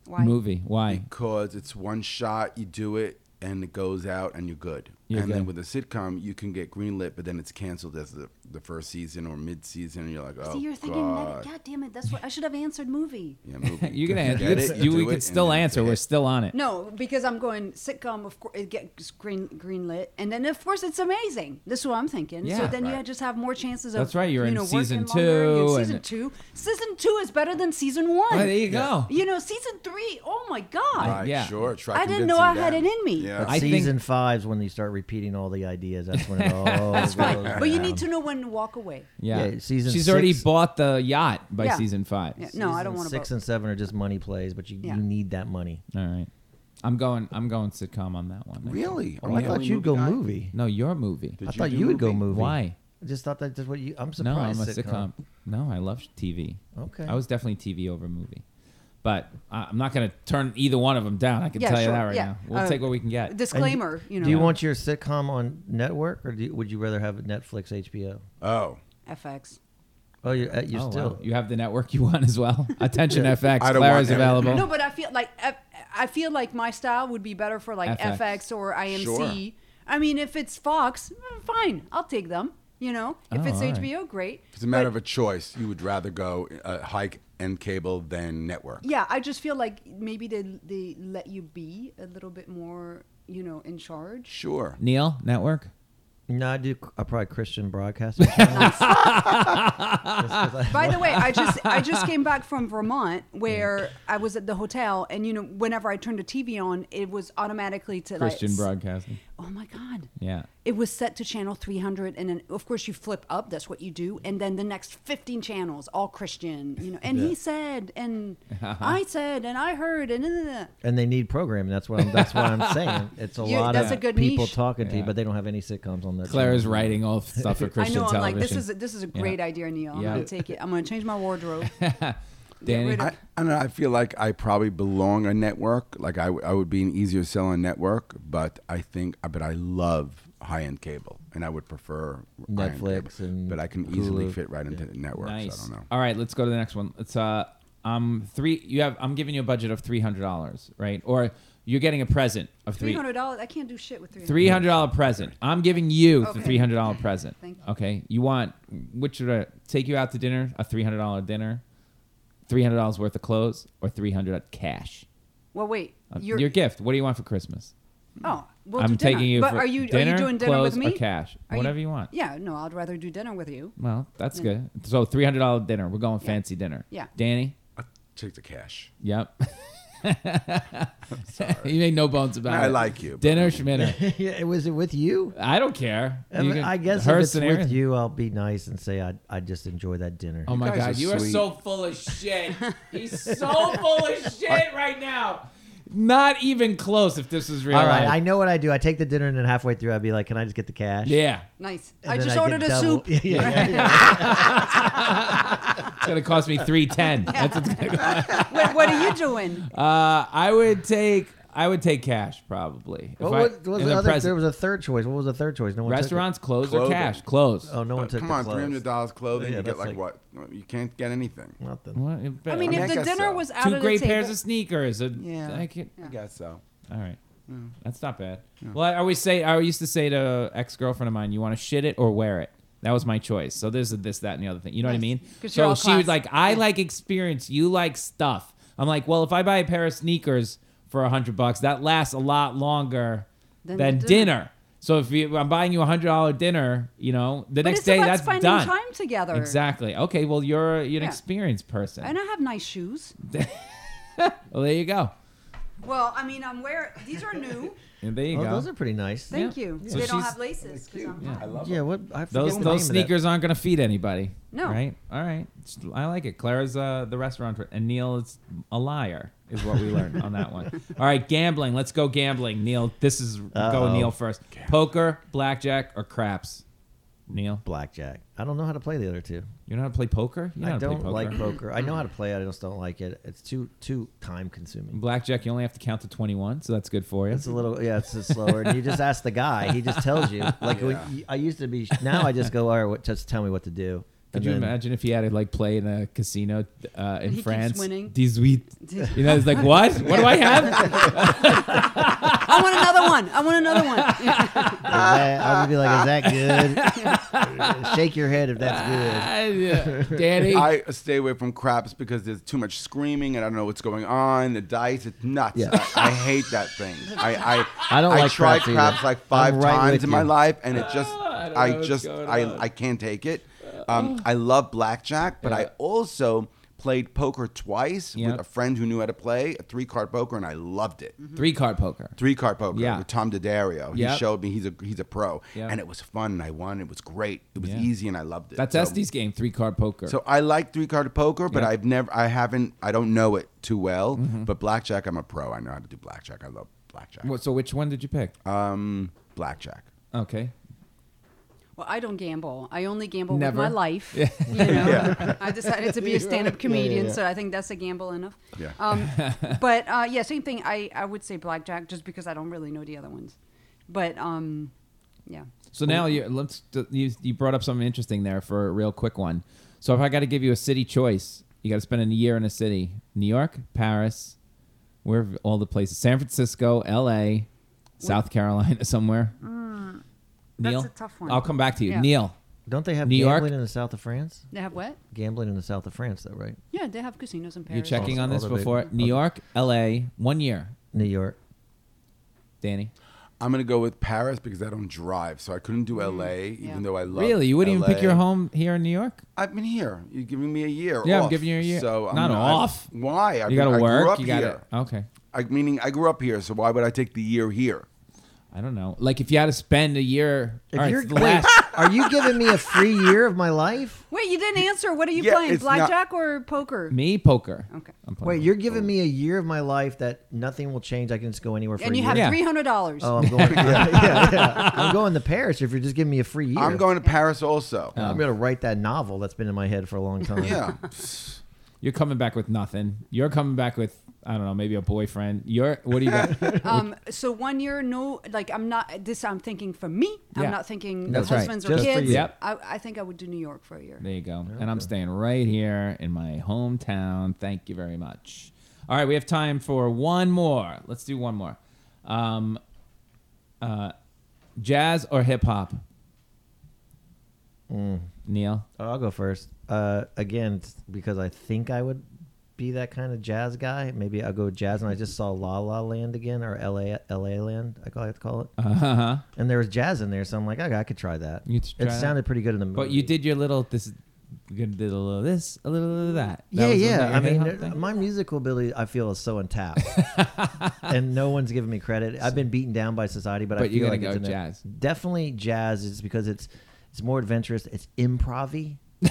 Speaker 4: Why?
Speaker 2: Movie. Why?
Speaker 6: because it's one shot, you do it, and it goes out, and you're good.
Speaker 2: You're
Speaker 6: and then
Speaker 2: good.
Speaker 6: with a sitcom, you can get greenlit, but then it's canceled as the, the first season or mid season, and you're like, oh,
Speaker 4: See, you're thinking,
Speaker 6: God.
Speaker 4: that, God damn it, that's what I should have answered movie.
Speaker 6: Yeah, movie.
Speaker 2: You're gonna.
Speaker 6: You
Speaker 2: Answer.
Speaker 6: get it,
Speaker 2: you,
Speaker 6: do
Speaker 2: we
Speaker 6: it,
Speaker 2: could
Speaker 6: and
Speaker 2: still
Speaker 6: then it's a
Speaker 2: answer. We're
Speaker 6: hit.
Speaker 2: still on it.
Speaker 4: No, because I'm going sitcom. Of course, it gets green green lit, and then of course it's amazing. This is what I'm thinking.
Speaker 2: Yeah.
Speaker 4: so then you
Speaker 6: Right.
Speaker 4: just have more chances of.
Speaker 2: That's right, you're
Speaker 4: you
Speaker 2: in
Speaker 4: know,
Speaker 2: season
Speaker 4: working longer, you're in
Speaker 2: two,
Speaker 4: season
Speaker 2: and-
Speaker 4: two. Season two is better than season one.
Speaker 2: Oh, there you go.
Speaker 4: You know, season three. Oh my god.
Speaker 6: Right,
Speaker 2: Yeah.
Speaker 6: sure. Try
Speaker 4: I didn't know
Speaker 6: convincing
Speaker 4: I had
Speaker 6: them.
Speaker 4: it in me.
Speaker 6: Yeah.
Speaker 2: I think-
Speaker 3: Season five's when you start repeating all the ideas. That's when it all.
Speaker 4: That's
Speaker 3: goes
Speaker 4: right. But you
Speaker 3: down.
Speaker 4: need to know when to walk away.
Speaker 2: Yeah.
Speaker 3: Yeah, season
Speaker 2: She's already
Speaker 3: six-
Speaker 2: bought the yacht by
Speaker 4: Yeah.
Speaker 2: season five.
Speaker 4: Yeah, no, I
Speaker 3: Season
Speaker 4: don't want to.
Speaker 3: Six and seven are just money plays, but you,
Speaker 4: Yeah.
Speaker 3: you need that money.
Speaker 2: All right. I'm going. I'm going sitcom on that one.
Speaker 6: Really?
Speaker 3: Oh, I thought you'd go
Speaker 6: guy?
Speaker 3: movie.
Speaker 2: No, your movie.
Speaker 6: Did
Speaker 3: I thought
Speaker 6: do
Speaker 3: you would go movie.
Speaker 2: Why?
Speaker 3: I just thought that that's what you. I'm
Speaker 2: No,
Speaker 3: surprised.
Speaker 2: I'm a sitcom. No, I love TV.
Speaker 3: Okay.
Speaker 2: I was definitely TV over movie. But I- I'm not going to turn either one of them down. I can
Speaker 4: Yeah,
Speaker 2: tell you
Speaker 4: sure,
Speaker 2: that right
Speaker 4: yeah.
Speaker 2: now. We'll
Speaker 4: Uh,
Speaker 2: take what we can get.
Speaker 4: Disclaimer. You know.
Speaker 3: Do you want your sitcom on network, or do you, would you rather have Netflix, HBO?
Speaker 6: Oh,
Speaker 4: FX?
Speaker 3: Oh, you're, uh, you're
Speaker 2: Oh, wow.
Speaker 3: still.
Speaker 2: You have the network you want as well. Attention FX.
Speaker 6: I don't
Speaker 2: Clara's
Speaker 6: want every-
Speaker 2: available.
Speaker 4: No, but I feel like F- I feel like my style would be better for like
Speaker 2: FX.
Speaker 4: FX, or IMC.
Speaker 6: Sure.
Speaker 4: I mean, if it's Fox, mm, fine, I'll take them. You know, if
Speaker 2: Oh,
Speaker 4: it's
Speaker 2: all right.
Speaker 4: HBO, great.
Speaker 6: it's a matter of a choice. You would rather go uh, hike and cable than network.
Speaker 4: Yeah, I just feel like maybe they they let you be a little bit more, you know, in charge.
Speaker 6: Sure.
Speaker 2: Neil, network?
Speaker 3: No, I do. I probably Christian broadcasting. channel.
Speaker 4: By the way, I just I just came back from Vermont where I was at the hotel, and you know, whenever I turned the TV on, it was automatically to
Speaker 2: Christian
Speaker 4: like,
Speaker 2: Broadcasting.
Speaker 4: Oh my god.
Speaker 2: Yeah.
Speaker 4: It was set to channel 300, and then of course you flip up. That's what you do, and then the next 15 channels, all Christian, you know. And he said, and I said, and I heard, and uh,
Speaker 3: and they need programming. That's what I'm. That's what I'm saying. It's a
Speaker 4: You-
Speaker 3: lot
Speaker 4: that's
Speaker 3: of
Speaker 4: a good
Speaker 3: people
Speaker 4: niche.
Speaker 3: talking to you,
Speaker 2: Yeah.
Speaker 3: but they don't have any sitcoms on that.
Speaker 2: Clara's
Speaker 3: channel.
Speaker 2: writing all stuff for
Speaker 4: I
Speaker 2: Christian
Speaker 4: know I'm like,
Speaker 2: television.
Speaker 4: this is a, this is a great idea, Neil. I'm
Speaker 2: Yeah.
Speaker 4: gonna take it. I'm gonna change my wardrobe.
Speaker 2: Danny.
Speaker 6: I, I don't know. I feel like I probably belong on network. Like I, w- I would be an easier sell on network, but I think, but I love high end cable, and I would prefer high-end
Speaker 3: Netflix
Speaker 6: cable.
Speaker 3: and
Speaker 6: but I can easily
Speaker 3: Hulu.
Speaker 6: fit right into the network. So I don't know.
Speaker 2: All right, let's go to the next one. It's uh, um, three. You have. I'm giving you a budget of three hundred dollars, right? Or you're getting a present of
Speaker 4: Three
Speaker 2: three.
Speaker 4: hundred dollars. I can't do shit with three.
Speaker 2: Three hundred dollar present. I'm giving you the
Speaker 4: Okay.
Speaker 2: three hundred dollar present.
Speaker 4: Thank you.
Speaker 2: Okay. You want which should I take you out to dinner? A three hundred dollar dinner, three hundred dollars worth of clothes, or three hundred cash.
Speaker 4: Well, wait.
Speaker 2: Uh,
Speaker 4: You're,
Speaker 2: your gift. What do you want for Christmas?
Speaker 4: oh, we'll
Speaker 2: I'm
Speaker 4: do dinner.
Speaker 2: taking you
Speaker 4: But
Speaker 2: for
Speaker 4: are you
Speaker 2: dinner,
Speaker 4: are you doing dinner
Speaker 2: clothes,
Speaker 4: with me?
Speaker 2: or cash?
Speaker 4: Are
Speaker 2: Whatever you want.
Speaker 4: Yeah, no, I'd rather do dinner with you.
Speaker 2: Well, that's good. So three hundred dollar dinner. We're going fancy dinner.
Speaker 4: Yeah.
Speaker 2: Danny.
Speaker 6: I take the cash.
Speaker 2: Yep. you make no bones about it.
Speaker 6: I like you, but-
Speaker 2: Dinner, schminner.
Speaker 3: yeah, was it with you?
Speaker 2: I don't care.
Speaker 3: I, mean,
Speaker 2: You can-
Speaker 3: I guess if
Speaker 2: her
Speaker 3: it's
Speaker 2: scenario-
Speaker 3: with you, I'll be nice and say I I just enjoy that dinner.
Speaker 2: Oh my
Speaker 6: guys
Speaker 2: God,
Speaker 6: are
Speaker 2: you are
Speaker 6: sweet.
Speaker 2: so full of shit. He's so full of shit right now. Not even close. If this is real,
Speaker 3: All right,
Speaker 2: life.
Speaker 3: I know what I do. I take the dinner and then halfway through, I'd be like, "Can I just get the cash?"
Speaker 2: yeah,
Speaker 4: Nice.
Speaker 3: And
Speaker 4: I
Speaker 3: then
Speaker 4: just
Speaker 3: get
Speaker 4: ordered a
Speaker 3: double-
Speaker 4: soup.
Speaker 3: Yeah, yeah, yeah.
Speaker 2: it's gonna cost me three ten. That's what's gonna cost.
Speaker 4: Wait, what are you doing?
Speaker 2: Uh, I would take. I would take cash probably. If
Speaker 3: What
Speaker 2: I-
Speaker 3: was, what was
Speaker 2: in
Speaker 3: the
Speaker 2: the
Speaker 3: other?
Speaker 2: present-
Speaker 3: There was a third choice. What was the third choice? No one took it.
Speaker 2: restaurants close or
Speaker 6: Clothing.
Speaker 2: cash close.
Speaker 3: Oh, no one took
Speaker 6: Come
Speaker 3: the
Speaker 6: on,
Speaker 3: clothes.
Speaker 6: three hundred dollars clothing.
Speaker 3: Yeah,
Speaker 6: you
Speaker 3: that's
Speaker 6: get like,
Speaker 3: like-
Speaker 6: what? You can't get anything.
Speaker 3: Nothing.
Speaker 2: What?
Speaker 4: I mean,
Speaker 6: I
Speaker 4: if the
Speaker 6: guess
Speaker 4: dinner
Speaker 6: so.
Speaker 4: was out
Speaker 2: two
Speaker 4: of
Speaker 2: great
Speaker 4: the table,
Speaker 2: pairs of sneakers. A,
Speaker 6: Yeah.
Speaker 2: I can't-
Speaker 6: I guess so.
Speaker 2: All right. That's not bad. Well, I always say I used to say to ex girlfriend of mine, "You want to shit it or wear it." That was my choice. So there's a this, that, and the other thing. You know what I mean?
Speaker 4: 'Cause you're
Speaker 2: So
Speaker 4: all
Speaker 2: she was
Speaker 4: class.
Speaker 2: like, "I like experience. You like stuff." I'm like, "Well, if I buy a pair of sneakers for a hundred bucks, that lasts a lot longer than,
Speaker 4: Than
Speaker 2: dinner.
Speaker 4: dinner.
Speaker 2: So if you, I'm buying you a hundred dollar dinner, you know, the
Speaker 4: but
Speaker 2: next
Speaker 4: it's
Speaker 2: day
Speaker 4: about
Speaker 2: that's
Speaker 4: spending
Speaker 2: done.
Speaker 4: time together.
Speaker 2: Exactly. Okay. Well, you're, you're an
Speaker 4: Yeah.
Speaker 2: experienced person.
Speaker 4: And I have nice shoes.
Speaker 2: Well, there you go.
Speaker 4: Well, I mean, I'm wearing these are new.
Speaker 2: And there you
Speaker 3: Oh,
Speaker 2: go.
Speaker 3: those are pretty nice.
Speaker 4: Thank
Speaker 2: Yeah.
Speaker 4: you.
Speaker 2: So
Speaker 4: they don't
Speaker 2: she's-
Speaker 4: have laces. 'cause I'm hot.
Speaker 3: yeah, what? I forget
Speaker 2: Those
Speaker 3: the
Speaker 2: those
Speaker 3: name of that.
Speaker 2: sneakers aren't gonna feed anybody.
Speaker 4: No.
Speaker 2: Right. All right. It's- I like it. Clara's uh, the restaurant, and Neil is a liar, is what we learned on that one. All right, gambling. Let's go gambling, Neil. This is go
Speaker 3: Uh-oh.
Speaker 2: Neil first. Poker, blackjack, or craps. Neil,
Speaker 3: Blackjack. I don't know how to play the other two.
Speaker 2: you know how to play poker? You know
Speaker 3: I
Speaker 2: how to
Speaker 3: don't
Speaker 2: play poker.
Speaker 3: like poker. I know how to play it. I just don't like it. It's too too time consuming.
Speaker 2: blackjack. You only have to count to twenty-one, so that's good for you.
Speaker 3: It's a little yeah. It's just slower. and you just ask the guy. He just tells you. Like when you- I used to be. Now I just go. All right, what, just tell me what to do.
Speaker 2: Could
Speaker 3: And
Speaker 2: you
Speaker 3: then-
Speaker 2: imagine if he had to like play in a casino uh, in
Speaker 4: He keeps
Speaker 2: France?
Speaker 4: winning.
Speaker 2: 18. You know, it's like what? What do I have?
Speaker 4: I want another one. I want another one.
Speaker 3: Is that- I would be like, is that good? Shake your head if that's good.
Speaker 2: Ah, yeah. Danny.
Speaker 6: I stay away from craps because there's too much screaming and I don't know what's going on. The dice, it's nuts.
Speaker 3: Yeah.
Speaker 6: I, I hate that thing. I I,
Speaker 3: I don't like
Speaker 6: tried
Speaker 3: craps either.
Speaker 6: like 5
Speaker 3: I'm right
Speaker 6: times
Speaker 3: with
Speaker 6: in my
Speaker 3: you.
Speaker 6: life, and it just
Speaker 2: Ah, I don't
Speaker 6: I,
Speaker 2: know what's
Speaker 6: just
Speaker 2: going
Speaker 6: I
Speaker 2: on. Uh,
Speaker 6: I can't take it. Um, I love blackjack, but I
Speaker 2: Yeah.
Speaker 6: also played poker twice
Speaker 2: Yeah.
Speaker 6: with a friend who knew how to play a three card poker, and I loved it.
Speaker 2: Three card poker.
Speaker 6: Three card poker
Speaker 2: Mm-hmm. Yeah.
Speaker 6: with Tom Daddario. He
Speaker 2: Yep.
Speaker 6: showed me he's a he's a pro,
Speaker 2: Yeah.
Speaker 6: and it was fun. And I won. It was great. It was
Speaker 2: Yeah.
Speaker 6: easy, and I loved it.
Speaker 2: That's
Speaker 6: So-
Speaker 2: Estee's game, three card poker.
Speaker 6: so I like three card poker, but
Speaker 2: Yeah. Mm-hmm.
Speaker 6: I've never, I haven't, I don't know it too well. But blackjack, I'm a pro. I know how to do blackjack. I love blackjack.
Speaker 2: What- so which one did you pick?
Speaker 6: Um, blackjack.
Speaker 2: okay.
Speaker 4: well, I don't gamble. I only gamble
Speaker 2: Never.
Speaker 4: with my life. You know, I decided to be a stand-up comedian,
Speaker 3: yeah.
Speaker 4: so I think that's a gamble enough.
Speaker 6: Yeah.
Speaker 4: Um, but uh, yeah, same thing. I I would say blackjack just because I don't really know the other ones. But um, yeah.
Speaker 2: So now you let's you, you brought up something interesting there for a real quick one. So if I got to give you a city choice, you got to spend a year in a city: New York, Paris, where have all the places, San Francisco, L.A., South Carolina, somewhere. Neil,
Speaker 4: Oh, a tough one.
Speaker 2: I'll come back to you,
Speaker 4: Yeah.
Speaker 2: Neil.
Speaker 3: Don't they have
Speaker 2: New York?
Speaker 3: gambling in the south of France?
Speaker 4: They have what?
Speaker 3: Gambling in the south of France, though, right?
Speaker 4: Yeah, they have casinos in Paris.
Speaker 2: You checking on
Speaker 3: all
Speaker 2: this
Speaker 3: the big-
Speaker 2: before New York, L.A., one year,
Speaker 3: New York.
Speaker 2: Danny.
Speaker 6: I'm gonna go with Paris because I don't drive, so I couldn't do LA,
Speaker 4: yeah.
Speaker 6: even though I love.
Speaker 2: Really, you wouldn't even pick
Speaker 6: LA.
Speaker 2: your home here in New York?
Speaker 6: I've been here. You're giving me a year.
Speaker 2: Yeah, I'm
Speaker 6: off,
Speaker 2: giving you a year.
Speaker 6: So I'm
Speaker 2: Not
Speaker 6: gonna-
Speaker 2: off.
Speaker 6: I, why? I,
Speaker 2: You got
Speaker 6: I
Speaker 2: to work.
Speaker 6: Grew up
Speaker 2: you
Speaker 6: here.
Speaker 2: got to okay.
Speaker 6: I, meaning I grew up here, so why would I take the year here?
Speaker 2: I don't know. Like if you had to spend a year,
Speaker 3: If
Speaker 2: all right,
Speaker 3: you're,
Speaker 2: it's the
Speaker 3: wait,
Speaker 2: last,
Speaker 3: are you giving me a free year of my life?
Speaker 4: Wait, you didn't answer. What are you
Speaker 6: Yeah,
Speaker 4: playing?
Speaker 6: it's not-
Speaker 4: Blackjack or poker?
Speaker 2: me poker.
Speaker 4: Okay.
Speaker 2: I'm playing
Speaker 3: Wait, you're giving me a year of my life that nothing will change. I can just go anywhere for
Speaker 4: And
Speaker 3: a
Speaker 4: you
Speaker 3: year.
Speaker 4: have
Speaker 2: Yeah.
Speaker 4: three hundred dollars.
Speaker 3: Oh, I'm going. yeah, yeah, yeah. I'm going to Paris if you're just giving me a free year. Uh,
Speaker 6: I'm going to Paris also.
Speaker 2: Oh.
Speaker 3: I'm going to write that novel that's been in my head for a long time.
Speaker 6: yeah.
Speaker 2: You're coming back with nothing. You're coming back with I don't know, maybe a boyfriend. You're what do you got?
Speaker 4: Um, so one year, no, like I'm not. This I'm thinking for me.
Speaker 2: Yeah.
Speaker 4: I'm not thinking
Speaker 2: That's right.
Speaker 4: husbands or
Speaker 3: Just for
Speaker 4: kids.
Speaker 3: you.
Speaker 2: Yep.
Speaker 4: I, I think I would do New York for a year.
Speaker 2: there you go. And I'm staying right here in my hometown. Thank you very much. All right, we have time for one more. Let's do one more. Um, uh, jazz or hip hop?
Speaker 3: Mm.
Speaker 2: Neil.
Speaker 3: Oh, I'll go first. Uh, again, it's because I think I would be that kind of jazz guy. Maybe I'll go jazz. And I just saw La La Land again, or LA, LA Land, I call- I like to call it.
Speaker 2: Uh huh.
Speaker 3: And there was jazz in there, so I'm like, okay, I could try that.
Speaker 2: You should
Speaker 3: it
Speaker 2: try that.
Speaker 3: sounded pretty good in the movie.
Speaker 2: But you did your little this. You did a little of this, a little of that. That
Speaker 3: Yeah,
Speaker 2: was
Speaker 3: yeah.
Speaker 2: like
Speaker 3: I
Speaker 2: a hip
Speaker 3: mean,
Speaker 2: hop
Speaker 3: there-
Speaker 2: thing?
Speaker 3: my musical ability, I feel, is so untapped, and no one's giving me credit. I've been beaten down by society, but, I
Speaker 2: But
Speaker 3: feel
Speaker 2: you're
Speaker 3: like
Speaker 2: gonna
Speaker 3: it's
Speaker 2: go
Speaker 3: an-
Speaker 2: jazz.
Speaker 3: Definitely jazz is because it's it's more adventurous. It's improv-y.
Speaker 2: You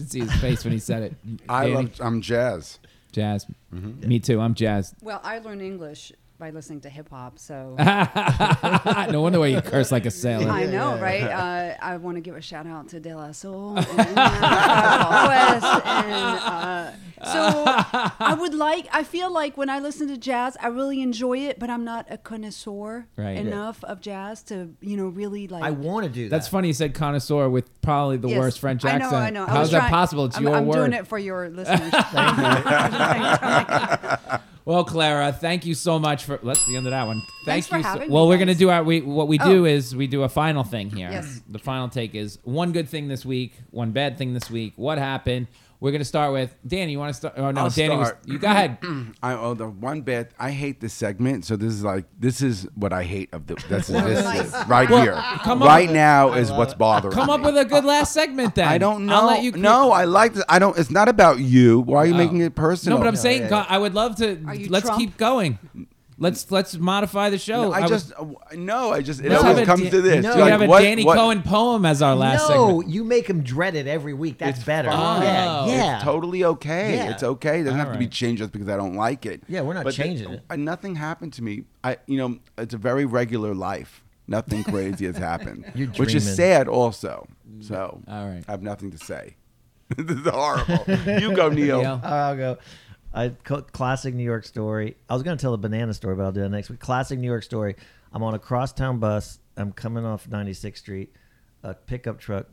Speaker 2: should see his face when he said it.
Speaker 6: I
Speaker 2: Danny?
Speaker 6: love. Mm-hmm. I'm jazz.
Speaker 2: jazz. Me too. I'm jazz.
Speaker 4: Well, I learned English by listening to hip hop, so
Speaker 2: no wonder why you curse like a sailor.
Speaker 4: I know, right? Uh, I want to give a shout out to De La Soul and, uh, West and uh, so I would like. I feel like when I listen to jazz, I really enjoy it, but I'm not a connoisseur
Speaker 2: Right.
Speaker 4: enough of jazz to you know really like.
Speaker 3: I want to do that.
Speaker 2: That's funny. You said connoisseur with probably the
Speaker 4: Yes.
Speaker 2: worst French
Speaker 4: I
Speaker 2: accent.
Speaker 4: know, I know. I
Speaker 2: How's
Speaker 4: was
Speaker 2: that
Speaker 4: trying-
Speaker 2: possible? It's
Speaker 4: I'm,
Speaker 2: your
Speaker 4: I'm
Speaker 2: word.
Speaker 4: doing it for your listeners.
Speaker 2: Well, Clara, thank you so much for. Let's the end of that one. Thank
Speaker 4: Thanks for
Speaker 2: you. so,
Speaker 4: having me,
Speaker 2: well, we're gonna
Speaker 4: guys.
Speaker 2: do our. We what we
Speaker 4: Oh.
Speaker 2: do is we do a final thing here.
Speaker 4: Yes.
Speaker 2: The final take is one good thing this week, one bad thing this week. What happened? We're gonna start with Danny. You want to start? Oh no,
Speaker 6: I'll
Speaker 2: Danny
Speaker 6: start.
Speaker 2: was. You go ahead.
Speaker 6: I oh the one bad. I hate this segment. So this is like this is what I hate of the. This is this
Speaker 4: Nice.
Speaker 6: is right here.
Speaker 2: come up
Speaker 6: right
Speaker 2: with-
Speaker 6: now is what's bothering.
Speaker 2: Come up
Speaker 6: me.
Speaker 2: with a good last segment then.
Speaker 6: I don't know.
Speaker 2: I'll let you. Oh.
Speaker 6: no, I like this. I don't. It's not about you. Why are you making it personal?
Speaker 2: No, but I'm saying
Speaker 3: yeah,
Speaker 2: God, I would love to.
Speaker 4: Are you
Speaker 2: Let's
Speaker 4: Trump?
Speaker 2: keep going. Let's let's modify the show.
Speaker 6: No, I,
Speaker 2: was-
Speaker 6: just no. I just it
Speaker 2: Let's have
Speaker 6: always
Speaker 2: a
Speaker 6: comes
Speaker 2: Dan-
Speaker 6: to this.
Speaker 3: No.
Speaker 2: we
Speaker 3: like,
Speaker 2: have a
Speaker 6: what-
Speaker 2: Danny
Speaker 6: what-
Speaker 2: Cohen poem as our last
Speaker 3: no,
Speaker 2: segment.
Speaker 3: you make him dread it every week. That's better.
Speaker 2: fine.
Speaker 3: Yeah,
Speaker 2: Oh.
Speaker 3: yeah.
Speaker 6: It's totally okay.
Speaker 3: Yeah.
Speaker 6: It's okay. It doesn't have to be
Speaker 2: Alright.
Speaker 6: changed just because I don't like it.
Speaker 3: Yeah, we're not
Speaker 6: But the-
Speaker 3: changing it.
Speaker 6: uh, Nothing happened to me. I, you know, it's a very regular life. Nothing crazy has happened,
Speaker 3: You're
Speaker 6: which is
Speaker 3: dreaming.
Speaker 6: sad also. So,
Speaker 2: All right.
Speaker 6: I have nothing to say. this is horrible. You go, Neil.
Speaker 2: Neil.
Speaker 3: I'll go. I cl- classic New York story. I was going to tell a banana story, but I'll do that next week. Classic New York story. I'm on a crosstown bus. I'm coming off 96th Street. A pickup truck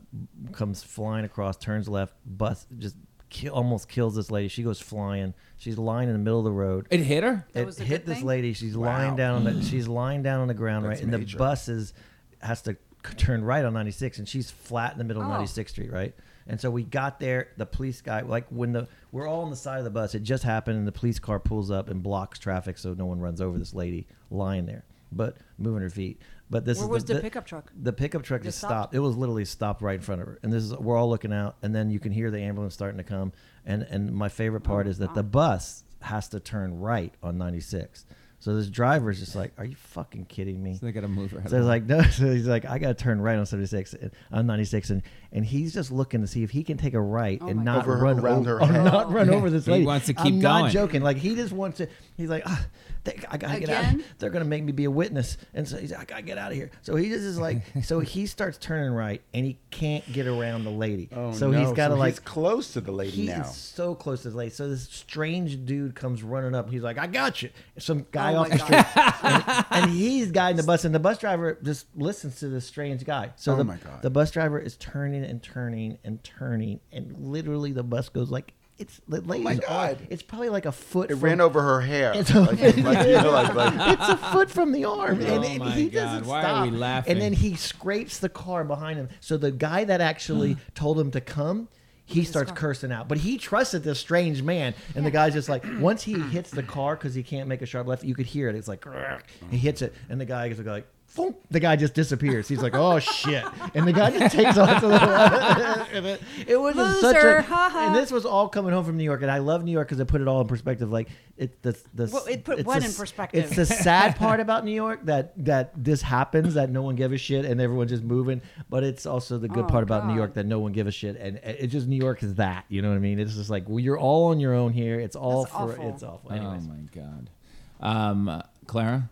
Speaker 3: comes flying across, turns left. Bus just ki- almost kills this lady. She goes flying. She's lying in the middle of the road.
Speaker 2: It hit her.
Speaker 3: It
Speaker 4: was a
Speaker 3: hit
Speaker 4: good
Speaker 3: this
Speaker 4: thing?
Speaker 3: lady. She's lying down on the. She's lying down on the ground, right? And the bus is has to c- turn right on 96, and she's flat in the middle of
Speaker 4: Oh.
Speaker 3: 96th Street, right? And so we got there. The police guy, like when the we're all on the side of the bus, it just happened, and the police car pulls up and blocks traffic so no one runs over this lady lying there, but moving her feet. But this
Speaker 4: Where
Speaker 3: is
Speaker 4: was the pickup truck?
Speaker 3: The pickup truck
Speaker 4: Just
Speaker 3: just
Speaker 4: stopped?
Speaker 3: stopped. It was literally stopped right in front of her, and this is we're all looking out, and then you can hear the ambulance starting to come. And and my favorite
Speaker 4: Oh,
Speaker 3: part is that the bus has to turn right on 96. So this driver's just like, "Are you fucking kidding me?"
Speaker 2: So they gotta move her.
Speaker 3: So he's like, "No." So he's like, "I gotta turn right on 76 and- on 96," and and he's just looking to see if he can take a right
Speaker 4: Oh
Speaker 3: and not
Speaker 6: Over her-
Speaker 3: run
Speaker 6: around
Speaker 3: over,
Speaker 6: her head.
Speaker 3: not run over this
Speaker 2: He
Speaker 3: lady.
Speaker 2: wants to
Speaker 3: I'm
Speaker 2: keep
Speaker 3: not
Speaker 2: going.
Speaker 3: joking. Like he just wants to. He's like, ah, they, "I gotta get out."
Speaker 4: Again?
Speaker 3: they're gonna make me be a witness. And so he's like, I gotta get out of here. So he just is like, so he starts turning right, and he can't get around the lady.
Speaker 6: Oh,
Speaker 3: so
Speaker 6: no.
Speaker 3: he's gotta
Speaker 6: So
Speaker 3: like.
Speaker 6: he's close to the lady
Speaker 3: he
Speaker 6: now.
Speaker 3: is so close to the lady. So this strange dude comes running up. He's like, "I got you." Some guy
Speaker 4: Oh
Speaker 3: off
Speaker 4: my
Speaker 3: the street, and, and he's guiding the bus, and the bus driver just listens to this strange guy. So
Speaker 6: Oh
Speaker 3: the,
Speaker 6: my God.
Speaker 3: the bus driver is turning and turning and turning, and literally the bus goes like it's the lady's arm-
Speaker 6: Oh God.
Speaker 3: It's probably like a foot.
Speaker 6: It
Speaker 3: from-
Speaker 6: ran over her hair.
Speaker 3: It's a-
Speaker 6: like, like, you know, like- like-
Speaker 3: it's a foot from the arm, and,
Speaker 2: Oh
Speaker 3: and
Speaker 2: my
Speaker 3: he
Speaker 2: God,
Speaker 3: doesn't
Speaker 2: why
Speaker 3: stop.
Speaker 2: are we laughing?
Speaker 3: And then he scrapes the car behind him. So the guy that actually told him to come, he starts cursing out. But he trusted this strange man, and the guy's just like, once he hits the car because he can't make a sharp left, you could hear it. It's like "Grr." he hits it, and the guy is like. "Foom." The guy just disappears. He's like, "Oh shit!" And the guy just takes off to the left. And it- It was just such
Speaker 4: Loser,
Speaker 3: a.
Speaker 4: ha ha.
Speaker 3: And this was all coming home from New York, and I love New York because it put it all in perspective. Like it, the, the
Speaker 4: Well, it put
Speaker 3: it's
Speaker 4: what
Speaker 3: the-
Speaker 4: in perspective?
Speaker 3: It's the sad part about New York that that this happens, that no one gives a shit and everyone's just moving. But it's also the good
Speaker 4: Oh,
Speaker 3: part about New
Speaker 4: God.
Speaker 3: York that no one gives a shit, and it it just New York is that. You know what I mean? It's just like well, you're all on your own here. It's all
Speaker 4: That's
Speaker 3: for
Speaker 4: awful.
Speaker 3: it's awful.
Speaker 2: Oh
Speaker 3: Anyways,
Speaker 2: my god. Um, uh, Clara,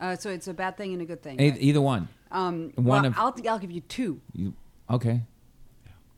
Speaker 4: Uh, so it's a bad thing and a good thing.
Speaker 2: E-
Speaker 4: right?
Speaker 2: either one.
Speaker 4: Um,
Speaker 2: one
Speaker 4: well,
Speaker 2: of-
Speaker 4: I'll, I'll give you two.
Speaker 2: You okay?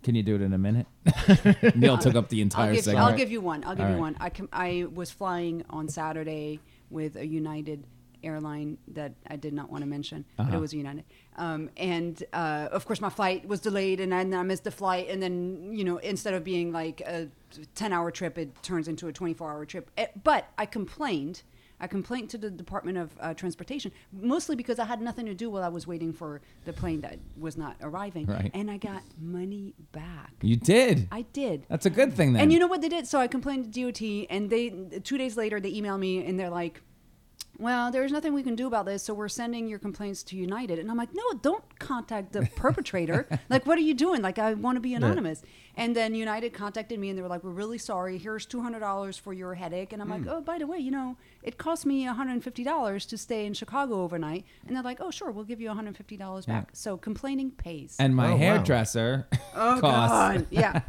Speaker 2: Can you do it in a minute? Neil took up the entire
Speaker 4: I'll give,
Speaker 2: segment.
Speaker 4: I'll give you one. I'll give
Speaker 2: All
Speaker 4: you
Speaker 2: right.
Speaker 4: one. I, com- I was flying on Saturday with a United airline that I did not want to mention,
Speaker 2: Uh-huh.
Speaker 4: but it was United. Um, and uh, of course, my flight was delayed, and I, and I missed the flight. And then, you know, instead of being like a 10 hour trip, it turns into a 24 hour trip. Eh, but I complained. I complained to the Department of uh, Transportation mostly because I had nothing to do while I was waiting for the plane that was not arriving,
Speaker 2: Right.
Speaker 4: and I got money back.
Speaker 2: You did.
Speaker 4: I did.
Speaker 2: That's a good thing then.
Speaker 4: And you know what they did? So I complained to DOT, and they two days later they email me and they're like, "Well, there's nothing we can do about this, so we're sending your complaints to United." And I'm like, "No, don't contact the perpetrator. like, what are you doing? Like, I want to be anonymous." And then United contacted me and they were like, "We're really sorry. Here's two hundred dollars for your headache." And I'm like, "Oh, by the way, you know, it cost me one hundred and fifty dollars to stay in Chicago overnight." And they're like, "Oh, sure, we'll give you one hundred and fifty dollars back." So complaining pays.
Speaker 2: and my
Speaker 3: Oh, wow.
Speaker 2: hairdresser
Speaker 4: oh
Speaker 2: cost.
Speaker 4: God, yeah.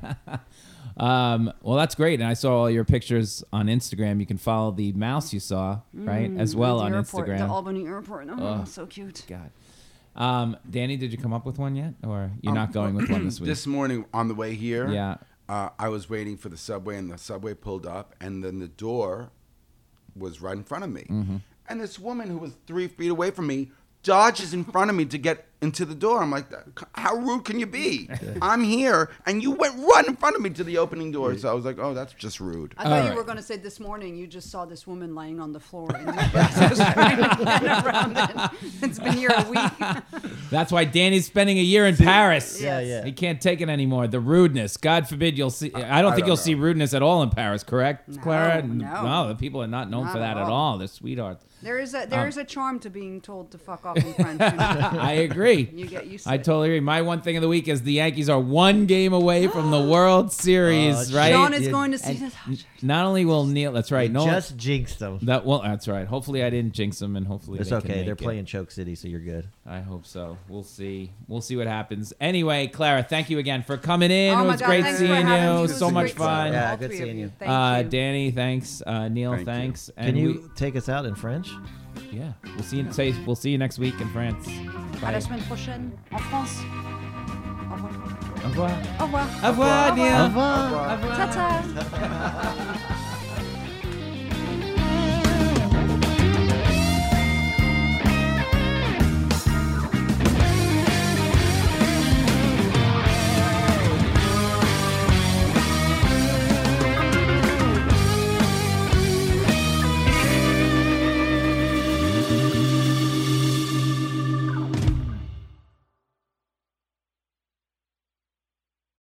Speaker 2: Um, well, that's great. And I saw all your pictures on Instagram. You can follow the mouse you saw, right, as well
Speaker 4: Mm, the
Speaker 2: on
Speaker 4: airport,
Speaker 2: Instagram.
Speaker 4: The Albany airport. Oh, so cute.
Speaker 2: God. Um, Danny, did you come up with one yet, or you're not going with one Um, this week?
Speaker 6: This morning on the way here,
Speaker 2: Yeah.
Speaker 6: uh, I was waiting for the subway, and the subway pulled up, and then the door was right in front of me, and this woman who was three feet away from me dodges in front of me to get into the door. I'm like, how rude can you be? I'm here, and you went right in front of me to the opening door. So I was like, oh, that's just rude.
Speaker 4: I thought
Speaker 2: All
Speaker 4: you were
Speaker 2: right.
Speaker 4: going to say this morning you just saw this woman lying on the floor and this person's trying to get around it. It's been here a week.
Speaker 2: That's why Danny's spending a year in Paris.
Speaker 3: Yeah, yeah.
Speaker 2: He can't take it anymore. The rudeness. God forbid you'll see. I don't think
Speaker 6: don't
Speaker 2: you'll
Speaker 6: know.
Speaker 2: see rudeness at all in Paris, correct,
Speaker 4: No,
Speaker 2: Clara?
Speaker 4: no.
Speaker 2: the people are not known
Speaker 4: Not
Speaker 2: for
Speaker 4: at
Speaker 2: that at
Speaker 4: all.
Speaker 2: all. They're sweethearts.
Speaker 4: There is a there
Speaker 2: Um,
Speaker 4: is a charm to being told to fuck off in French. you know.
Speaker 2: I agree.
Speaker 4: You get used to
Speaker 2: I
Speaker 4: it.
Speaker 2: totally agree. My one thing of the week is the Yankees are one game away from the World Series,
Speaker 3: Oh,
Speaker 2: right?
Speaker 4: Sean is
Speaker 3: you-
Speaker 4: going to see this.
Speaker 2: Not only will Neil, that's right. No,
Speaker 3: Just jinxed them.
Speaker 2: that well, that's right. Hopefully, I didn't jinx them, and hopefully
Speaker 3: It's
Speaker 2: they can
Speaker 3: okay. They're
Speaker 2: make it.
Speaker 3: playing Choke City, so you're good.
Speaker 2: I hope so. We'll see. We'll see what happens. Anyway, Clara, thank you again for coming in.
Speaker 4: Oh
Speaker 2: it
Speaker 4: my
Speaker 2: was
Speaker 4: God,
Speaker 2: great
Speaker 4: thanks for
Speaker 2: seeing
Speaker 4: having me.
Speaker 2: you.
Speaker 4: It was
Speaker 2: So much
Speaker 4: great seeing
Speaker 2: fun.
Speaker 3: Yeah,
Speaker 4: all
Speaker 3: good
Speaker 4: three of
Speaker 3: seeing you.
Speaker 4: Thank
Speaker 2: uh,
Speaker 4: you.
Speaker 2: Danny, thanks. Uh, Neil,
Speaker 6: Thank you.
Speaker 2: thanks.
Speaker 3: Can you take us out in French?
Speaker 2: We, yeah, we'll see. You, say, we'll see you next week in France.
Speaker 4: À la
Speaker 2: Bye.
Speaker 4: semaine prochaine en France. Au revoir.
Speaker 2: Au revoir.
Speaker 4: Au revoir.
Speaker 2: Au revoir, Neil.
Speaker 4: Au revoir. Ta ta.